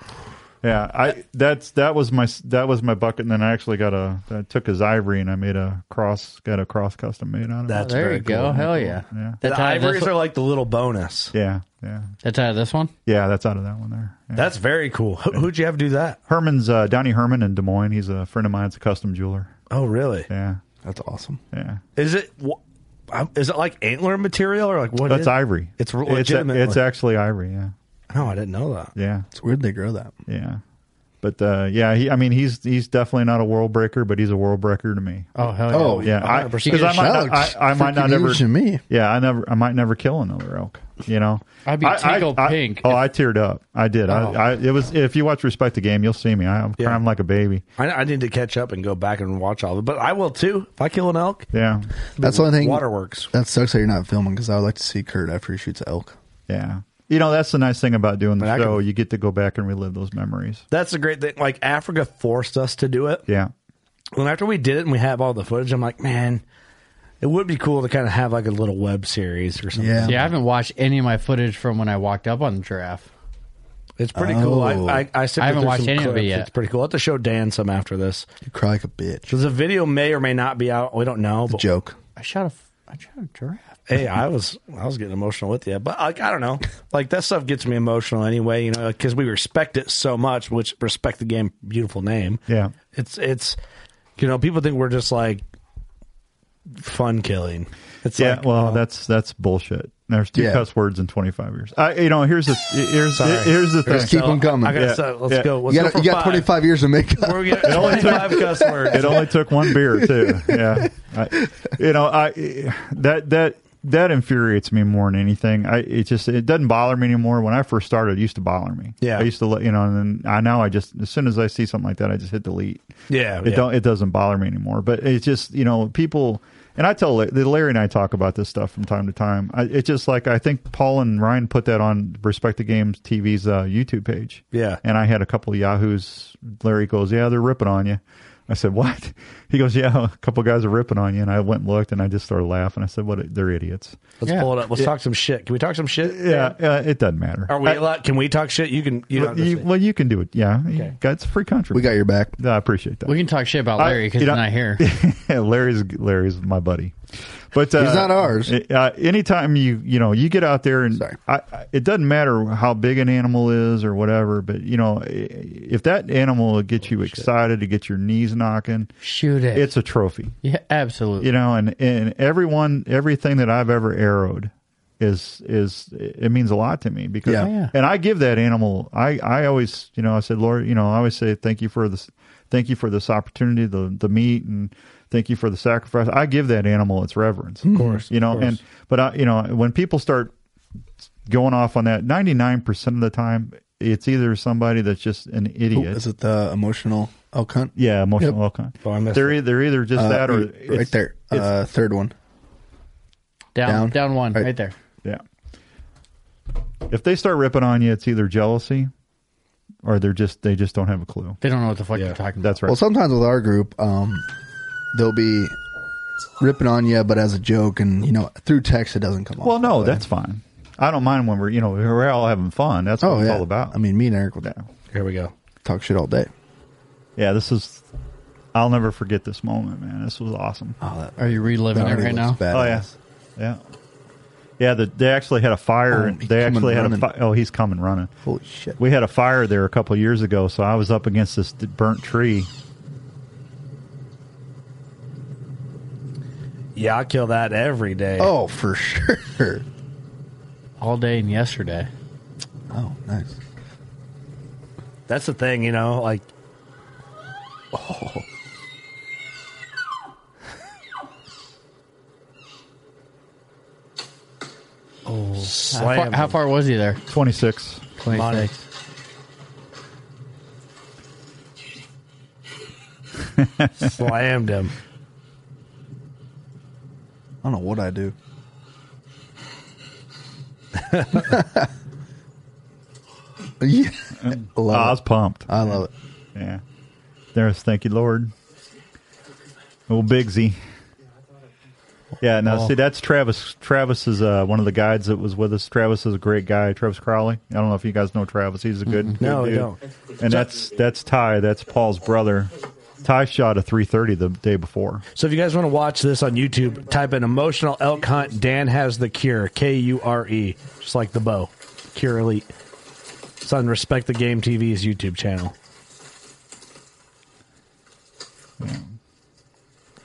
Speaker 7: Yeah,
Speaker 2: Uh,
Speaker 7: I that's that was my that was my bucket, and then I actually got a I took his ivory and I made a cross, got a cross custom made on it.
Speaker 2: That's
Speaker 5: there
Speaker 2: very
Speaker 5: you go.
Speaker 2: cool.
Speaker 5: Hell yeah.
Speaker 7: Yeah.
Speaker 5: That's
Speaker 2: the
Speaker 5: out of this
Speaker 2: ivories
Speaker 5: one-
Speaker 2: are like the little bonus.
Speaker 7: yeah, yeah,
Speaker 5: That's out of this one?
Speaker 7: yeah. That's out of that one there. Yeah.
Speaker 2: That's very cool. Who, who'd you have do that?
Speaker 7: Herman's uh, Donnie Herman in Des Moines. He's a friend of mine. It's a custom jeweler.
Speaker 2: Oh, really?
Speaker 7: Yeah,
Speaker 8: That's awesome.
Speaker 7: yeah.
Speaker 2: Is it? wh- um, Is it like antler material or like what?
Speaker 7: That's
Speaker 2: is-
Speaker 7: ivory.
Speaker 2: It's
Speaker 7: it's,
Speaker 2: legitimate.
Speaker 7: it's actually ivory. Yeah,
Speaker 2: no, I didn't know that.
Speaker 7: yeah.
Speaker 8: It's weird they grow that.
Speaker 7: Yeah. But uh, yeah, he, I mean, he's he's definitely not a world breaker, but he's a world breaker to me.
Speaker 5: Oh, hell yeah.
Speaker 8: Oh,
Speaker 7: Yeah, I-
Speaker 5: 100%.
Speaker 7: 'cause I, might not,
Speaker 8: Alex,
Speaker 7: I, I might not
Speaker 8: freaking
Speaker 7: ever.
Speaker 8: huge to me.
Speaker 7: Yeah, I never. I might never kill another elk. You know,
Speaker 5: I'd be
Speaker 7: I- I-
Speaker 5: tickle
Speaker 7: I-
Speaker 5: pink.
Speaker 7: oh, I teared up. I did.
Speaker 5: Oh.
Speaker 7: I, I it was. If you watch Respect the Game, you'll see me. I, I'm
Speaker 2: Yeah.
Speaker 7: crying like a baby.
Speaker 2: I, I need to catch up and go back and watch all of it, but I will too. If I kill an elk,
Speaker 7: Yeah,
Speaker 8: That's the only thing.
Speaker 2: Waterworks.
Speaker 8: That sucks that you're not filming because I would like to see Kurt after he shoots elk.
Speaker 7: yeah. You know, that's the nice thing about doing the
Speaker 2: But I
Speaker 7: show.
Speaker 2: can-
Speaker 7: you get to go back and relive those memories.
Speaker 2: That's the great thing. Like Africa forced us to do it.
Speaker 7: Yeah,
Speaker 2: And after we did it and we have all the footage, I'm like, man, it would be cool to kind of have like a little web series or something.
Speaker 8: Yeah.
Speaker 5: Yeah, I haven't watched any of my footage from when I walked up on the giraffe.
Speaker 2: It's pretty cool. I,
Speaker 7: Oh.
Speaker 2: I, I,
Speaker 5: I haven't watched any of it
Speaker 2: it
Speaker 5: yet.
Speaker 2: It's pretty cool. I'll have to show Dan some after this.
Speaker 8: You cry like a bitch.
Speaker 2: Because the video may or may not be out. We don't know. But
Speaker 8: Joke.
Speaker 5: I shot a, f- I shot a giraffe.
Speaker 2: hey, I was I was getting emotional with you, but like I don't know, like that stuff gets me emotional anyway. You know, because we respect it so much. Which respect the game, beautiful name.
Speaker 7: yeah,
Speaker 2: It's it's you know people think we're just like fun killing. It's
Speaker 7: yeah.
Speaker 2: like,
Speaker 7: well,
Speaker 2: you know,
Speaker 7: that's that's bullshit. There's two
Speaker 8: Yeah.
Speaker 7: cuss words in 25 years. I, you know, here's the here's
Speaker 2: Sorry.
Speaker 7: here's the thing.
Speaker 8: Just keep
Speaker 2: so
Speaker 8: them coming.
Speaker 2: I gotta
Speaker 7: Yeah.
Speaker 2: say, let's
Speaker 7: Yeah.
Speaker 2: go. Let's
Speaker 8: you
Speaker 2: go
Speaker 8: got,
Speaker 2: for
Speaker 8: you got
Speaker 2: five.
Speaker 8: 25 years to make up.
Speaker 2: We're getting
Speaker 7: only took-
Speaker 2: 25 cuss words.
Speaker 7: it only took one beer too. Yeah, I, you know, I that that that infuriates me more than anything. I it just it doesn't bother me anymore. When I first started, it used to bother me.
Speaker 2: Yeah.
Speaker 7: I used to let you know, and then I now I just as soon as I see something like that, I just hit delete.
Speaker 2: Yeah,
Speaker 7: it
Speaker 2: Oh, yeah.
Speaker 7: don't it doesn't bother me anymore. But it's just you know people. And I tell La- Larry and I talk about this stuff from time to time. I, it's just like I think Paul and Ryan put that on Respect the Games TV's uh, YouTube page.
Speaker 2: Yeah.
Speaker 7: And I had a couple of Yahoos. Larry goes, Yeah, they're ripping on you. I said, What? He goes, Yeah, a couple guys are ripping on you. And I went and looked and I just started laughing. I said, What? They're idiots.
Speaker 2: Let's
Speaker 5: Yeah.
Speaker 2: pull it up. Let's talk some shit. Can we talk some shit?
Speaker 7: Yeah, uh, it doesn't matter.
Speaker 2: Are we
Speaker 7: I-
Speaker 2: allowed? Can we talk shit? You can. You don't.
Speaker 7: well, you, well, you can do it. Yeah. You got- It's a free country.
Speaker 8: We got your back.
Speaker 7: I appreciate that.
Speaker 5: We can talk shit about
Speaker 7: I-
Speaker 5: Larry because
Speaker 7: you
Speaker 5: he's
Speaker 7: know-
Speaker 5: not here.
Speaker 7: Larry's Larry's my buddy, but uh,
Speaker 8: not ours.
Speaker 7: Uh, anytime you you know you get out there and
Speaker 8: Sorry.
Speaker 7: I, I, it doesn't matter how big an animal is or whatever, but you know i- if that animal will get you
Speaker 8: Oh,
Speaker 7: excited to get your knees knocking,
Speaker 5: Shoot it.
Speaker 7: it's a trophy.
Speaker 5: yeah, absolutely.
Speaker 7: You know, and and everyone everything that I've ever arrowed is is it means a lot to me because
Speaker 8: Yeah.
Speaker 5: Oh, yeah.
Speaker 7: and I give that animal I I always you know I said Lord you know I always say thank you for this thank you for this opportunity the the meat and thank you for the sacrifice I give that animal its reverence of course you know and but I you know when people start going off on that 99% of the time it's either somebody that's just an
Speaker 8: Ooh,
Speaker 7: idiot
Speaker 8: Is it the emotional elk hunt?
Speaker 7: yeah emotional
Speaker 8: Yep.
Speaker 7: all kind
Speaker 2: Oh, I missed
Speaker 7: they're
Speaker 2: it.
Speaker 7: either they're either just
Speaker 8: Uh,
Speaker 7: that or
Speaker 8: right
Speaker 7: it's-
Speaker 8: there.
Speaker 7: it's-
Speaker 8: Uh, third one.
Speaker 5: down,
Speaker 8: down.
Speaker 5: down, one,
Speaker 8: Right.
Speaker 5: right, there.
Speaker 7: Yeah. If they start ripping on you, it's either jealousy or they're just they just don't have a clue.
Speaker 5: They don't know what the fuck they're talking about.
Speaker 7: That's right.
Speaker 8: Well, sometimes with our group, um, there'll be ripping on you, but as a joke, and you know through text it doesn't come off.
Speaker 7: Well, no,
Speaker 8: that way.
Speaker 7: that's fine. I don't mind when we're you know we're all having fun. That's what
Speaker 8: Oh,
Speaker 7: it's
Speaker 8: yeah.
Speaker 7: all about.
Speaker 8: I mean, me and Eric will
Speaker 2: Here we go.
Speaker 8: talk shit all day.
Speaker 7: Yeah, this is. I'll never forget this moment, man. This was awesome. Oh,
Speaker 5: Are you reliving it right now?
Speaker 7: Oh yeah, yeah, yeah. The, they actually had a fire.
Speaker 5: Oh,
Speaker 7: and
Speaker 5: he
Speaker 7: they
Speaker 5: coming
Speaker 7: actually had a.
Speaker 5: running.
Speaker 7: Fi- oh, he's coming running.
Speaker 8: Holy shit!
Speaker 7: We had a fire there a couple years ago, so I was up against this d- burnt tree.
Speaker 2: Yeah, I kill that every day.
Speaker 8: Oh, for sure.
Speaker 5: All day and yesterday.
Speaker 8: Oh, nice.
Speaker 2: That's the thing, you know, like. Oh. oh.
Speaker 5: How far, how far was he there?
Speaker 7: Twenty six.
Speaker 2: Money.
Speaker 5: 26.
Speaker 2: Slammed him.
Speaker 8: I don't know what I do. yeah, I
Speaker 7: Oh, I
Speaker 8: love
Speaker 7: was pumped.
Speaker 8: I love it.
Speaker 7: Yeah. There's thank you, Lord. Old Bigsy. Yeah, no,
Speaker 5: Oh.
Speaker 7: see that's Travis. Travis is uh, one of the guides that was with us. Travis is a great guy. Travis Crowley. I don't know if you guys know Travis. He's a good, good
Speaker 2: No, I
Speaker 7: dude.
Speaker 2: don't.
Speaker 7: And that's that's Ty. That's Paul's brother. Ty shot a 330 the day before.
Speaker 2: So if you guys want to watch this on YouTube, type in emotional elk hunt. Dan has the cure. K U R E. Just like the bow. Cure Elite. It's on Respect the Game TV's YouTube channel.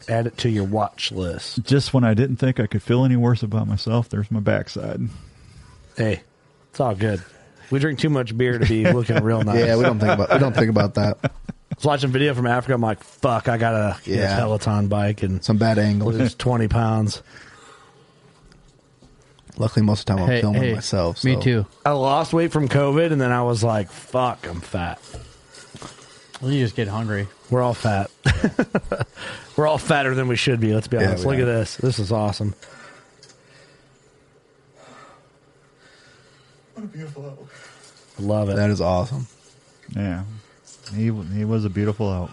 Speaker 2: Add it to your watch list.
Speaker 7: Just when I didn't think I could feel any worse about myself, there's my backside.
Speaker 2: Hey, it's all good. We drink too much beer to be looking real nice.
Speaker 8: Yeah, we don't think about we don't think about that.
Speaker 2: I was watching a video from Africa. I'm like, fuck, I got a get a
Speaker 8: Yeah.
Speaker 2: Peloton bike and
Speaker 8: Some bad angles.
Speaker 2: lose 20 pounds.
Speaker 8: Luckily, most of the time I'm
Speaker 5: Hey,
Speaker 8: filming
Speaker 5: hey,
Speaker 8: myself.
Speaker 5: me
Speaker 8: so-
Speaker 5: too.
Speaker 2: I lost weight from COVID, and then I was like, fuck, I'm fat.
Speaker 5: Well, you just get hungry.
Speaker 2: We're all fat. We're all fatter than we should be. Let's be
Speaker 8: Yeah,
Speaker 2: honest.
Speaker 8: we
Speaker 2: Look
Speaker 8: are.
Speaker 2: at this. This is awesome. I love it.
Speaker 8: That is awesome.
Speaker 7: Yeah, he he was a beautiful elk.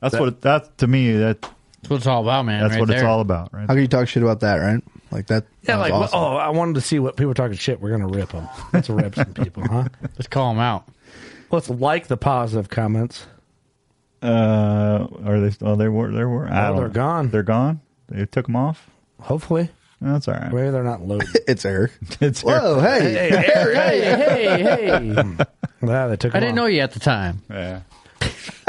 Speaker 7: That's
Speaker 2: That-
Speaker 7: what that to me that
Speaker 5: That's what it's all about, man.
Speaker 7: that's
Speaker 5: right
Speaker 7: what it's
Speaker 5: there.
Speaker 7: all about, right?
Speaker 8: How can you talk shit about that, right? Like that.
Speaker 2: yeah,
Speaker 8: that was
Speaker 2: like,
Speaker 8: awesome.
Speaker 2: oh, I wanted to see what people are talking shit. We're going to rip them. Let's rip some people, huh?
Speaker 5: Let's call them out.
Speaker 2: Let's like the positive comments.
Speaker 7: Uh, are they? Oh, they were. They were.
Speaker 2: Oh,
Speaker 7: I don't
Speaker 2: they're
Speaker 7: know.
Speaker 2: gone.
Speaker 7: They're gone. They took them off.
Speaker 2: Hopefully.
Speaker 7: That's all right.
Speaker 2: Maybe they're not loaded.
Speaker 8: it's Eric.
Speaker 7: It's
Speaker 8: Whoa, hey.
Speaker 2: hey, Eric.
Speaker 5: Hey, hey, hey.
Speaker 2: Yeah, they took
Speaker 5: I
Speaker 2: him
Speaker 5: didn't know
Speaker 2: off.
Speaker 5: you at the time.
Speaker 7: Yeah.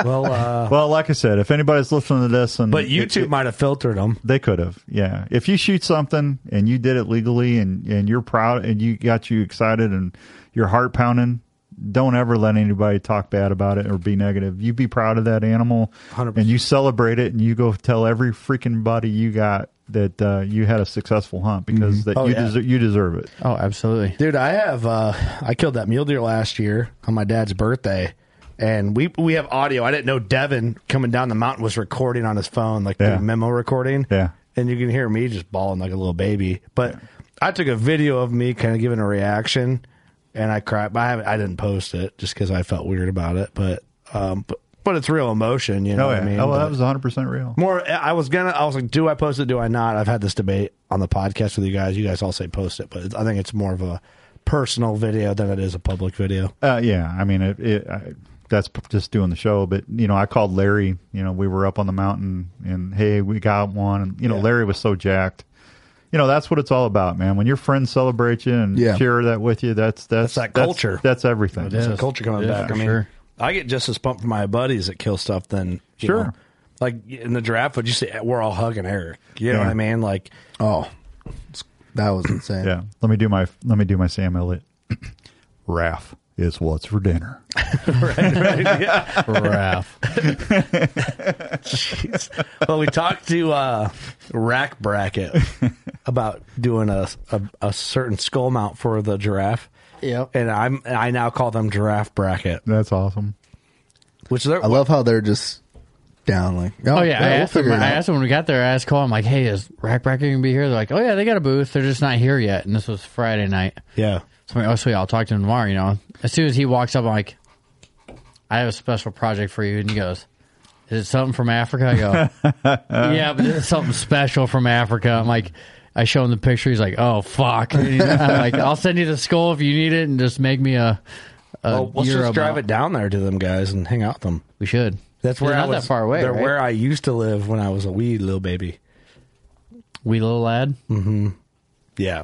Speaker 2: Well, uh,
Speaker 7: Well, like I said, if anybody's listening to this, and
Speaker 2: but
Speaker 7: it-
Speaker 2: YouTube
Speaker 7: it-
Speaker 2: might have filtered them.
Speaker 7: they could have. Yeah. If you shoot something and you did it legally, and and you're proud, and you got you excited, and your heart pounding. Don't ever let anybody talk bad about it or be negative. You be proud of that animal,
Speaker 2: 100%.
Speaker 7: and you celebrate it, and you go tell every freaking body you got that uh, you had a successful hunt because that
Speaker 2: Oh,
Speaker 7: you
Speaker 2: yeah.
Speaker 7: deserve you deserve it.
Speaker 5: Oh, absolutely.
Speaker 2: Dude, I have uh, I killed that mule deer last year on my dad's birthday, and we we have audio. I didn't know Devin coming down the mountain was recording on his phone, like
Speaker 7: Yeah.
Speaker 2: the memo recording.
Speaker 7: Yeah.
Speaker 2: and you can hear me just bawling like a little baby. But I took a video of me kind of giving a reaction, and I cried. But I haven't, I didn't post it just because I felt weird about it. But um, but but it's real emotion. You know
Speaker 7: Oh, yeah.
Speaker 2: what I mean?
Speaker 7: oh, well,
Speaker 2: But-
Speaker 7: that was 100% real.
Speaker 2: More, I was gonna. I was like, do I post it? Do I not? I've had this debate on the podcast with you guys. You guys all say post it, but I think it's more of a personal video than it is a public video.
Speaker 7: Uh, yeah, I mean, it, it, I, that's p- just doing the show. But you know, I called Larry. You know, we were up on the mountain, and hey, we got one. And you know, Larry was so jacked. You know, that's what it's all about, man. When your friends celebrate you and
Speaker 8: Yeah.
Speaker 7: share that with you, that's that's
Speaker 2: That's that culture.
Speaker 7: That's, everything.
Speaker 5: It is.
Speaker 2: The culture coming
Speaker 5: Yeah,
Speaker 2: back.
Speaker 5: for
Speaker 2: I mean,
Speaker 5: sure.
Speaker 2: I get just as pumped for my buddies that kill stuff than you
Speaker 7: Sure.
Speaker 2: know. like in the draft, would you say we're all hugging Eric? You know
Speaker 7: Yeah.
Speaker 2: what I mean? Like,
Speaker 8: Oh, it's- that was insane.
Speaker 7: Yeah. Let me do my let me do my Sam Elliott. Raff is what's for dinner.
Speaker 5: Raph.
Speaker 2: Jeez. well, we talked to uh, Rack Bracket about doing a, a a certain skull mount for the giraffe.
Speaker 5: Yep.
Speaker 2: And I'm I now call them giraffe bracket,
Speaker 7: That's awesome.
Speaker 2: which they're
Speaker 8: I love how they're just down. Like, oh,
Speaker 5: Oh yeah, I,
Speaker 8: we'll
Speaker 5: asked them,
Speaker 8: figure it
Speaker 5: I
Speaker 8: out.
Speaker 5: asked them when we got there. I asked Cole. I'm like, "Hey, is Rack Bracket gonna be here?" They're like, "Oh yeah, they got a booth. They're just not here yet." And this was Friday night.
Speaker 2: yeah.
Speaker 5: So I'm like, "Oh sweet, I'll talk to him tomorrow." You know, as soon as he walks up, I'm like, "I have a special project for you," and he goes, Is it something from Africa? I go, yeah, but it's something special from Africa. I'm like, I show him the picture. He's like, oh fuck. And he's- I'm like, I'll send you the skull if you need it, and just make me a. a
Speaker 2: Well, let's
Speaker 5: euro
Speaker 2: just drive
Speaker 5: amount."
Speaker 2: it down there to them guys and hang out with them.
Speaker 5: We should.
Speaker 2: That's where
Speaker 5: They're
Speaker 2: I
Speaker 5: not
Speaker 2: was,
Speaker 5: that far away,
Speaker 2: They're
Speaker 5: right?
Speaker 2: where I used to live when I was a wee little baby.
Speaker 5: Wee little lad.
Speaker 2: Mm-hmm. Yeah.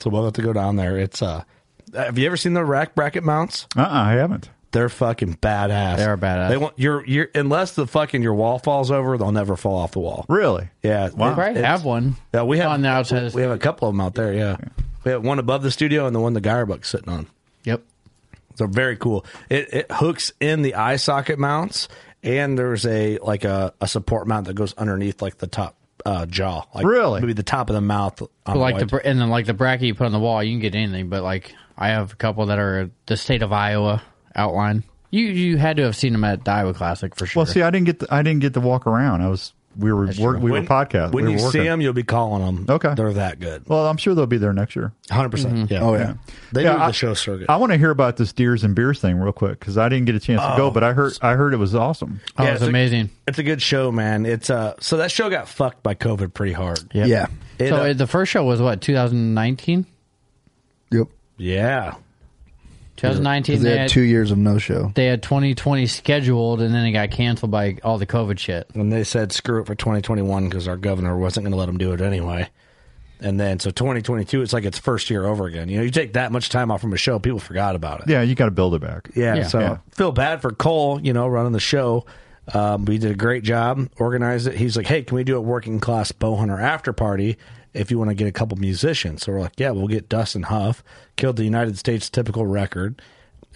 Speaker 2: So we'll have to go down there. It's uh, have you ever seen the rack bracket mounts?
Speaker 7: Uh, uh I haven't.
Speaker 2: They're fucking badass.
Speaker 5: They are badass.
Speaker 2: They won't. You're you're unless the fucking your wall falls over, they'll never fall off the wall.
Speaker 7: Really?
Speaker 2: Yeah.
Speaker 5: Wow. Probably
Speaker 2: It's-
Speaker 5: have one.
Speaker 2: Yeah, Uh, we have
Speaker 5: on the outside.
Speaker 2: We have a couple of them out there. Yeah. We have one above the studio and the one the Geyer Buck's sitting on.
Speaker 5: Yep.
Speaker 2: So very cool. It, it hooks in the eye socket mounts, and there's a like a, a support mount that goes underneath like the top uh, jaw. Like
Speaker 5: Really?
Speaker 2: Maybe the top of the mouth. on
Speaker 5: But
Speaker 2: the
Speaker 5: like the
Speaker 2: white-
Speaker 5: br- and then like the bracket you put on the wall, you can get anything. But like I have a couple that are the state of Iowa outline. You you had to have seen them at the Iowa Classic for sure.
Speaker 7: Well, see, I didn't get the, I didn't get to walk around. I was we were work, we were
Speaker 2: When-
Speaker 7: podcast.
Speaker 2: When
Speaker 7: we
Speaker 2: you
Speaker 7: were
Speaker 2: see
Speaker 7: working.
Speaker 2: them, you'll be calling them. Okay. They're that good.
Speaker 7: well, I'm sure they'll be there next year.
Speaker 2: 100%.
Speaker 7: Mhm.
Speaker 5: Mm-hmm.
Speaker 2: Yeah.
Speaker 7: Oh, yeah.
Speaker 2: They
Speaker 7: Yeah,
Speaker 2: do
Speaker 7: I-
Speaker 2: the show circuit.
Speaker 7: I want to hear about this deers and beers thing real quick because I didn't get a chance to
Speaker 2: Oh.
Speaker 7: go, but I heard I heard it was awesome.
Speaker 2: Yeah, a-
Speaker 5: Oh, amazing.
Speaker 2: it's a good show, man. It's uh so that show got fucked by COVID pretty hard.
Speaker 8: Yeah.
Speaker 2: It,
Speaker 5: so
Speaker 2: uh,
Speaker 5: the first show was what 2019.
Speaker 8: Yep.
Speaker 2: Yeah.
Speaker 5: 2019.
Speaker 8: 'Cause They had two years of no show.
Speaker 5: They had 2020 scheduled, and then it got canceled by all the COVID shit.
Speaker 2: And they said screw it for 2021 because our governor wasn't going to let them do it anyway. And then so 2022, it's like its first year over again. You know, you take that much time off from a show, people forgot about it.
Speaker 7: Yeah, you got to build it back.
Speaker 2: Yeah, so
Speaker 7: Yeah.
Speaker 2: feel bad for Cole, you know, running the show. Um, but he did a great job, organized it. He's like, hey, can we do a working class bow hunter after party if you want to get a couple musicians? So we're like, yeah, we'll get Dustin Huff, killed the United States typical record.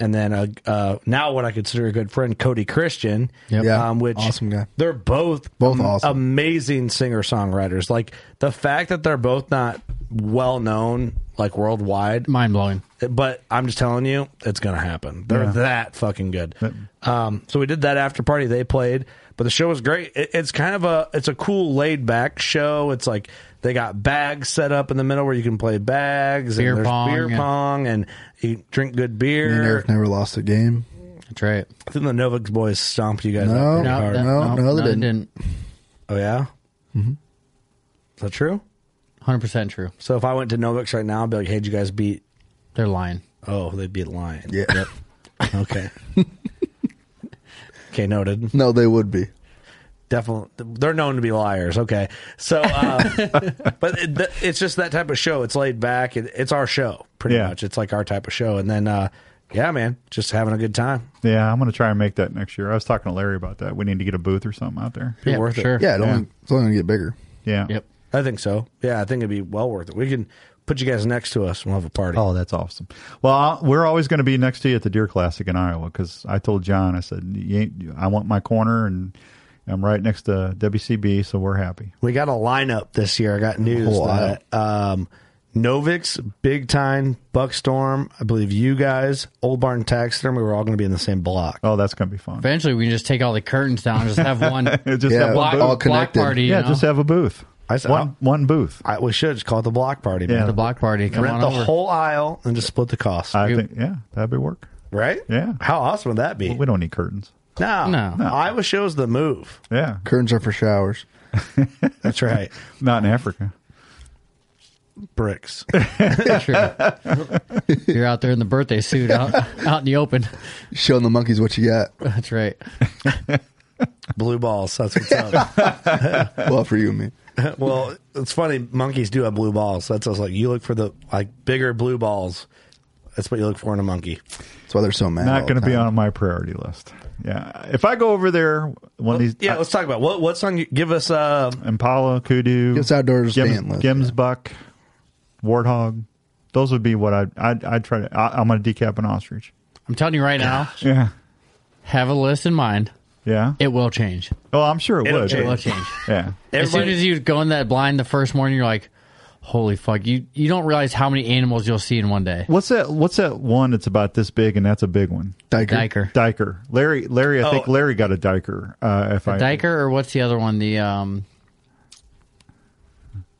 Speaker 2: And then uh, uh, now what I consider a good friend, Cody Christian,
Speaker 8: Yep. Yeah,
Speaker 2: um, which
Speaker 8: awesome guy.
Speaker 2: they're both
Speaker 8: Both awesome.
Speaker 2: amazing singer songwriters. Like the fact that they're both not well known like worldwide,
Speaker 5: mind blowing.
Speaker 2: But I'm just telling you, it's gonna happen. They're
Speaker 5: Yeah.
Speaker 2: that fucking good. Um, so we did that after party. They played, but the show was great. It, it's kind of a it's a cool laid back show. It's like they got bags set up in the middle where you can play bags
Speaker 5: Beer
Speaker 2: and there's
Speaker 5: pong,
Speaker 2: beer
Speaker 5: yeah.
Speaker 2: pong and you drink good
Speaker 8: Me and
Speaker 2: beer.
Speaker 8: Eric never lost a game.
Speaker 5: That's right.
Speaker 2: I think the Novik boys stomped you guys.
Speaker 8: No,
Speaker 2: out pretty
Speaker 8: no,
Speaker 2: hard.
Speaker 8: no, no,
Speaker 5: no,
Speaker 8: they
Speaker 5: they
Speaker 8: didn't.
Speaker 5: didn't.
Speaker 2: Oh yeah. Mm-hmm. Is that true?
Speaker 5: 100 percent true.
Speaker 2: So if I went to Novix right now, I'd be like, "Hey, did you guys beat?"
Speaker 5: They're lying.
Speaker 2: Oh, they beat Lion.
Speaker 8: Yeah.
Speaker 2: Yep. okay. okay, noted.
Speaker 8: No, they would be.
Speaker 2: Definitely, they're known to be liars. Okay, so, uh, but it, th- it's just that type of show. It's laid back. It, it's our show, pretty
Speaker 7: Yeah.
Speaker 2: much. It's like our type of show. And then, uh, yeah, man, just having a good time.
Speaker 7: Yeah, I'm gonna try and make that next year. I was talking to Larry about that. We need to get a booth or something out there.
Speaker 2: Be worth it.
Speaker 8: Yeah, it only, it's only going to get bigger.
Speaker 7: Yeah.
Speaker 2: I think so. Yeah, I think it'd be well worth it. We can put you guys next to us and we'll have a party.
Speaker 7: Oh, that's awesome. Well, I- we're always going to be next to you at the Deer Classic in Iowa because I told John, I said, you ain't, I want my corner, and I'm right next to WCB, so we're happy.
Speaker 2: We got a lineup this year. I got news
Speaker 7: Oh, wow.
Speaker 2: that um, Novix, Big Time, Buckstorm, I believe you guys, Old Barn Taxiderm, we were all going to be in the same block.
Speaker 7: Oh, that's going to be fun.
Speaker 5: Eventually, we can just take all the curtains down and just have one.
Speaker 7: just
Speaker 8: Yeah,
Speaker 7: have
Speaker 8: all
Speaker 7: one booth.
Speaker 5: block
Speaker 8: connected.
Speaker 5: party, you
Speaker 7: yeah,
Speaker 5: know?
Speaker 7: just have a booth.
Speaker 2: I said-
Speaker 7: one, one booth.
Speaker 2: I, we should just call it the block party.
Speaker 7: Yeah.
Speaker 2: Man.
Speaker 5: the block party. Come
Speaker 2: Rent
Speaker 5: on
Speaker 2: the
Speaker 5: over.
Speaker 2: whole aisle and just split the cost.
Speaker 7: I think, yeah, that'd be work.
Speaker 2: right?
Speaker 7: Yeah.
Speaker 2: How awesome would that be?
Speaker 7: We don't need curtains.
Speaker 2: no,
Speaker 5: No. No.
Speaker 2: Iowa shows the move.
Speaker 7: Yeah,
Speaker 8: Curtains are for showers.
Speaker 2: That's right.
Speaker 7: not in Africa.
Speaker 2: Bricks.
Speaker 5: You're out there in the birthday suit, out out in the open.
Speaker 8: Showing the monkeys what you got.
Speaker 5: That's right.
Speaker 2: Blue balls. That's what's up.
Speaker 8: Well, for you and me.
Speaker 2: well, it's funny. Monkeys do have blue balls. That's what's like. You look for the like bigger blue balls. That's what you look for in a monkey.
Speaker 8: That's why they're so mad.
Speaker 7: Not
Speaker 8: all
Speaker 7: going
Speaker 8: the
Speaker 7: to be
Speaker 8: time.
Speaker 7: on my priority list. Yeah, if I go over there, one of these.
Speaker 2: Yeah, let's talk about what what's on. your- Give us uh,
Speaker 7: Impala, Kudu,
Speaker 8: Just outdoors stand
Speaker 7: Gims,
Speaker 8: list,
Speaker 7: Gims Buck, Warthog. Those would be what I'd I'd, I'd try to. I, I'm going to decap an ostrich.
Speaker 5: I'm telling you right now.
Speaker 7: Yeah,
Speaker 5: Have a list in mind.
Speaker 7: yeah.
Speaker 5: It will change.
Speaker 7: Oh, I'm sure it
Speaker 2: It'll
Speaker 7: would.
Speaker 5: It will
Speaker 2: change.
Speaker 5: change.
Speaker 7: Yeah,
Speaker 5: as soon
Speaker 2: Everybody-
Speaker 5: as you go in that blind the first morning, you're like, "Holy fuck!" You you don't realize how many animals you'll see in one day.
Speaker 7: What's that? What's that one that's about this big and that's a big one?
Speaker 8: Diker.
Speaker 5: Diker,
Speaker 7: Diker. Larry. Larry. I think
Speaker 2: Oh.
Speaker 7: Larry got a diker. Uh, if I
Speaker 5: diker, or what's the other one? The um,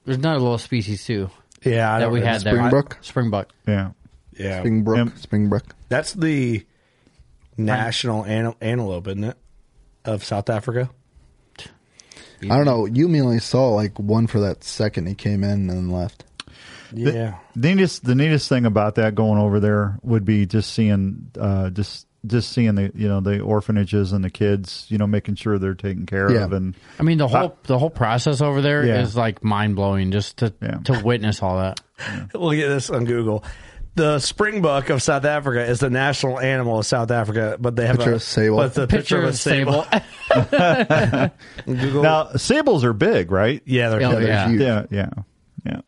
Speaker 5: there's another little species too
Speaker 2: yeah I
Speaker 5: that
Speaker 2: don't
Speaker 5: we
Speaker 2: really-
Speaker 5: had
Speaker 8: Springbuck?
Speaker 5: there. Springbuck.
Speaker 7: Yeah.
Speaker 2: Yeah,
Speaker 8: Springbrook.
Speaker 7: Yep.
Speaker 8: Springbrook.
Speaker 2: that's the national an- antelope, isn't it, of South Africa?
Speaker 8: I don't know. Yumi only saw like one for that second he came in and then left.
Speaker 7: The- The, neatest the neatest thing about that going over there would be just seeing uh just just seeing the you know the orphanages and the kids you know making sure they're taken care of and
Speaker 5: I mean the whole
Speaker 7: Uh,
Speaker 5: the whole process over there is
Speaker 7: Yeah.
Speaker 5: like mind blowing just to to witness all that.
Speaker 2: Look at this on Google. The springbuck of South Africa is the national animal of South Africa, but they have
Speaker 8: Picture
Speaker 2: a
Speaker 8: of sable.
Speaker 2: But the picture, of a sable. Google.
Speaker 7: now sables are big right
Speaker 2: Yeah, they're Yeah, big. they're
Speaker 7: Oh, yeah
Speaker 2: huge.
Speaker 7: yeah yeah, yeah.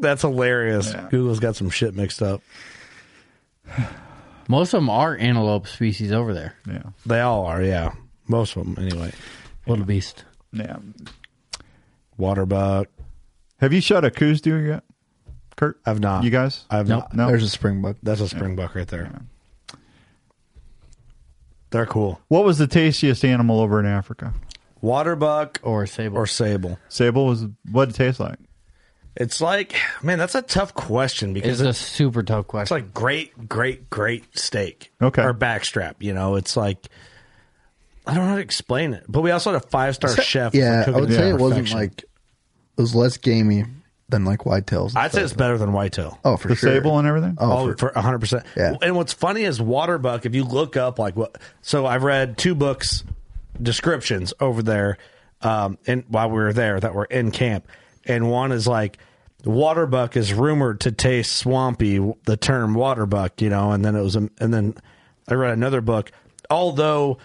Speaker 2: That's hilarious. Google's got some shit mixed up.
Speaker 5: Most of them are antelope species over there.
Speaker 7: Yeah,
Speaker 2: they all are. Yeah, most of them anyway.
Speaker 5: Little beast.
Speaker 7: Yeah.
Speaker 2: Waterbuck.
Speaker 7: Have you shot a coos deer yet, Kurt?
Speaker 2: I've not.
Speaker 7: You guys?
Speaker 2: I've
Speaker 7: No.
Speaker 2: not.
Speaker 7: No.
Speaker 8: There's a springbuck.
Speaker 2: That's a springbuck right there. They're cool.
Speaker 7: What was the tastiest animal over in Africa?
Speaker 2: Waterbuck
Speaker 5: or sable
Speaker 2: or sable.
Speaker 7: Sable was what did it taste like?
Speaker 2: It's like man, that's a tough question because
Speaker 5: It's a super tough question.
Speaker 2: It's like great, great, great steak.
Speaker 7: Okay.
Speaker 2: Or backstrap. You know, it's like I don't know how to explain it. But we also had a five star chef. for
Speaker 8: Yeah, I
Speaker 2: cooking
Speaker 8: would say
Speaker 2: to
Speaker 8: it wasn't
Speaker 2: perfection.
Speaker 8: like it was less gamey than like whitetails.
Speaker 2: I'd say it's better than whitetail.
Speaker 8: Oh, for
Speaker 7: the
Speaker 8: sure.
Speaker 7: sable and everything?
Speaker 2: Oh, for a hundred percent. And what's funny is Waterbuck. If you look up like what, so I've read two books descriptions over there, um, and while we were there that were in camp, and one is like Waterbuck is rumored to taste swampy. The term Waterbuck, you know, and then it was, um, and then I read another book, although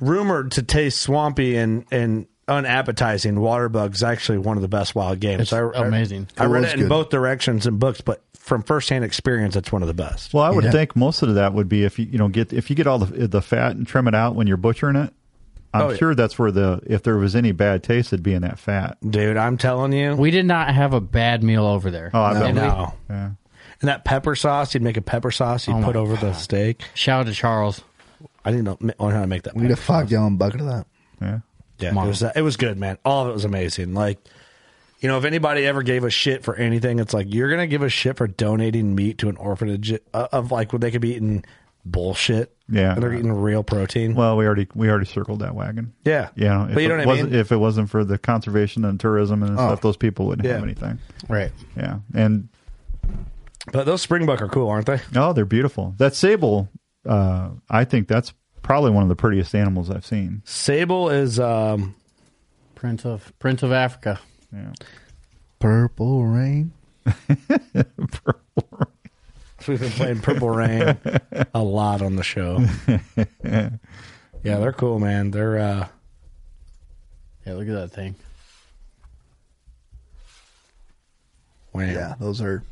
Speaker 2: rumored to taste swampy and and unappetizing waterbuck is actually one of the best wild games
Speaker 5: It's
Speaker 2: I- I-
Speaker 5: amazing.
Speaker 2: i,
Speaker 5: It
Speaker 2: read
Speaker 5: was
Speaker 2: it in
Speaker 5: good.
Speaker 2: both directions in books but from firsthand experience it's one of the best
Speaker 7: Well, I would
Speaker 2: Yeah.
Speaker 7: think most of that would be if you you know get if you get all the the fat and trim it out when you're butchering it. I'm
Speaker 2: Oh, yeah.
Speaker 7: sure that's where the if there was any bad taste, it'd be in that fat.
Speaker 2: dude i'm telling you
Speaker 5: we did not have a bad meal over there.
Speaker 7: Oh, I bet.
Speaker 5: Did we?
Speaker 2: No. and that pepper sauce you'd make a pepper sauce you
Speaker 5: Oh,
Speaker 2: would put
Speaker 5: my
Speaker 2: over the steak
Speaker 5: shout out to charles
Speaker 2: i didn't know, learn how to make that
Speaker 8: We need a five gallon bucket of that.
Speaker 7: Yeah.
Speaker 2: Yeah,
Speaker 8: Mom.
Speaker 2: it was it was good, man. All of it was amazing. Like, you know, if anybody ever gave a shit for anything, it's like you're gonna give a shit for donating meat to an orphanage uh, of like what they could be eating bullshit.
Speaker 7: Yeah.
Speaker 2: and they're eating real protein.
Speaker 7: Well, we already we already circled that wagon.
Speaker 2: Yeah.
Speaker 7: You know, if
Speaker 2: But you know
Speaker 7: it
Speaker 2: what I
Speaker 7: wasn't,
Speaker 2: mean?
Speaker 7: if it wasn't for the conservation and tourism and stuff, those people wouldn't have
Speaker 2: Yeah.
Speaker 7: anything.
Speaker 5: Right.
Speaker 7: Yeah. And
Speaker 2: But those springbuck are cool, aren't they?
Speaker 7: oh, they're beautiful. That sable, uh, I think that's probably one of the prettiest animals I've seen.
Speaker 2: Sable is um,
Speaker 5: Prince of Prince of Africa.
Speaker 7: Yeah.
Speaker 8: Purple rain.
Speaker 2: We've been playing Purple Rain a lot on the show. yeah, they're cool, man. They're uh,
Speaker 5: Yeah, look at that thing.
Speaker 2: wham.
Speaker 8: Yeah, those are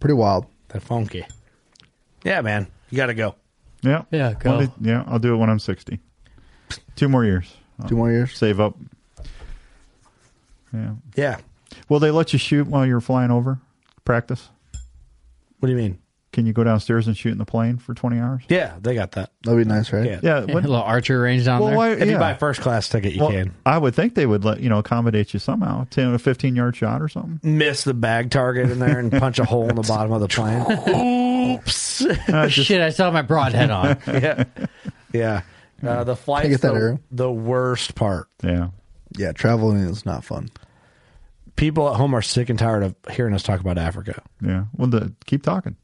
Speaker 8: pretty wild.
Speaker 2: They're funky. yeah, man. You got to go.
Speaker 7: Yeah.
Speaker 5: Yeah.
Speaker 7: One day- yeah. I'll do it when I'm 60. Two more years.
Speaker 8: Two more years.
Speaker 7: Save up. Yeah.
Speaker 2: Yeah.
Speaker 7: Will they let you shoot while you're flying over? Practice?
Speaker 2: What do you mean?
Speaker 7: Can you go downstairs and shoot in the plane for 20 hours?
Speaker 2: Yeah, they got that.
Speaker 8: That'd be nice, right?
Speaker 2: Yeah.
Speaker 7: Yeah.
Speaker 5: A
Speaker 7: when-
Speaker 5: little archer range down
Speaker 7: Well,
Speaker 5: there.
Speaker 7: why-
Speaker 2: If you
Speaker 7: yeah.
Speaker 2: buy a first class ticket, you
Speaker 7: Well,
Speaker 2: can
Speaker 7: I would think they would let you know accommodate you somehow, ten or fifteen yard shot or something.
Speaker 2: miss the bag target in there and punch a hole in the bottom of the plane. Oops!
Speaker 5: Oh, Shit, I still have my broadhead on.
Speaker 2: yeah, yeah. Uh, the flight
Speaker 8: get that
Speaker 2: the,
Speaker 8: arrow?
Speaker 2: the worst part.
Speaker 7: Yeah,
Speaker 8: Yeah, traveling is not fun.
Speaker 2: People at home are sick and tired of hearing us talk about Africa.
Speaker 7: yeah. Well, the, keep talking.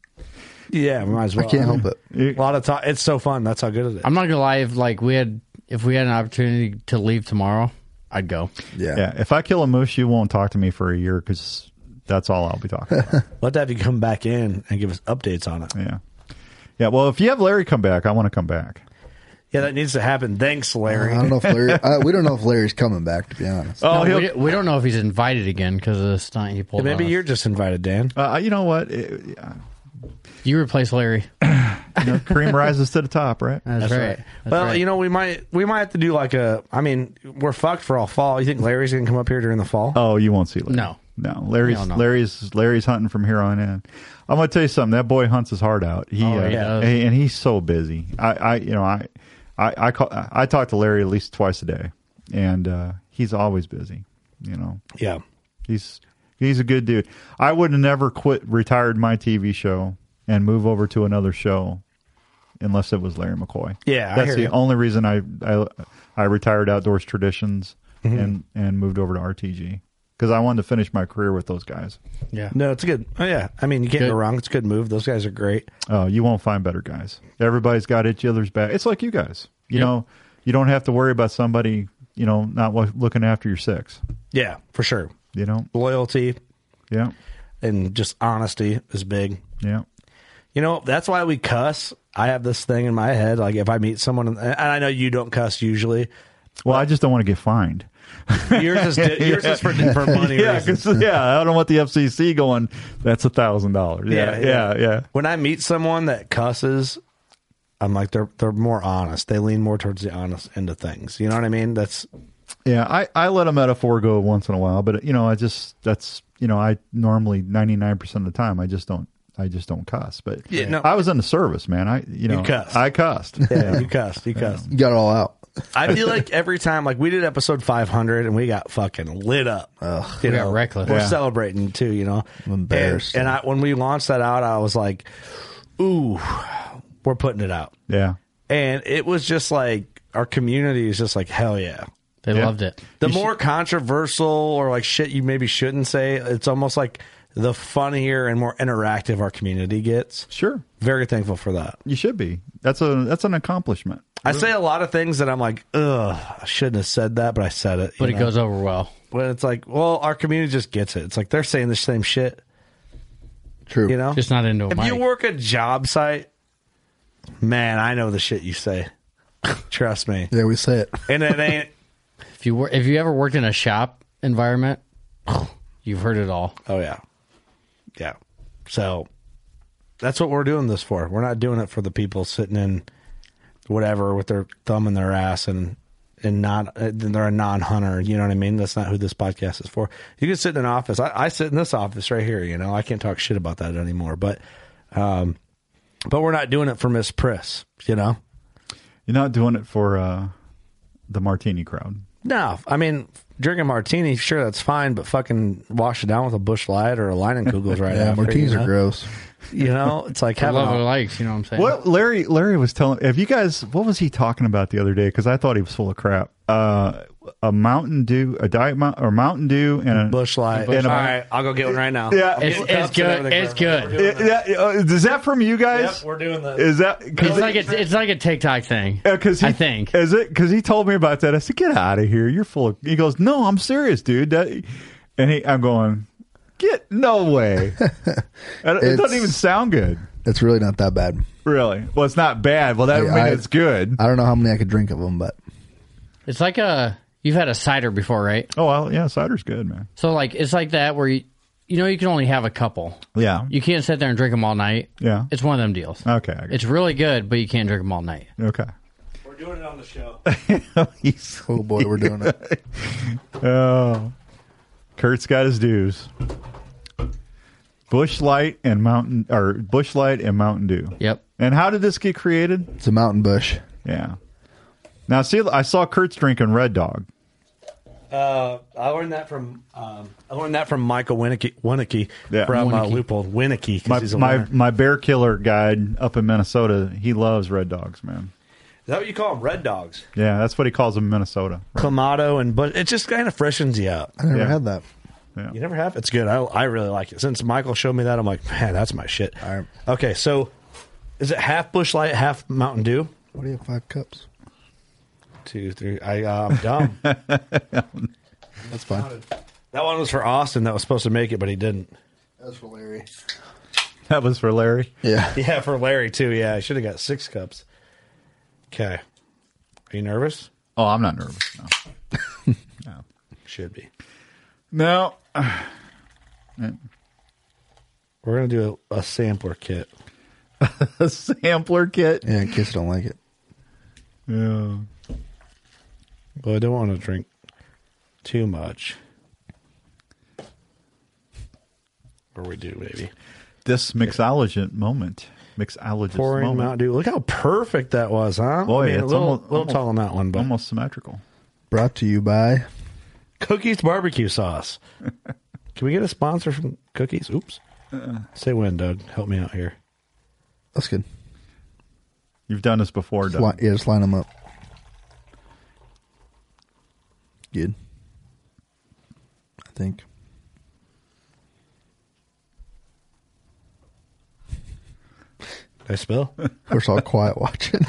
Speaker 2: Yeah, we might as well.
Speaker 8: I can't help it.
Speaker 2: A lot of time. It's so fun. That's how good it is.
Speaker 5: I'm not gonna lie. If like we had, if we had an opportunity to leave tomorrow, I'd go.
Speaker 8: Yeah.
Speaker 7: Yeah. If I kill a moose, you won't talk to me for a year because that's all I'll be talking. about.
Speaker 2: Let that have you come back in and give us updates on it.
Speaker 7: yeah. Yeah. Well, if you have Larry come back, I want to come back.
Speaker 2: Yeah, that needs to happen. Thanks, Larry.
Speaker 5: Uh-huh.
Speaker 8: I don't know if Larry. uh, we don't know if Larry's coming back. To be honest,
Speaker 7: Oh,
Speaker 5: No,
Speaker 7: he'll-
Speaker 5: we, di- we don't know if he's invited again because of the stunt he pulled.
Speaker 2: Maybe
Speaker 5: on us.
Speaker 2: you're just invited, Dan.
Speaker 7: Uh, you know what? It,
Speaker 5: you replace Larry.
Speaker 7: you know, cream rises to the top, right?
Speaker 5: That's, right. That's
Speaker 2: well,
Speaker 5: right.
Speaker 2: you know, we might we might have to do like a. I mean, we're fucked for all fall. You think Larry's gonna come up here during the fall?
Speaker 7: Oh, you won't see Larry.
Speaker 5: No.
Speaker 7: No, Larry's
Speaker 5: No, no.
Speaker 7: Larry's Larry's hunting from here on in. I'm gonna tell you something. That boy hunts his heart out. He,
Speaker 5: Oh,
Speaker 7: uh,
Speaker 5: he does.
Speaker 7: and- and he's so busy. I, I you know, I, I, I call, I talk to Larry at least twice a day, and uh, he's always busy. You know,
Speaker 2: Yeah.
Speaker 7: he's he's a good dude. I would have never quit retired my TV show and move over to another show unless it was Larry McCoy.
Speaker 2: Yeah, I
Speaker 7: that's
Speaker 2: hear
Speaker 7: the
Speaker 2: you.
Speaker 7: only reason I, I I retired Outdoors Traditions
Speaker 2: Mm-hmm.
Speaker 7: and and moved over to RTG because I wanted to finish my career with those guys.
Speaker 2: Yeah. No, it's good. Oh, yeah. I mean, you can't go wrong. It's a good move. Those guys are great.
Speaker 7: Oh, you won't find better guys. Everybody's got each other's back. It's like you guys. You know, you don't have to worry about somebody. You know, not wa- looking after your six.
Speaker 2: Yeah, for sure.
Speaker 7: You know,
Speaker 2: loyalty.
Speaker 7: Yeah.
Speaker 2: And just honesty is big.
Speaker 7: Yeah.
Speaker 2: You know, that's why we cuss. I have this thing in my head. Like, if I meet someone, and I know you don't cuss usually.
Speaker 7: Well, I just don't want to get fined.
Speaker 2: Yours is, di- yours is for, for money
Speaker 7: yeah,
Speaker 2: reasons.
Speaker 7: 'cause- yeah. I don't want the FCC going. That's a thousand dollars. Yeah, yeah, yeah.
Speaker 2: When I meet someone that cusses, I'm like they're they're more honest. They lean more towards the honest end of things. You know what I mean? That's
Speaker 7: Yeah, I, I let a metaphor go once in a while, but you know, I just that's you know, I normally ninety nine percent of the time I just don't I just don't cuss. But
Speaker 2: Yeah, no.
Speaker 7: I was in the service, man. I you know
Speaker 2: cussed.
Speaker 7: I cussed.
Speaker 2: yeah, you cussed, you cussed.
Speaker 8: You got it all out.
Speaker 2: I feel like every time, like we did episode 500 and we got fucking lit up. Ugh,
Speaker 5: We got reckless.
Speaker 2: We're
Speaker 5: Yeah.
Speaker 2: celebrating too, you know. I'm
Speaker 8: embarrassed.
Speaker 2: And, and I, when we launched that out, I was like, "Ooh, we're putting it out."
Speaker 7: Yeah.
Speaker 2: And it was just like our community is just like, "Hell yeah."
Speaker 5: They
Speaker 2: Yeah.
Speaker 5: loved it.
Speaker 2: The more controversial or like shit you maybe shouldn't say, it's almost like the funnier and more interactive our community gets.
Speaker 7: Sure.
Speaker 2: Very thankful for that.
Speaker 7: You should be. That's a that's an accomplishment.
Speaker 2: I say a lot of things that I'm like, ugh, I shouldn't have said that, but I said it.
Speaker 5: But
Speaker 2: you
Speaker 5: it
Speaker 2: know?
Speaker 5: goes over well.
Speaker 2: But it's like, well, our community just gets it. It's like they're saying the same shit.
Speaker 8: True.
Speaker 2: You know?
Speaker 5: Just not into a
Speaker 2: if
Speaker 5: mic.
Speaker 2: you work a job site, man, I know the shit you say. Trust me.
Speaker 8: Yeah, we say it.
Speaker 2: And it ain't.
Speaker 5: If you wor- if you ever worked in a shop environment, you've heard it all.
Speaker 2: Oh yeah, yeah. So that's what we're doing this for. We're not doing it for the people sitting in whatever with their thumb in their ass and and not uh, they're a non-hunter. You know what I mean? That's not who this podcast is for. You can sit in an office. I, I sit in this office right here. You know, I can't talk shit about that anymore. But um, but we're not doing it for Miss Priss. You know.
Speaker 7: You're not doing it for uh the martini crowd.
Speaker 2: No, I mean drinking martini, sure that's fine, but fucking wash it down with a bush light or a Leinenkugels right
Speaker 8: yeah,
Speaker 2: after.
Speaker 8: martinis
Speaker 2: you know?
Speaker 8: are gross.
Speaker 2: You know, it's like
Speaker 5: I
Speaker 2: having
Speaker 5: love
Speaker 2: a-
Speaker 5: what likes. You know what I'm saying?
Speaker 7: What Larry Larry was telling have you guys what was he talking about the other day? Because I thought he was full of crap. Uh a Mountain Dew, a diet mount, or Mountain Dew, and a
Speaker 2: Bush light.
Speaker 7: And a-
Speaker 2: All right, I'll go get one right now.
Speaker 7: Yeah.
Speaker 2: I'm
Speaker 5: It's,
Speaker 2: getting
Speaker 5: it's
Speaker 2: cups and
Speaker 5: good.
Speaker 2: everything.
Speaker 5: It's good.
Speaker 7: It- that- uh, is that from you guys?
Speaker 2: Yep, we're doing this.
Speaker 7: Is that because
Speaker 5: It's like a, it's like a TikTok thing.
Speaker 7: because
Speaker 5: I think.
Speaker 7: is it because he told me about that? I said, "Get out of here! You're full of." He goes, "No, I'm serious, dude." That, and he, I'm going, "Get no way!" And it
Speaker 8: It's-
Speaker 7: doesn't even sound good,
Speaker 8: It's really not that bad.
Speaker 7: really. Well, it's not bad. Well, that
Speaker 8: Hey,
Speaker 7: means
Speaker 8: I-
Speaker 7: it's good.
Speaker 8: I don't know how many I could drink of them, but
Speaker 5: It's like a you've had a cider before, right?
Speaker 7: oh, well, yeah, cider's good, man.
Speaker 5: So like it's like that where you you know you can only have a couple.
Speaker 7: Yeah,
Speaker 5: You can't sit there and drink them all night.
Speaker 7: yeah.
Speaker 5: It's one of them deals.
Speaker 7: Okay, I get
Speaker 5: It's really good, but you can't drink them all night.
Speaker 7: okay.
Speaker 2: We're doing it on the show.
Speaker 7: He's-
Speaker 8: oh boy, we're doing it.
Speaker 7: oh, Kurt's got his dues. Bush Light and Mountain, or Bush Light and Mountain Dew.
Speaker 5: Yep.
Speaker 7: And how did this get created?
Speaker 8: It's a mountain bush.
Speaker 7: Yeah. Now, see, I saw Kurt's drinking Red Dog.
Speaker 2: Uh, I learned that from um, I learned that from Michael Winicky, Winicky
Speaker 7: Yeah.
Speaker 2: from uh,
Speaker 5: Winicky.
Speaker 2: Loopold Winicky
Speaker 7: My
Speaker 2: because he's a
Speaker 7: my,
Speaker 2: winner.
Speaker 7: my bear killer guide up in Minnesota, he loves Red Dogs, man.
Speaker 2: Is that what you call them? Red dogs,
Speaker 7: Yeah, that's what he calls them in Minnesota.
Speaker 2: clamato, and but it just kind of freshens you up.
Speaker 8: I never
Speaker 7: Yeah.
Speaker 8: had that.
Speaker 2: You never have. It's good. I I really like it. Since Michael showed me that, I'm like, man, that's my shit.
Speaker 8: right.
Speaker 2: Okay, so is it half Bush Light, half Mountain Dew?
Speaker 8: What do you have? Five cups.
Speaker 2: Two, three. I uh, I'm dumb. that
Speaker 8: That's fine.
Speaker 2: one was for Austin. That was supposed to make it, but he didn't.
Speaker 8: That's for Larry.
Speaker 7: That was for Larry.
Speaker 8: Yeah.
Speaker 2: Yeah, for Larry too. Yeah, I should have got six cups. Okay. Are you nervous?
Speaker 7: Oh, I'm not nervous. No.
Speaker 2: Should be.
Speaker 7: No.
Speaker 2: We're gonna do a, a sampler kit.
Speaker 7: A sampler kit.
Speaker 8: Yeah, in case you don't like it.
Speaker 7: Yeah.
Speaker 2: But I don't want to drink too much. Or we do maybe.
Speaker 7: This mixologist moment. Mixologist
Speaker 2: Pouring
Speaker 7: moment.
Speaker 2: Mountain Dew. Look how perfect that was, huh?
Speaker 7: Boy,
Speaker 2: I mean, a
Speaker 7: it's
Speaker 2: little,
Speaker 7: almost-
Speaker 2: little
Speaker 7: almost-
Speaker 2: tall on that one, but
Speaker 7: Almost symmetrical.
Speaker 8: Brought to you by
Speaker 2: cookies barbecue sauce. Can we get a sponsor from Cookies? Oops.
Speaker 7: Uh-uh.
Speaker 2: Say when, Doug. Help me out here.
Speaker 8: that's good.
Speaker 7: You've done this before,
Speaker 8: Just li-
Speaker 7: Doug.
Speaker 8: yeah, just line them up. Good. think.
Speaker 2: I spill?
Speaker 8: We're all quiet watching.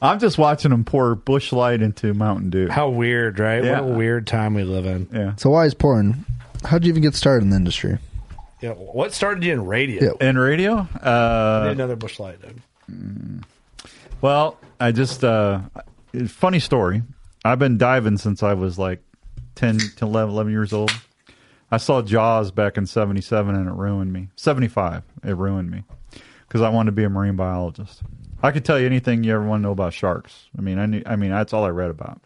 Speaker 7: I'm just watching them pour Bush Light into Mountain Dew.
Speaker 2: How weird, right?
Speaker 7: Yeah.
Speaker 2: What a weird time we live in.
Speaker 7: Yeah.
Speaker 8: So why is porn? How'd you even get started in the industry?
Speaker 2: Yeah. What started you in radio?
Speaker 8: Yeah.
Speaker 7: In radio?
Speaker 2: I
Speaker 7: Uh,
Speaker 2: need another bush light, dude.
Speaker 7: Well, I just uh funny story. I've been diving since I was like 10 to 11, 11 years old. I saw Jaws back in 77 and it ruined me. 75, it ruined me cuz I wanted to be a marine biologist. I could tell you anything you ever want to know about sharks. I mean, I knew I mean, that's all I read about.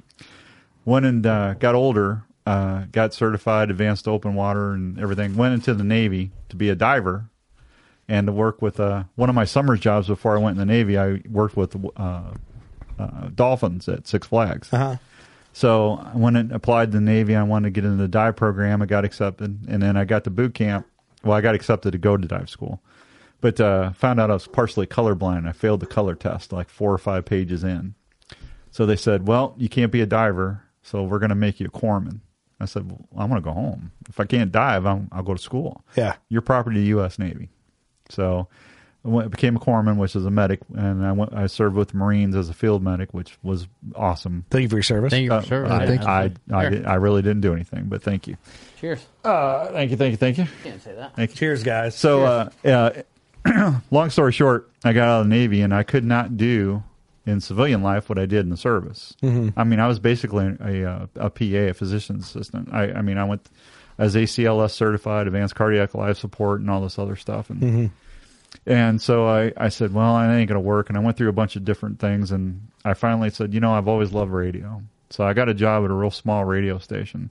Speaker 7: Went and uh, got older, uh, got certified advanced open water and everything. Went into the Navy to be a diver and to work with uh, one of my summer jobs before I went in the Navy, I worked with uh, uh, dolphins at Six Flags.
Speaker 2: Uh-huh.
Speaker 7: So I went and applied to the Navy. I wanted to get into the dive program. I got accepted, and then I got to boot camp. Well, I got accepted to go to dive school, but uh, found out I was partially colorblind. I failed the color test like four or five pages in. So they said, "Well, you can't be a diver, so we're going to make you a corpsman." I said, well, "I'm going to go home. If I can't dive, I'm, I'll go to school."
Speaker 2: Yeah.
Speaker 7: Your property to the U.S. Navy. So I went, became a corpsman, which is a medic, and I went. I served with the Marines as a field medic, which was awesome.
Speaker 2: Thank you for your service.
Speaker 5: Thank you for
Speaker 7: Uh,
Speaker 5: serving.
Speaker 7: I,
Speaker 5: Thank you.
Speaker 7: I, I,
Speaker 5: Sure.
Speaker 7: did- I really didn't do anything, but thank you.
Speaker 5: Cheers.
Speaker 7: Uh, thank you, thank you, thank you.
Speaker 5: Can't say that.
Speaker 7: Thank you.
Speaker 2: Cheers, guys.
Speaker 7: So, uh, uh, long story short, I got out of the Navy, and I could not do in civilian life what I did in the service.
Speaker 2: Mhm.
Speaker 7: I mean, I was basically a, uh, a PA, a physician's assistant. I, I mean, I went as ACLS certified, advanced cardiac life support, and all this other stuff, and.
Speaker 2: Mhm.
Speaker 7: And so I, I said, well, I ain't going to work. And I went through a bunch of different things. And I finally said, you know, I've always loved radio. So I got a job at a real small radio station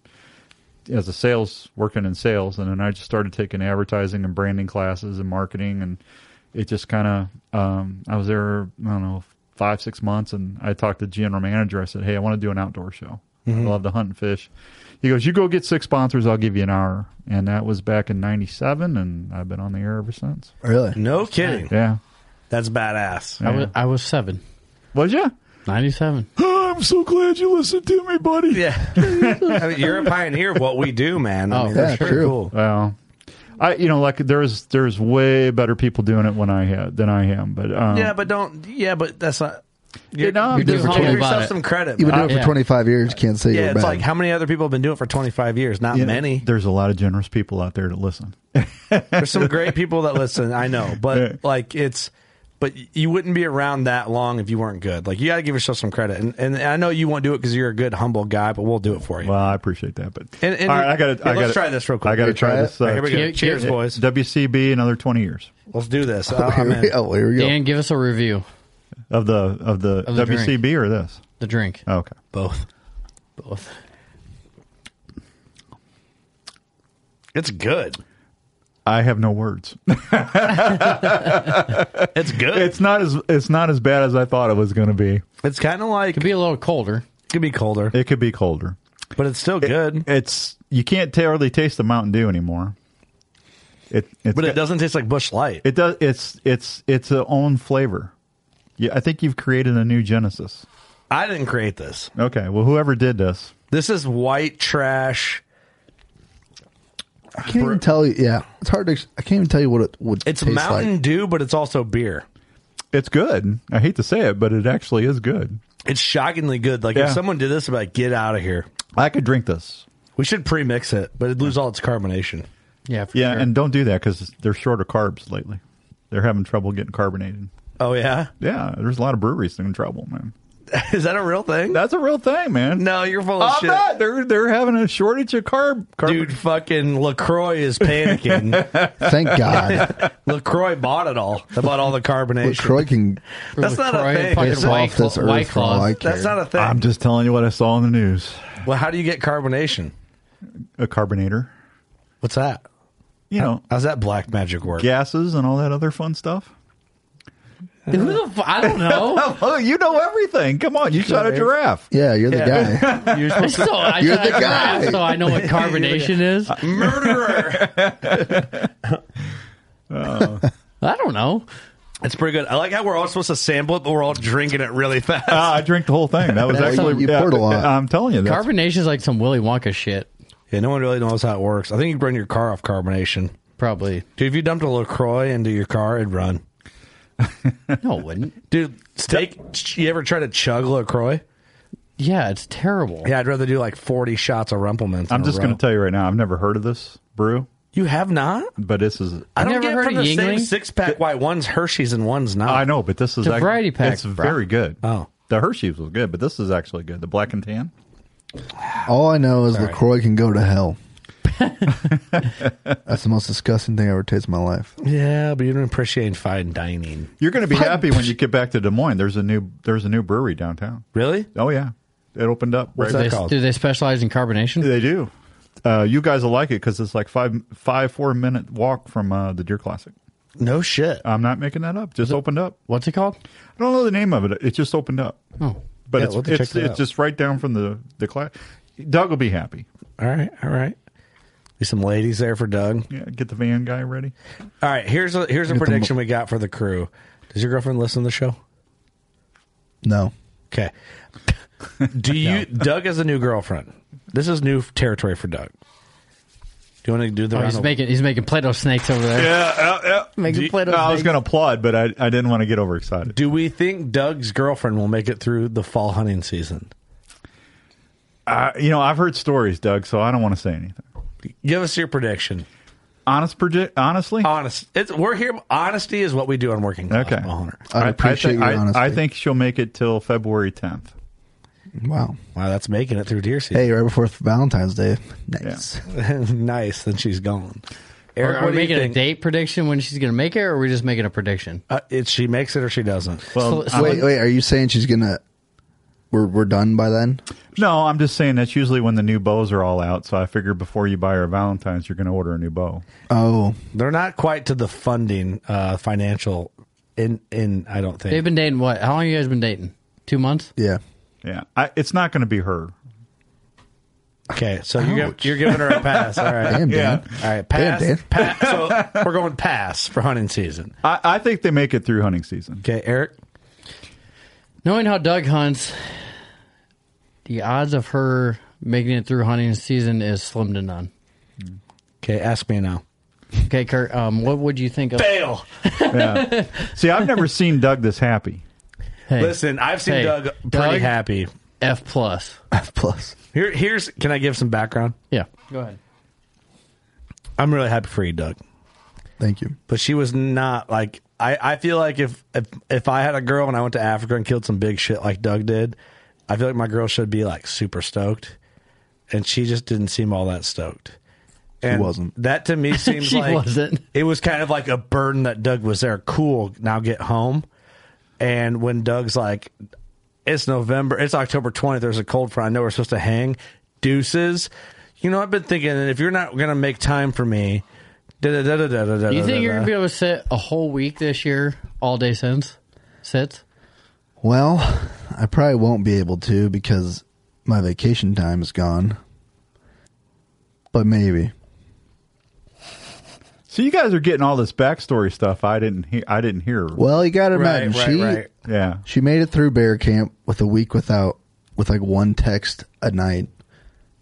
Speaker 7: as a sales, working in sales. And then I just started taking advertising and branding classes and marketing. And it just kind of, um, I was there, I don't know, five, six months. And I talked to the general manager. I said, hey, I want to do an outdoor show.
Speaker 2: Mhm.
Speaker 7: I love to hunt and fish. He goes, you go get six sponsors. I'll give you an hour. And that was back in 97. And I've been on the air ever since.
Speaker 8: Really?
Speaker 2: No kidding.
Speaker 7: Yeah.
Speaker 2: That's badass.
Speaker 5: I was I was seven.
Speaker 7: Was you?
Speaker 5: Ninety seven.
Speaker 7: I'm so glad you listened to me, buddy.
Speaker 2: Yeah. I mean, you're a pioneer of what we do, man. I
Speaker 5: Oh,
Speaker 2: mean,
Speaker 5: for
Speaker 2: that's
Speaker 5: sure.
Speaker 2: pretty cool.
Speaker 7: Well, I you know like there's there's way better people doing it when I had than I am, but um,
Speaker 2: Yeah, but don't. Yeah, but that's not. You're,
Speaker 7: no, I'm
Speaker 2: you're
Speaker 7: just
Speaker 2: giving
Speaker 5: humble about
Speaker 2: yourself
Speaker 5: it.
Speaker 2: some credit.
Speaker 8: You've been
Speaker 2: man.
Speaker 8: doing it for
Speaker 5: yeah.
Speaker 8: 25 years. Can't say
Speaker 2: yeah,
Speaker 8: you're
Speaker 2: it's
Speaker 8: bad.
Speaker 2: like how many other people have been doing it for 25 years? Not
Speaker 7: you know,
Speaker 2: many.
Speaker 7: There's a lot of generous people out there to listen.
Speaker 2: There's some great people that listen. I know, but like it's, but you wouldn't be around that long if you weren't good. Like you got to give yourself some credit, and and I know you won't do it because you're a good, humble guy, but we'll do it for you.
Speaker 7: Well, I appreciate that, but
Speaker 2: And- and-
Speaker 7: all right, I got
Speaker 2: yeah,
Speaker 7: to. I
Speaker 2: let's
Speaker 7: got
Speaker 2: try this real quick.
Speaker 7: I got
Speaker 2: Can
Speaker 7: to
Speaker 2: we
Speaker 7: try
Speaker 8: try
Speaker 7: this. uh,
Speaker 2: All right, here we go.
Speaker 5: Yeah,
Speaker 2: Cheers,
Speaker 5: yeah.
Speaker 2: boys.
Speaker 7: WCB another twenty years
Speaker 2: Let's do this. Oh,
Speaker 8: here,
Speaker 2: man.
Speaker 8: we, oh, here we go.
Speaker 5: Dan, give us a review.
Speaker 7: of the of the,
Speaker 5: Of the
Speaker 7: WCB or this.
Speaker 5: The drink.
Speaker 7: Okay,
Speaker 2: Both.
Speaker 5: Both.
Speaker 2: It's good.
Speaker 7: I have no words.
Speaker 2: It's good. It's,
Speaker 7: it's not as it's not as bad as I thought it was going to be.
Speaker 2: kind of like
Speaker 5: Could
Speaker 2: it
Speaker 5: be a little colder.
Speaker 2: could be colder,
Speaker 7: It could be colder.
Speaker 2: but it's still good.
Speaker 7: It's you can't ta- hardly taste the Mountain Dew anymore. It it's
Speaker 2: but it
Speaker 7: got-
Speaker 2: doesn't taste like Bush Light.
Speaker 7: It does. It's it's it's a own flavor. Yeah, I think you've created a new Genesis.
Speaker 2: I didn't create this.
Speaker 7: Okay. Well, whoever did this,
Speaker 2: This is white trash.
Speaker 8: I can't even tell you. Yeah, it's hard to. ex- I can't even tell you what it would.
Speaker 2: It's
Speaker 8: taste
Speaker 2: Mountain
Speaker 8: Like.
Speaker 2: Dew, but it's also beer.
Speaker 7: it's good. I hate to say it, but it actually is good.
Speaker 2: It's shockingly good. Like if
Speaker 7: Yeah.
Speaker 2: someone did this, about get out of here.
Speaker 7: I could drink this.
Speaker 2: We should pre-mix it, but it'd lose all its carbonation.
Speaker 5: Yeah. For
Speaker 7: Yeah,
Speaker 5: sure.
Speaker 7: and don't do that because they're short of carbs lately. They're having trouble getting carbonated.
Speaker 2: Oh yeah,
Speaker 7: Yeah, there's a lot of breweries in trouble, man.
Speaker 2: is that a real thing?
Speaker 7: That's a real thing, man.
Speaker 2: no, you're full of
Speaker 7: I
Speaker 2: shit.
Speaker 7: bet they're they're having a shortage of carb. carb
Speaker 2: Dude, fucking Lacroix is panicking.
Speaker 8: Thank God.
Speaker 2: Lacroix bought it all. They bought all the carbonation.
Speaker 8: Troy can
Speaker 2: That's not a
Speaker 5: Croy and
Speaker 2: thing.
Speaker 5: fucking
Speaker 2: It's
Speaker 5: White
Speaker 8: off this
Speaker 5: Cla-
Speaker 8: earth
Speaker 5: White
Speaker 8: for all
Speaker 5: Claws.
Speaker 8: I care.
Speaker 2: That's not a thing.
Speaker 7: I'm just telling you what I saw in the news.
Speaker 2: well, how do you get carbonation?
Speaker 7: A carbonator,
Speaker 2: What's that?
Speaker 7: you know,
Speaker 8: Uh,
Speaker 2: How's that black magic work?
Speaker 7: gases and all that other fun stuff.
Speaker 5: Who the f- I don't know.
Speaker 7: Oh, you know everything. Come on, you shot a giraffe.
Speaker 8: uh, Yeah, you're the guy.
Speaker 2: You're supposed to-
Speaker 5: so I
Speaker 8: You're
Speaker 5: said
Speaker 8: the
Speaker 5: I
Speaker 8: guy.
Speaker 5: grabbed, So I know what carbonation is.
Speaker 2: murderer.
Speaker 5: I don't know.
Speaker 2: it's pretty good. I like how we're all supposed to sample it, but we're all drinking it really fast.
Speaker 7: Ah. Uh, I drank the whole thing. That was
Speaker 8: That's
Speaker 7: actually
Speaker 8: something you poured a lot.
Speaker 7: I'm telling you, that's,
Speaker 5: Carbonation is like some Willy Wonka shit.
Speaker 2: Yeah, no one really knows how it works. I think you burn your car off carbonation.
Speaker 5: Probably.
Speaker 2: Dude, if you dumped a LaCroix into your car, it'd run.
Speaker 5: no, it wouldn't.
Speaker 2: Dude, steak. You ever try to chug LaCroix?
Speaker 5: Yeah, it's terrible.
Speaker 2: Yeah, I'd rather do like 40 shots of Rumplemans.
Speaker 7: I'm just going to tell you right now, I've never heard of this brew.
Speaker 2: You have not?
Speaker 7: But this is.
Speaker 2: I don't get from the same six pack why one's Hershey's and one's not.
Speaker 7: I know, but this is
Speaker 5: It's a variety pack,
Speaker 7: It's
Speaker 5: bro.
Speaker 7: very good.
Speaker 2: Oh,
Speaker 7: the Hershey's was good, but this is actually good. The black and tan.
Speaker 8: All I know is
Speaker 7: Sorry.
Speaker 8: LaCroix can go to hell. That's the most disgusting thing I ever tasted in my life.
Speaker 2: Yeah, but you don't appreciate fine dining.
Speaker 7: You're going to be happy when you get back to Des Moines. There's a new there's a new brewery downtown.
Speaker 2: Really?
Speaker 7: Oh yeah, it opened up.
Speaker 5: What's that called? Do they specialize in carbonation?
Speaker 7: They do. Uh, you guys will like it because it's like five five four minute walk from uh, the Deer Classic.
Speaker 2: No shit.
Speaker 7: I'm not making that up. Just opened up.
Speaker 5: What's it called?
Speaker 7: I don't know the name of it. It just opened up.
Speaker 5: Oh,
Speaker 7: but
Speaker 2: Yeah,
Speaker 7: it's
Speaker 2: we'll have to
Speaker 7: it's,
Speaker 2: check that
Speaker 7: it's
Speaker 2: out.
Speaker 7: just right down from the the class. Doug will be happy.
Speaker 2: All right, all right. There's some ladies there for Doug.
Speaker 7: Yeah, get the van guy ready.
Speaker 2: All right, here's a here's a
Speaker 7: Get the
Speaker 2: prediction we got for the crew. Does your girlfriend listen to the show?
Speaker 8: No.
Speaker 2: Okay. Do you Doug has a new girlfriend. This is new territory for Doug. Do you want to do the
Speaker 5: Oh,
Speaker 2: round
Speaker 5: he's
Speaker 2: of-
Speaker 5: making he's making Play-Doh snakes over there.
Speaker 7: Yeah, yeah.
Speaker 5: Make
Speaker 2: Do
Speaker 5: a
Speaker 2: you-
Speaker 5: Play-Doh.
Speaker 7: No, I was
Speaker 5: snake.
Speaker 7: going to applaud, but I, I didn't want to get overexcited.
Speaker 2: Do we think Doug's girlfriend will make it through the fall hunting season?
Speaker 7: Uh, you know, I've heard stories, Doug, so I don't want to say anything.
Speaker 2: Give us your prediction.
Speaker 7: Honest, predi- honestly,
Speaker 2: Honest. It's we're here. Honesty is what we do on working class.
Speaker 7: Okay.
Speaker 2: Honor.
Speaker 8: I appreciate
Speaker 7: think-
Speaker 8: your honesty.
Speaker 7: I think she'll make it till February 10th.
Speaker 8: Wow.
Speaker 2: Wow, that's making it through deer season.
Speaker 8: Hey, right before Valentine's Day. Nice.
Speaker 2: nice. Then she's gone.
Speaker 5: Are,
Speaker 2: Eric,
Speaker 5: are
Speaker 2: what
Speaker 5: we
Speaker 2: do you
Speaker 5: making a
Speaker 2: think?
Speaker 5: date prediction when she's going to make it, or are we just making a prediction?
Speaker 2: Uh, it, she makes it or she doesn't.
Speaker 5: Well, So-
Speaker 8: wait, wait. Are you saying she's gonna? We're we're done by then.
Speaker 7: No, I'm just saying that's usually when the new bows are all out. So I figure before you buy her Valentine's, you're going to order a new bow.
Speaker 8: Oh,
Speaker 2: they're not quite to the funding uh, financial. In in I don't
Speaker 5: They've
Speaker 2: think.
Speaker 5: been dating what? How long you guys been dating? Two months?
Speaker 8: Yeah.
Speaker 7: Yeah, I, it's not going to be her.
Speaker 2: Okay, so you're giv- you're giving her a pass. All right,
Speaker 8: Damn, Dan.
Speaker 2: all right, pass.
Speaker 8: Damn, Dan.
Speaker 2: pass. So we're going pass for hunting season.
Speaker 7: I, I think they make it through hunting season.
Speaker 2: Okay, Eric.
Speaker 5: Knowing how Doug hunts, the odds of her making it through hunting season is slim to none.
Speaker 2: Okay, ask me now.
Speaker 5: Okay, Kurt. Um, what would you think of?
Speaker 2: Fail.
Speaker 7: Yeah. See, I've never seen Doug this happy.
Speaker 5: Hey,
Speaker 2: Listen, I've seen
Speaker 5: Hey,
Speaker 2: Doug pretty
Speaker 5: Doug?
Speaker 2: happy.
Speaker 5: F plus.
Speaker 8: F plus.
Speaker 2: Here, here's. Can I give some background?
Speaker 5: Yeah. Go ahead.
Speaker 2: I'm really happy for you, Doug.
Speaker 8: Thank you.
Speaker 2: but she was not like I, I feel like if, if if I had a girl and I went to Africa and killed some big shit like Doug did, I feel like my girl should be like super stoked, and she just didn't seem all that stoked. And
Speaker 8: wasn't.
Speaker 2: That to me seems
Speaker 5: She
Speaker 2: like
Speaker 5: wasn't.
Speaker 2: it was kind of like a burden that Doug was there. Cool, now get home. And when Doug's like, it's November, it's October 20th, there's a cold front. I know we're supposed to hang. Deuces. You know, I've been thinking, if you're not going to make time for me, da da da da da da da.
Speaker 5: Do you think you're gonna be able to sit a whole week this year, all day since sits?
Speaker 8: Well, I probably won't be able to because my vacation time is gone. But maybe.
Speaker 7: So you guys are getting all this backstory stuff. I didn't. He- I didn't hear.
Speaker 8: Well, you got to
Speaker 2: Right,
Speaker 8: imagine
Speaker 2: right,
Speaker 8: she
Speaker 2: right.
Speaker 7: Yeah.
Speaker 8: she made it through bear camp with a week without with like one text a night.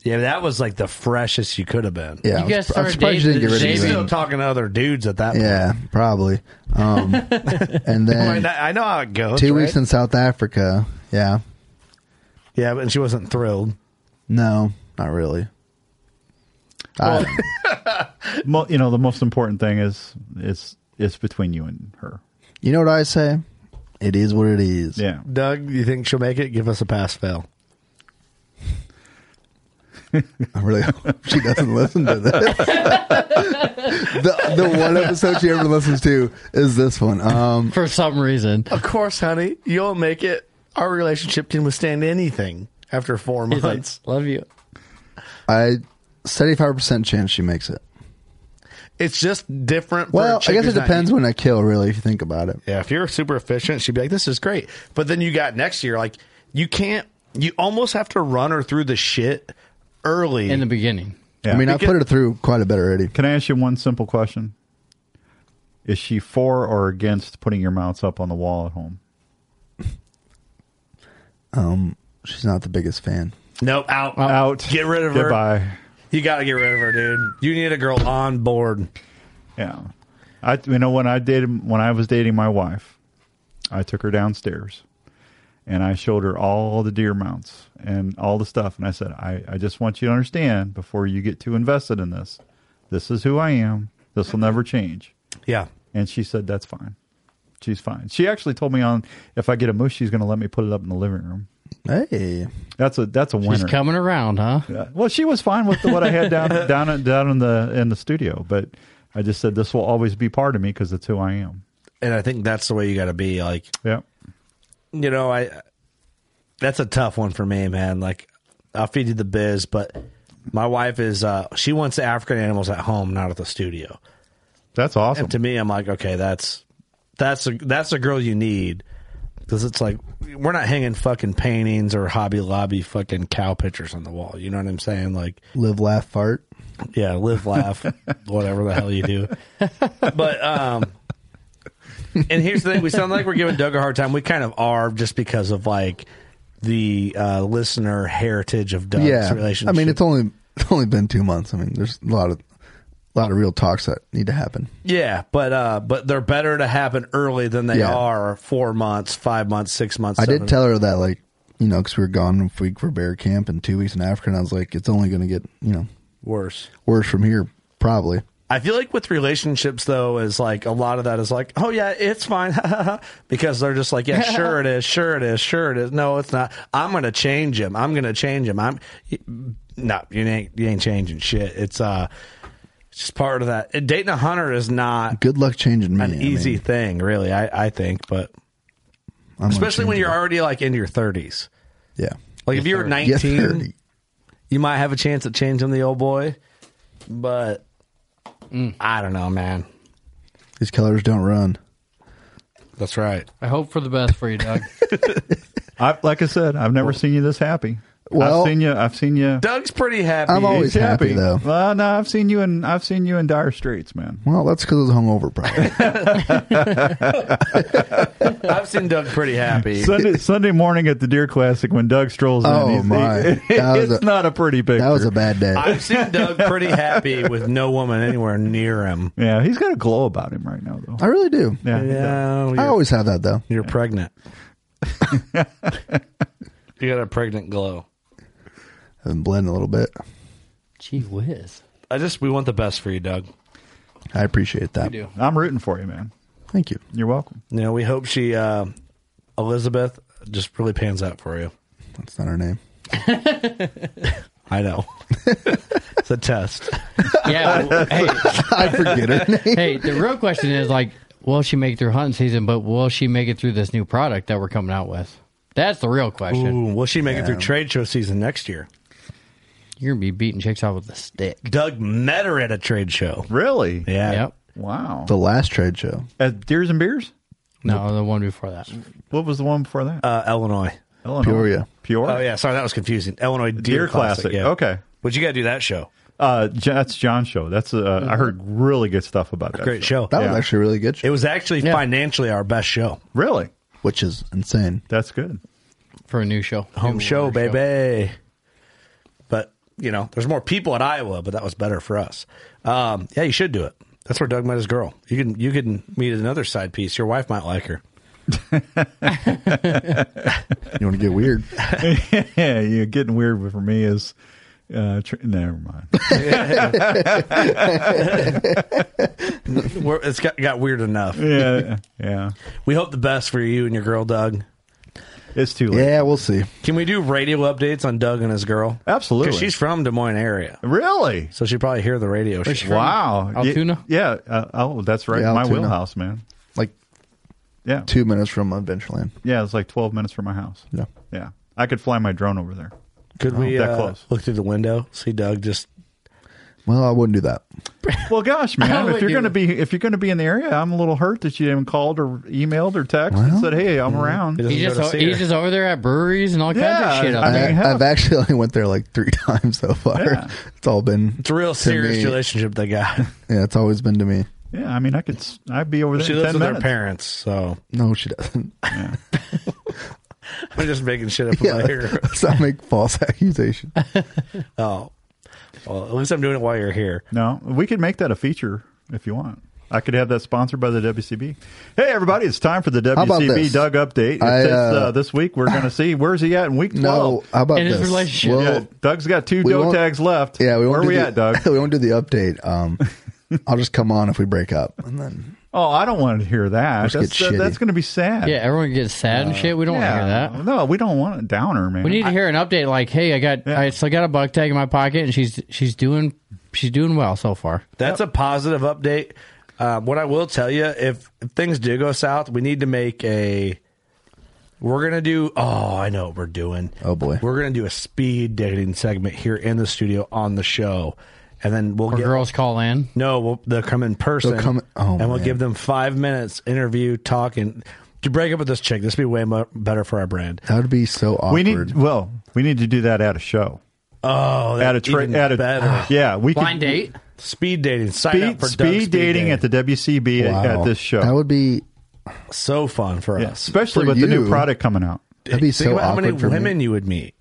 Speaker 2: Yeah, that was like the freshest you could have been.
Speaker 5: You
Speaker 8: Yeah, I was-
Speaker 5: guys
Speaker 8: I was
Speaker 5: started
Speaker 8: surprised you didn't get
Speaker 5: dating-
Speaker 8: rid
Speaker 2: She's
Speaker 8: of me.
Speaker 2: still talking to other dudes at that
Speaker 8: Yeah, probably. Um, and
Speaker 2: point. I, mean,
Speaker 8: then
Speaker 2: I know how it goes.
Speaker 8: two
Speaker 2: right?
Speaker 8: weeks in South Africa. Yeah,
Speaker 2: Yeah, but she wasn't thrilled.
Speaker 8: no, not really. I,
Speaker 7: Mo- you know, the most important thing is it's it's between you and her.
Speaker 8: you know what I say? It is what it is.
Speaker 7: Yeah.
Speaker 2: Doug, you think she'll make it? Give us a pass fail.
Speaker 8: I really hope she doesn't listen to this. the the one episode she ever listens to is this one. Um,
Speaker 5: For some reason,
Speaker 2: Of course, honey. You'll make it. Our relationship can withstand anything after four
Speaker 5: He's like,
Speaker 2: months.
Speaker 5: love you.
Speaker 8: I seventy five percent chance she makes it.
Speaker 2: it's just different. for a
Speaker 8: Well,
Speaker 2: chick
Speaker 8: I guess it
Speaker 2: who's not
Speaker 8: depends
Speaker 2: used-
Speaker 8: when I kill. Really, if you think about it.
Speaker 2: yeah, if you're super efficient, she'd be like, "This is great." But then you got next year, like you can't. You almost have to run her through the shit early.
Speaker 5: In the beginning,
Speaker 7: Yeah.
Speaker 8: I mean, I
Speaker 2: Because-
Speaker 8: put her through quite a bit already.
Speaker 7: Can I ask you one simple question? Is she for or against putting your mounts up on the wall at home?
Speaker 8: Um, she's not the biggest fan.
Speaker 2: nope, out,
Speaker 7: Out.
Speaker 2: Get rid of her.
Speaker 7: Goodbye.
Speaker 2: You got to get rid of her, dude. You need a girl on board.
Speaker 7: Yeah. I you know when I dated when I was dating my wife, I took her downstairs and I showed her all the deer mounts and all the stuff and I said, I, I just want you to understand before you get too invested in this, this is who I am. This will never change.
Speaker 2: Yeah.
Speaker 7: And she said, That's fine. She's fine. She actually told me on if I get a moose, she's gonna let me put it up in the living room.
Speaker 8: Hey,
Speaker 7: that's a that's a winner.
Speaker 5: She's coming around, huh?
Speaker 7: Yeah. Well, she was fine with the, what I had down down down in the in the studio, but I just said this will always be part of me because it's who I am.
Speaker 2: And I think that's the way you got to be. Like,
Speaker 7: yeah,
Speaker 2: you know, I that's a tough one for me, man. Like, I'll feed you the biz, but my wife is uh she wants the African animals at home, not at the studio.
Speaker 7: That's awesome.
Speaker 2: And to me, I'm like, okay, that's that's a, that's a girl you need because it's like we're not hanging fucking paintings or Hobby Lobby fucking cow pictures on the wall. You know what I'm saying? Like
Speaker 8: live, laugh, fart.
Speaker 2: Yeah, live, laugh, whatever the hell you do. But um, and here's the thing: we sound like we're giving Doug a hard time. We kind of are, just because of like the uh, listener heritage of Doug's
Speaker 8: yeah,
Speaker 2: relationship.
Speaker 8: I mean, it's only it's only been two months. I mean, there's a lot of a lot of real talks that need to happen.
Speaker 2: Yeah, but uh, but they're better to happen early than they
Speaker 8: Yeah.
Speaker 2: are four months, five months, six months.
Speaker 8: I
Speaker 2: seven-
Speaker 8: did tell her that, like, you know, because we were gone a week for bear camp and two weeks in Africa, and I was like, it's only going to get, you know,
Speaker 2: worse,
Speaker 8: worse from here, probably.
Speaker 2: I feel like with relationships though is like a lot of that is like, oh yeah, it's fine, because they're just like, yeah, sure it is, sure it is, sure it is. No, it's not. I'm gonna change him. I'm gonna change him. I'm no, you ain't you ain't changing shit. It's uh, it's just part of that. And Dating a hunter is not
Speaker 8: Good luck changing me.
Speaker 2: an
Speaker 8: I
Speaker 2: easy
Speaker 8: mean,
Speaker 2: thing, really. I I think, but
Speaker 8: I'm gonna
Speaker 2: especially when
Speaker 8: change
Speaker 2: you're already like into your 30s.
Speaker 8: it. yeah,
Speaker 2: Like if you were
Speaker 8: You're
Speaker 2: 19,
Speaker 8: 30.
Speaker 2: you might have a chance at changing the old boy, but
Speaker 8: Mm.
Speaker 2: I don't know, man.
Speaker 8: these colors don't run.
Speaker 2: That's right.
Speaker 5: I hope for the best for you, Doug.
Speaker 7: I like I said, I've never seen you this happy.
Speaker 8: Well-
Speaker 7: I've seen you. I've seen you.
Speaker 2: Doug's pretty happy.
Speaker 8: I'm always
Speaker 7: He's
Speaker 8: happy, though.
Speaker 7: Well, no, I've seen you in I've seen you in dire straits, man.
Speaker 8: Well, that's because I was hungover, probably.
Speaker 2: I've seen Doug pretty happy.
Speaker 7: Sunday, Sunday morning at the Deer Classic when Doug strolls
Speaker 8: Oh,
Speaker 7: in. he's- he-
Speaker 8: my. That was
Speaker 7: it's
Speaker 8: a-
Speaker 7: not a pretty picture.
Speaker 8: that was a bad day.
Speaker 2: I've seen Doug pretty happy with no woman anywhere near him.
Speaker 7: yeah, he's got a glow about him right now, though.
Speaker 8: I really do.
Speaker 7: Yeah, he does.
Speaker 2: Yeah,
Speaker 8: I
Speaker 2: you're,
Speaker 8: always have that, though.
Speaker 2: you're pregnant. you got a pregnant glow.
Speaker 8: I've been blending a little bit.
Speaker 5: Gee whiz.
Speaker 2: I just we want the best for you, Doug.
Speaker 8: I appreciate that.
Speaker 5: do.
Speaker 7: I'm rooting for you, man.
Speaker 8: Thank you.
Speaker 7: You're welcome.
Speaker 2: You know, we hope she uh, Elizabeth just really pans out for you.
Speaker 8: That's not her name.
Speaker 2: I know. it's a test.
Speaker 5: Yeah. well, hey,
Speaker 8: I forget her name.
Speaker 5: hey, the real question is like, will she make it through hunting season, but will she make it through this new product that we're coming out with? That's the real question.
Speaker 2: Ooh, will she make it through trade show season next year?
Speaker 5: You're going to be beating chicks out with a stick.
Speaker 2: Doug met her at a trade show.
Speaker 7: Really?
Speaker 2: Yeah.
Speaker 5: Yep.
Speaker 7: Wow.
Speaker 8: The last trade show.
Speaker 7: At Deers and Beers?
Speaker 5: No, the one before that.
Speaker 7: What was the one before that?
Speaker 2: Uh, Illinois.
Speaker 7: Illinois.
Speaker 8: Peoria.
Speaker 7: Peoria.
Speaker 2: Oh yeah, sorry, that was confusing. Illinois Deer,
Speaker 7: Deer
Speaker 2: Classic.
Speaker 7: Classic,
Speaker 2: yeah.
Speaker 7: okay.
Speaker 2: but you got to do that show.
Speaker 7: Uh, J- that's John's show. That's uh, I heard really good stuff about that.
Speaker 2: Mm-hmm. Great show.
Speaker 8: That
Speaker 7: Yeah.
Speaker 8: was actually a really good
Speaker 2: It
Speaker 8: show,
Speaker 2: was actually
Speaker 5: Yeah.
Speaker 2: financially our best show.
Speaker 7: Really?
Speaker 8: which is insane.
Speaker 7: That's good.
Speaker 5: for a new show.
Speaker 2: Home
Speaker 5: New
Speaker 2: show,
Speaker 5: horror
Speaker 2: baby. But, you know, there's more people at Iowa, but that was better for us. Um, yeah, you should do it. That's where Doug met his girl. You can you can meet another side piece. Your wife might like her.
Speaker 8: You want to get weird?
Speaker 7: yeah, you're getting weird for me is uh, tr- never mind.
Speaker 2: We're, it's got, got weird enough.
Speaker 7: yeah, yeah.
Speaker 2: We hope the best for you and your girl, Doug.
Speaker 7: It's too late.
Speaker 8: yeah, we'll see.
Speaker 2: Can we do radio updates on Doug and his girl?
Speaker 7: Absolutely.
Speaker 2: 'Cause she's from Des Moines area,
Speaker 7: Really?
Speaker 2: so she probably hear the radio show.
Speaker 7: Wow. Ye-
Speaker 5: Altoona?
Speaker 7: Yeah. uh, oh, that's right.
Speaker 8: Yeah,
Speaker 7: my
Speaker 8: Altoona.
Speaker 7: wheelhouse, man.
Speaker 8: Like
Speaker 7: Yeah.
Speaker 8: two minutes from Adventureland.
Speaker 7: Yeah, it's like 12 minutes from my house.
Speaker 8: Yeah.
Speaker 7: Yeah. I could fly my drone over there.
Speaker 2: Could we
Speaker 7: that
Speaker 2: uh,
Speaker 7: close.
Speaker 2: look through the window, see Doug just
Speaker 8: Well, I wouldn't do that.
Speaker 7: Well, gosh,
Speaker 5: I
Speaker 7: man,
Speaker 5: would
Speaker 7: if you're
Speaker 5: do
Speaker 7: going to
Speaker 5: it.
Speaker 7: be if you're going to be in the area, I'm a little hurt that you haven't called or emailed or texted and
Speaker 8: Well,
Speaker 7: said, "Hey, I'm
Speaker 2: It
Speaker 7: around."
Speaker 2: doesn't
Speaker 5: He's
Speaker 2: go
Speaker 5: just,
Speaker 2: to see
Speaker 5: he's
Speaker 2: her.
Speaker 5: just over there at breweries and all kinds
Speaker 7: Yeah,
Speaker 5: of shit. Up
Speaker 7: I
Speaker 5: there.
Speaker 7: mean,
Speaker 8: I,
Speaker 7: hell.
Speaker 8: have actually only went there like three times so far.
Speaker 7: Yeah.
Speaker 8: It's all been.
Speaker 2: It's a real
Speaker 8: to
Speaker 2: serious
Speaker 8: me.
Speaker 2: relationship they got.
Speaker 8: Yeah, it's always been to me.
Speaker 7: Yeah, I mean, I could s- I'd be over there
Speaker 2: she
Speaker 7: in
Speaker 2: lives
Speaker 7: 10
Speaker 2: with her
Speaker 7: minutes.
Speaker 2: parents, so
Speaker 8: No, she doesn't.
Speaker 2: I'm just making shit up
Speaker 8: Yeah,
Speaker 2: about here.
Speaker 8: let's not make false accusation.
Speaker 2: Oh, Well, at least I'm doing it while you're here.
Speaker 7: No, we could make that a feature if you want. I could have that sponsored by the WCB. Hey, everybody, it's time for the
Speaker 8: How about
Speaker 7: WCB
Speaker 8: this?
Speaker 7: Doug update. It
Speaker 8: I,
Speaker 7: says, uh,
Speaker 8: uh,
Speaker 7: this week we're going to see where's he at in week 12.
Speaker 8: No, how about this?
Speaker 7: Yeah, Doug's got two go tags left.
Speaker 8: Yeah, we
Speaker 7: Where
Speaker 8: won't do
Speaker 7: we
Speaker 8: the,
Speaker 7: at, Doug?
Speaker 8: we won't do the update. Um, I'll just come on if we break up. And then
Speaker 7: Oh, I don't want to hear that.
Speaker 8: Let's get
Speaker 7: That's, that- that's
Speaker 8: shitty.
Speaker 7: going to be sad.
Speaker 5: Yeah, everyone gets sad
Speaker 2: Uh,
Speaker 5: and shit. We don't wanna hear
Speaker 7: that. No, we don't want a downer, man.
Speaker 5: We need to hear an update. Like, hey, I got, I still got a bug tag in my pocket, and she's she's doing she's doing well so far.
Speaker 2: That's a positive update. Um, what I will tell you, if, if things do go south, we need to make a. We're gonna do. Oh, I know what we're doing.
Speaker 8: Oh boy,
Speaker 2: we're gonna do a speed dating segment here in the studio on the show, and then we'll
Speaker 5: Or
Speaker 2: get
Speaker 5: girls call in.
Speaker 2: No, we'll, they'll come in person.
Speaker 8: They'll come- oh,
Speaker 2: and we'll
Speaker 8: man.
Speaker 2: give them five minutes interview talking. To break up with this chick, this would be way mo- better for our brand.
Speaker 8: that would be so awkward.
Speaker 7: We need well, we need to do that at a show.
Speaker 2: Oh,
Speaker 7: at a
Speaker 2: that's
Speaker 7: tra-
Speaker 2: even
Speaker 7: at a
Speaker 2: better.
Speaker 7: yeah, we could-
Speaker 2: speed dating, Sign up
Speaker 7: speed,
Speaker 2: for Doug's
Speaker 7: speed dating, at the WCB at, at this show.
Speaker 8: That would be
Speaker 2: so fun for
Speaker 7: Yeah,
Speaker 2: us,
Speaker 7: especially
Speaker 8: For
Speaker 7: with the new
Speaker 8: you.
Speaker 7: product coming out.
Speaker 8: that'd be
Speaker 2: Think
Speaker 8: so
Speaker 2: about how
Speaker 8: awkward
Speaker 2: many
Speaker 8: for me.
Speaker 2: women you would meet.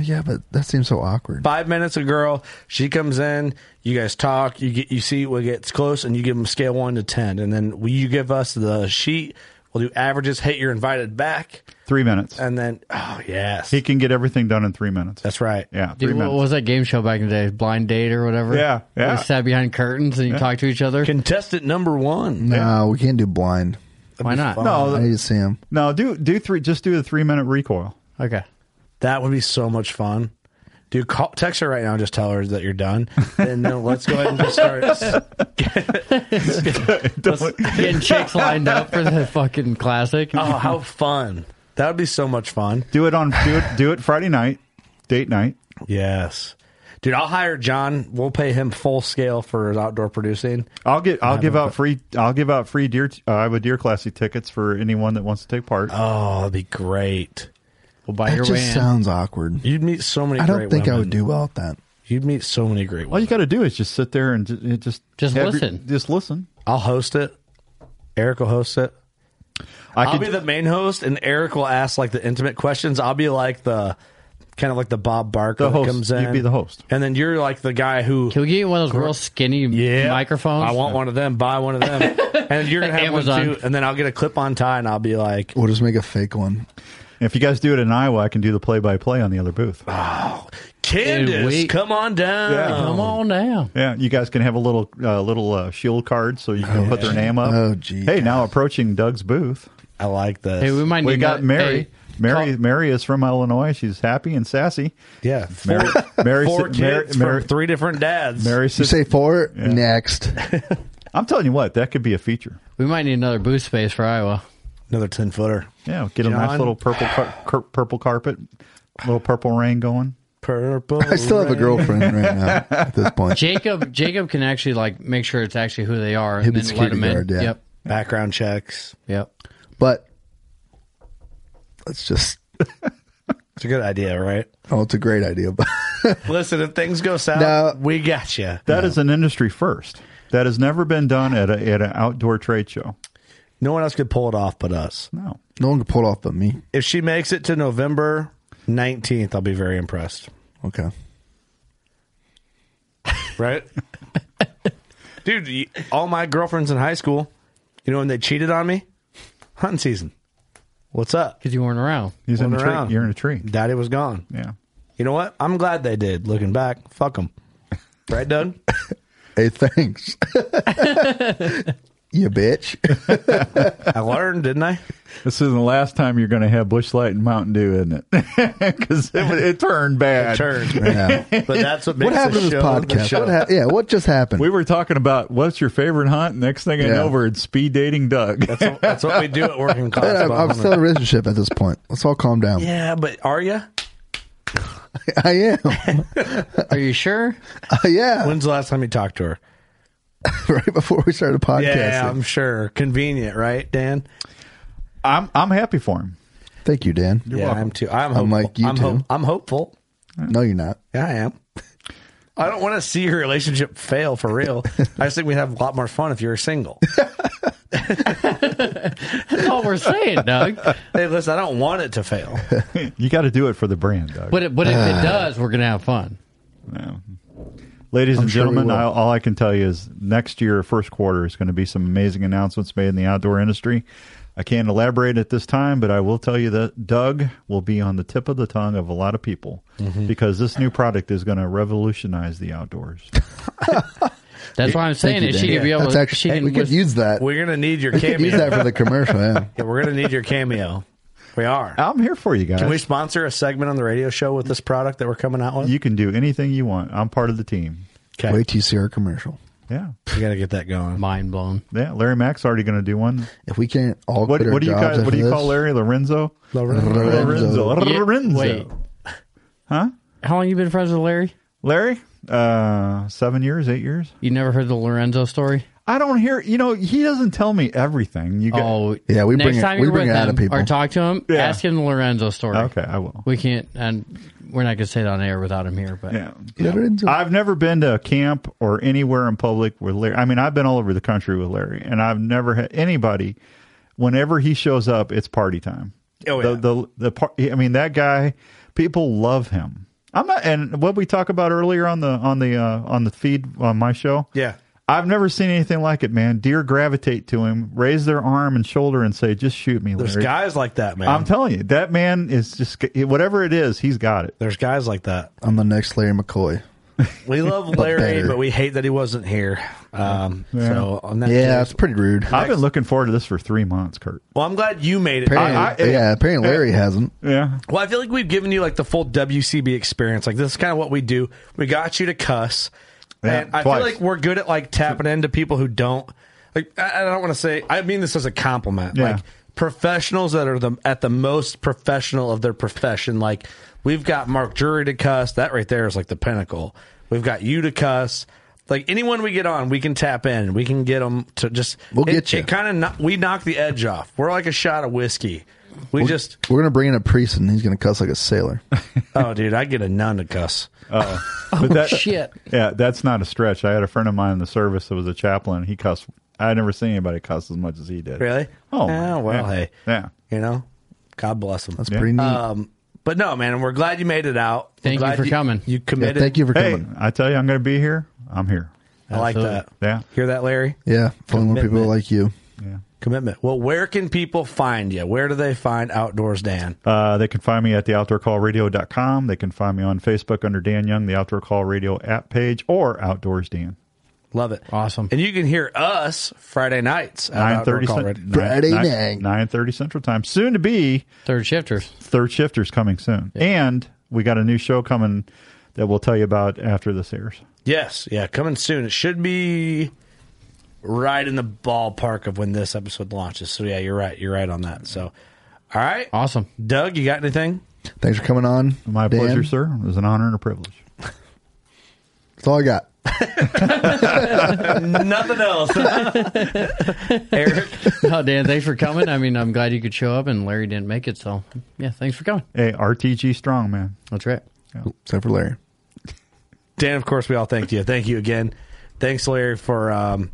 Speaker 8: Yeah, but that seems so awkward.
Speaker 2: Five minutes, a girl. She comes in. You guys talk. You get you see what gets close, and you give them scale one to ten, and then we, you give us the sheet. We'll do averages. Hey, you're invited back,
Speaker 7: Three minutes.
Speaker 2: and then oh yes,
Speaker 7: He can get everything done in three minutes.
Speaker 2: that's right.
Speaker 7: Yeah, three
Speaker 5: Dude, what
Speaker 7: minutes.
Speaker 5: was that game show back in the day? Blind date or whatever.
Speaker 7: Yeah,
Speaker 5: Where
Speaker 7: yeah.
Speaker 5: You sat behind curtains and you
Speaker 7: Yeah.
Speaker 5: talked to each other.
Speaker 2: Contestant number one.
Speaker 8: No, we can't do blind.
Speaker 5: Why not?
Speaker 7: No,
Speaker 8: I need to see him.
Speaker 7: no, do do three. Just do the three minute recoil.
Speaker 5: Okay.
Speaker 2: That would be so much fun. Dude, call, text her right now. and Just tell her that you're done, and then uh, let's go ahead and just start.
Speaker 5: Getting chicks lined up for the fucking classic.
Speaker 2: Oh, how fun! That would be so much fun.
Speaker 7: Do it on do it do it Friday night, date night.
Speaker 2: Yes, dude. I'll hire John. We'll pay him full scale for his outdoor producing.
Speaker 7: I'll get I'll give out free I'll give out free deer uh, Iowa deer classic tickets for anyone that wants to take part.
Speaker 2: Oh, that'd be great.
Speaker 5: We'll buy
Speaker 8: That
Speaker 5: your
Speaker 8: just
Speaker 5: way in.
Speaker 8: sounds awkward.
Speaker 2: You'd meet so many.
Speaker 8: I
Speaker 2: great
Speaker 8: don't think I
Speaker 2: women.
Speaker 8: would do well at that.
Speaker 2: You'd meet so many great.
Speaker 7: All
Speaker 2: Women.
Speaker 7: you got to do is just sit there and ju- it just
Speaker 5: Just
Speaker 7: have your-
Speaker 5: listen.
Speaker 7: just listen.
Speaker 2: I'll host it. Eric will host it.
Speaker 7: I
Speaker 2: I'll
Speaker 7: could
Speaker 2: be the main host, and Eric will ask like the intimate questions. I'll be like the kind of like the Bob Barker
Speaker 7: The
Speaker 2: that
Speaker 7: host.
Speaker 2: comes in.
Speaker 7: You'd be the host.
Speaker 2: and then you're like the guy who.
Speaker 5: Can we get you one of those real skinny
Speaker 2: Yeah,
Speaker 5: microphones?
Speaker 2: I want one of them. Buy one of them, and you're gonna have
Speaker 5: Amazon.
Speaker 2: one too. And then I'll get a clip-on tie, and I'll be like,
Speaker 8: We'll just make a fake one.
Speaker 7: if you guys do it in Iowa, I can do the play by play on the other booth.
Speaker 8: Ah.
Speaker 2: Candace,
Speaker 5: wait.
Speaker 2: come on down.
Speaker 7: Yeah.
Speaker 5: Come on now.
Speaker 7: Yeah, you guys can have a little uh, little uh, shield card so you can put their name up.
Speaker 8: Oh, gee.
Speaker 7: Hey, now approaching Doug's booth,
Speaker 2: I like this.
Speaker 5: Hey, we might
Speaker 7: we
Speaker 5: need
Speaker 7: got
Speaker 5: that-
Speaker 7: Mary.
Speaker 5: hey,
Speaker 7: Mary
Speaker 5: call-
Speaker 7: Mary is from Illinois. She's happy and sassy.
Speaker 2: yeah, four,
Speaker 7: Mary Mary,
Speaker 2: four
Speaker 7: sit- Mary,
Speaker 2: kids
Speaker 7: Mary,
Speaker 2: from three different dads.
Speaker 7: Mary
Speaker 8: You
Speaker 7: sits-
Speaker 8: say four next.
Speaker 7: I'm telling you what, that could be a feature.
Speaker 5: we might need another booth space for Iowa.
Speaker 2: Another ten footer.
Speaker 7: Yeah, get a
Speaker 2: John.
Speaker 7: nice little purple car- cur- purple carpet, little purple rain going.
Speaker 2: Purple.
Speaker 8: I still have a
Speaker 2: rain.
Speaker 8: girlfriend right now at this point.
Speaker 5: Jacob Jacob can actually like make sure it's actually who they are
Speaker 8: He'll
Speaker 5: and
Speaker 8: be
Speaker 5: then let
Speaker 8: security
Speaker 5: them in.
Speaker 8: guard, yeah.
Speaker 5: Yep.
Speaker 2: Background checks.
Speaker 5: Yep.
Speaker 8: But let's just.
Speaker 2: It's a good idea, right?
Speaker 8: Oh, it's a great idea, but
Speaker 2: Listen, if things go south,
Speaker 8: No.
Speaker 2: we got you.
Speaker 7: That is an industry first. That has never been done at a, at an outdoor trade show.
Speaker 2: No one else could pull it off but us.
Speaker 7: No.
Speaker 8: no one can pull it off but me.
Speaker 2: If she makes it to November nineteenth, I'll be very impressed.
Speaker 8: Okay.
Speaker 2: Right, dude. you- All my girlfriends in high school, you know when they cheated on me? Hunting season. What's up?
Speaker 5: Because you weren't around.
Speaker 7: He's in a
Speaker 2: Went
Speaker 7: tree.
Speaker 2: around.
Speaker 7: You're in a tree.
Speaker 2: Daddy was gone.
Speaker 7: Yeah.
Speaker 2: You know what? I'm glad they did. Looking back, fuck them. Right, Doug?
Speaker 8: Hey, thanks. you bitch.
Speaker 2: I learned, didn't I?
Speaker 7: This is the last time you're going to have Bush Light and Mountain Dew, isn't it? Because it, it turned bad.
Speaker 2: Turned.
Speaker 8: Yeah.
Speaker 2: But that's what makes
Speaker 8: What
Speaker 2: the
Speaker 8: happened to this
Speaker 2: show the
Speaker 8: podcast?
Speaker 2: show.
Speaker 8: What hap- yeah, what just happened?
Speaker 7: We were talking about what's your favorite hunt. Next thing I
Speaker 8: Yeah.
Speaker 7: know, we're at speed dating Doug.
Speaker 2: that's, what, that's what we do at working
Speaker 8: Man,
Speaker 2: class.
Speaker 8: I'm, I'm
Speaker 2: Oklahoma.
Speaker 8: still in a relationship at this point. Let's all calm down.
Speaker 2: yeah, but are you?
Speaker 8: I am. Uh,
Speaker 5: Are you sure?
Speaker 8: yeah.
Speaker 2: When's the last time you talked to her?
Speaker 8: right before we started podcasting.
Speaker 2: Yeah, I'm sure. Convenient, right, Dan?
Speaker 7: I'm I'm happy for him.
Speaker 8: Thank you, Dan.
Speaker 2: yeah,
Speaker 7: welcome.
Speaker 2: I'm too. I'm hopeful.
Speaker 8: I'm like you
Speaker 2: I'm,
Speaker 8: too.
Speaker 2: I'm hopeful.
Speaker 8: No, you're not.
Speaker 2: Yeah, I am. I don't want to see your relationship fail for real. I just think we'd have a lot more fun if you were single.
Speaker 5: That's all we're saying, Doug.
Speaker 2: hey, listen, I don't want it to fail.
Speaker 7: You got to do it for the brand, Doug.
Speaker 5: But it, but if it does, we're gonna have fun.
Speaker 7: Yeah. Ladies
Speaker 8: I'm
Speaker 7: and
Speaker 8: sure we
Speaker 7: gentlemen,
Speaker 8: will.
Speaker 7: I, all I can tell you is next year, first quarter, is going to be some amazing announcements made in the outdoor industry. I can't elaborate at this time, but I will tell you that Doug will be on the tip of the tongue of a lot of people
Speaker 8: Mm-hmm.
Speaker 5: Mhm.
Speaker 7: because this new product is going to revolutionize the outdoors.
Speaker 5: That's why I'm saying
Speaker 7: you,
Speaker 5: it. She
Speaker 7: Dan.
Speaker 5: could be
Speaker 7: Yeah,
Speaker 5: able.
Speaker 7: that's
Speaker 5: to
Speaker 7: actually-
Speaker 5: she
Speaker 7: hey,
Speaker 5: can
Speaker 7: we could
Speaker 5: list-
Speaker 7: use that.
Speaker 2: We're gonna need your
Speaker 5: We could
Speaker 2: cameo.
Speaker 5: use that for the
Speaker 8: commercial. Yeah.
Speaker 2: we're gonna need your cameo. We are.
Speaker 7: I'm here for you guys.
Speaker 2: Can we sponsor a segment on the radio show with this product that we're coming out with?
Speaker 7: You can do anything you want. I'm part of the team.
Speaker 2: Okay.
Speaker 8: Wait till you see our commercial.
Speaker 7: Yeah.
Speaker 2: We got to get that going.
Speaker 5: Mind blown.
Speaker 7: Yeah. Larry Mack's already going to do one.
Speaker 8: If we can't all
Speaker 7: What,
Speaker 8: quit our
Speaker 7: what do you
Speaker 8: jobs
Speaker 7: guys,
Speaker 8: after
Speaker 7: What do you
Speaker 8: this,
Speaker 7: call Larry Lorenzo?
Speaker 8: Lorenzo.
Speaker 7: Lorenzo.
Speaker 5: Yeah,
Speaker 7: Lorenzo.
Speaker 5: Wait,
Speaker 7: Huh?
Speaker 5: how long you been friends with Larry?
Speaker 7: Larry? Uh, seven years, eight years.
Speaker 5: You never heard the Lorenzo story?
Speaker 7: I don't hear. You know, he doesn't tell me everything. You got,
Speaker 5: Oh, next time you're with him Or talk to him. Ask him the Lorenzo story.
Speaker 7: Okay, I will.
Speaker 5: We can't, and we're not gonna say it on air without him here. But
Speaker 7: Yeah. I've never been to a camp or anywhere in public with Larry. I mean, I've been all over the country with Larry, and I've never had anybody. Whenever he shows up, it's party time.
Speaker 2: Oh,
Speaker 7: the,
Speaker 2: yeah.
Speaker 7: the the par- I mean, that guy. People love him. I'm not. And what we talked about earlier on the on the uh, on the feed on my show.
Speaker 2: Yeah.
Speaker 7: I've never seen anything like it, man. Deer gravitate to him, raise their arm and shoulder, and say, "Just shoot me, Larry."
Speaker 2: There's guys like that, man.
Speaker 7: I'm telling you, that man is just whatever it is, he's got it.
Speaker 2: There's guys like that.
Speaker 8: I'm the next Larry McCoy.
Speaker 2: We love
Speaker 8: But
Speaker 2: Larry,
Speaker 8: better.
Speaker 2: but, we hate that he wasn't here. Um,
Speaker 7: Yeah.
Speaker 2: So on that,
Speaker 8: yeah, it's pretty rude.
Speaker 7: I've been looking forward to this for three months, Kurt.
Speaker 2: well, I'm glad you made it.
Speaker 8: Apparently, yeah, apparently Larry hasn't.
Speaker 7: Yeah.
Speaker 2: Well, I feel like we've given you like the full WCB experience. Like this is kind of what we do. We got you to cuss,
Speaker 7: Yeah,
Speaker 2: and I
Speaker 7: twice.
Speaker 2: feel like we're good at like tapping into people who don't. Like I, I don't want to say. I mean this as a compliment.
Speaker 7: Yeah.
Speaker 2: Like professionals that are the at the most professional of their profession. Like we've got Mark Jury to cuss. That right there is like the pinnacle. We've got you to cuss. Like anyone we get on, we can tap in. We can get them to just.
Speaker 8: We'll
Speaker 2: it-
Speaker 8: get you.
Speaker 2: It kind of we knock the edge off. We're like a shot of whiskey. We
Speaker 8: We're-
Speaker 2: just
Speaker 8: We're gonna bring in a priest and he's gonna cuss like a sailor.
Speaker 2: oh, dude, I get a nun to cuss.
Speaker 7: Oh, but that,
Speaker 5: shit.
Speaker 7: Yeah, that's not a stretch. I had a friend of mine in the service that was a chaplain. He cussed. I never seen anybody cuss as much as he did.
Speaker 2: Really?
Speaker 7: Oh,
Speaker 2: Ah,
Speaker 7: man.
Speaker 2: well,
Speaker 7: yeah.
Speaker 2: hey,
Speaker 7: Yeah.
Speaker 2: you know, God bless him. That's
Speaker 8: pretty neat.
Speaker 2: Um, but no, man, we're glad you made it out. We're
Speaker 5: Thank you
Speaker 2: glad
Speaker 5: for coming.
Speaker 2: You committed.
Speaker 7: hey, I tell you, I'm going to be here. I'm here.
Speaker 2: I like that.
Speaker 5: Absolutely.
Speaker 7: Yeah.
Speaker 2: Hear that, Larry?
Speaker 8: Yeah, following more people
Speaker 2: Commitment.
Speaker 8: like you.
Speaker 2: Commitment. Well, where can people find you? Where do they find Outdoors Dan?
Speaker 7: Uh, they can find me at theoutdoorcallradio.com. They can find me on Facebook under Dan Young, the Outdoor Call Radio app page, or Outdoors Dan.
Speaker 2: Love it.
Speaker 5: Awesome.
Speaker 2: And you can hear us Friday nights. at
Speaker 7: Nine
Speaker 2: Outdoor
Speaker 7: thirty
Speaker 2: Call Radio.
Speaker 8: Friday night.
Speaker 7: Nine thirty Central Time. Soon to be
Speaker 5: Third shifters.
Speaker 7: third shifters coming soon, and we got a new show coming that we'll tell you about after this airs.
Speaker 2: Yes, yeah, coming soon. It should be right in the ballpark of when this episode launches. So yeah, you're right. You're right on that. So, all right,
Speaker 5: awesome.
Speaker 2: Doug, you got anything?
Speaker 8: Thanks for coming on.
Speaker 7: My
Speaker 8: Dan.
Speaker 7: pleasure, sir. It was an honor and a privilege.
Speaker 8: That's all I got.
Speaker 2: Nothing else. Eric,
Speaker 5: No, Dan, thanks for coming. I mean, I'm glad you could show up, and Larry didn't make it, so yeah, thanks for coming.
Speaker 7: Hey, RTG strong man.
Speaker 5: That's right.
Speaker 8: Except for Larry.
Speaker 2: Dan, of course, we all thank you. Thank you again. Thanks, Larry, for um,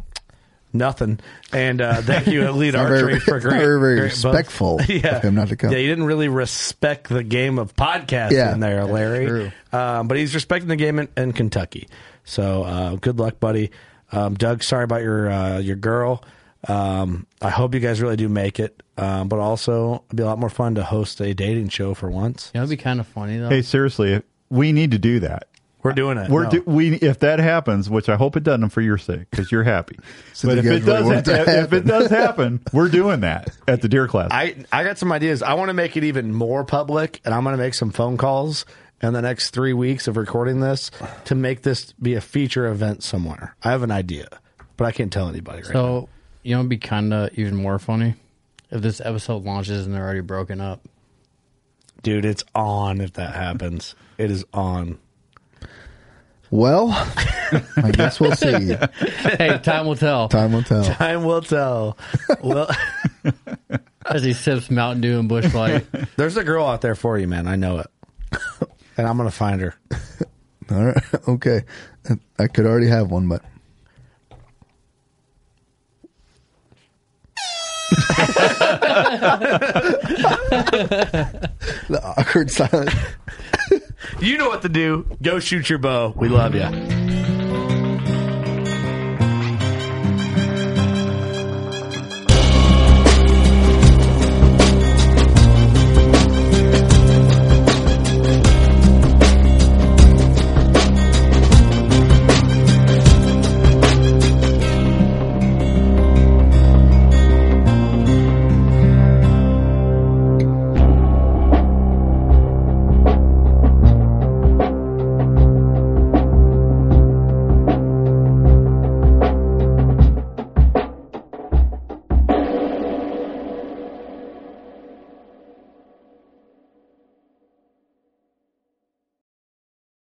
Speaker 2: nothing, and uh, thank you, Elite
Speaker 8: Not very-
Speaker 2: Archery, for
Speaker 8: not
Speaker 2: great,
Speaker 8: very, very
Speaker 2: great both-
Speaker 8: respectful
Speaker 2: yeah,
Speaker 8: of him not to come.
Speaker 2: Yeah, you didn't really respect the game of podcasting
Speaker 8: Yeah.
Speaker 2: there, Larry.
Speaker 5: true.
Speaker 2: Um, but he's respecting the game in, in Kentucky. So uh, good luck, buddy. Um, Doug, sorry about your uh, your girl. Um, I hope you guys really do make it, um, but also it'd be a lot more fun to host a dating show for once.
Speaker 5: You know, it'd be kind of funny though.
Speaker 7: Hey, seriously, we need to do that.
Speaker 2: We're doing it.
Speaker 7: We're
Speaker 2: No.
Speaker 7: do, we if that happens, which I hope it doesn't for your sake, because you're happy.
Speaker 8: So
Speaker 7: but
Speaker 8: you
Speaker 7: if
Speaker 8: guys
Speaker 7: it does,
Speaker 8: really want it to
Speaker 7: if it does happen, we're doing that at the deer class.
Speaker 2: I I got some ideas. I want to make it even more public, and I'm going to make some phone calls in the next three weeks of recording this to make this be a feature event somewhere. I have an idea, but I can't tell anybody right now.
Speaker 5: so you know, it'd be kind of even more funny if this episode launches and they're already broken up.
Speaker 2: Dude, it's on if that happens. It is on.
Speaker 8: Well, I guess we'll see.
Speaker 5: hey, time will tell.
Speaker 8: Time will tell.
Speaker 2: Time will tell. Well,
Speaker 5: As he sips Mountain Dew and Bush Light.
Speaker 2: there's a girl out there for you, man. I know it. And I'm going to find her.
Speaker 8: All right. Okay. I could already have one, but the awkward silence.
Speaker 2: You know what to do. Go shoot your bow. We love you.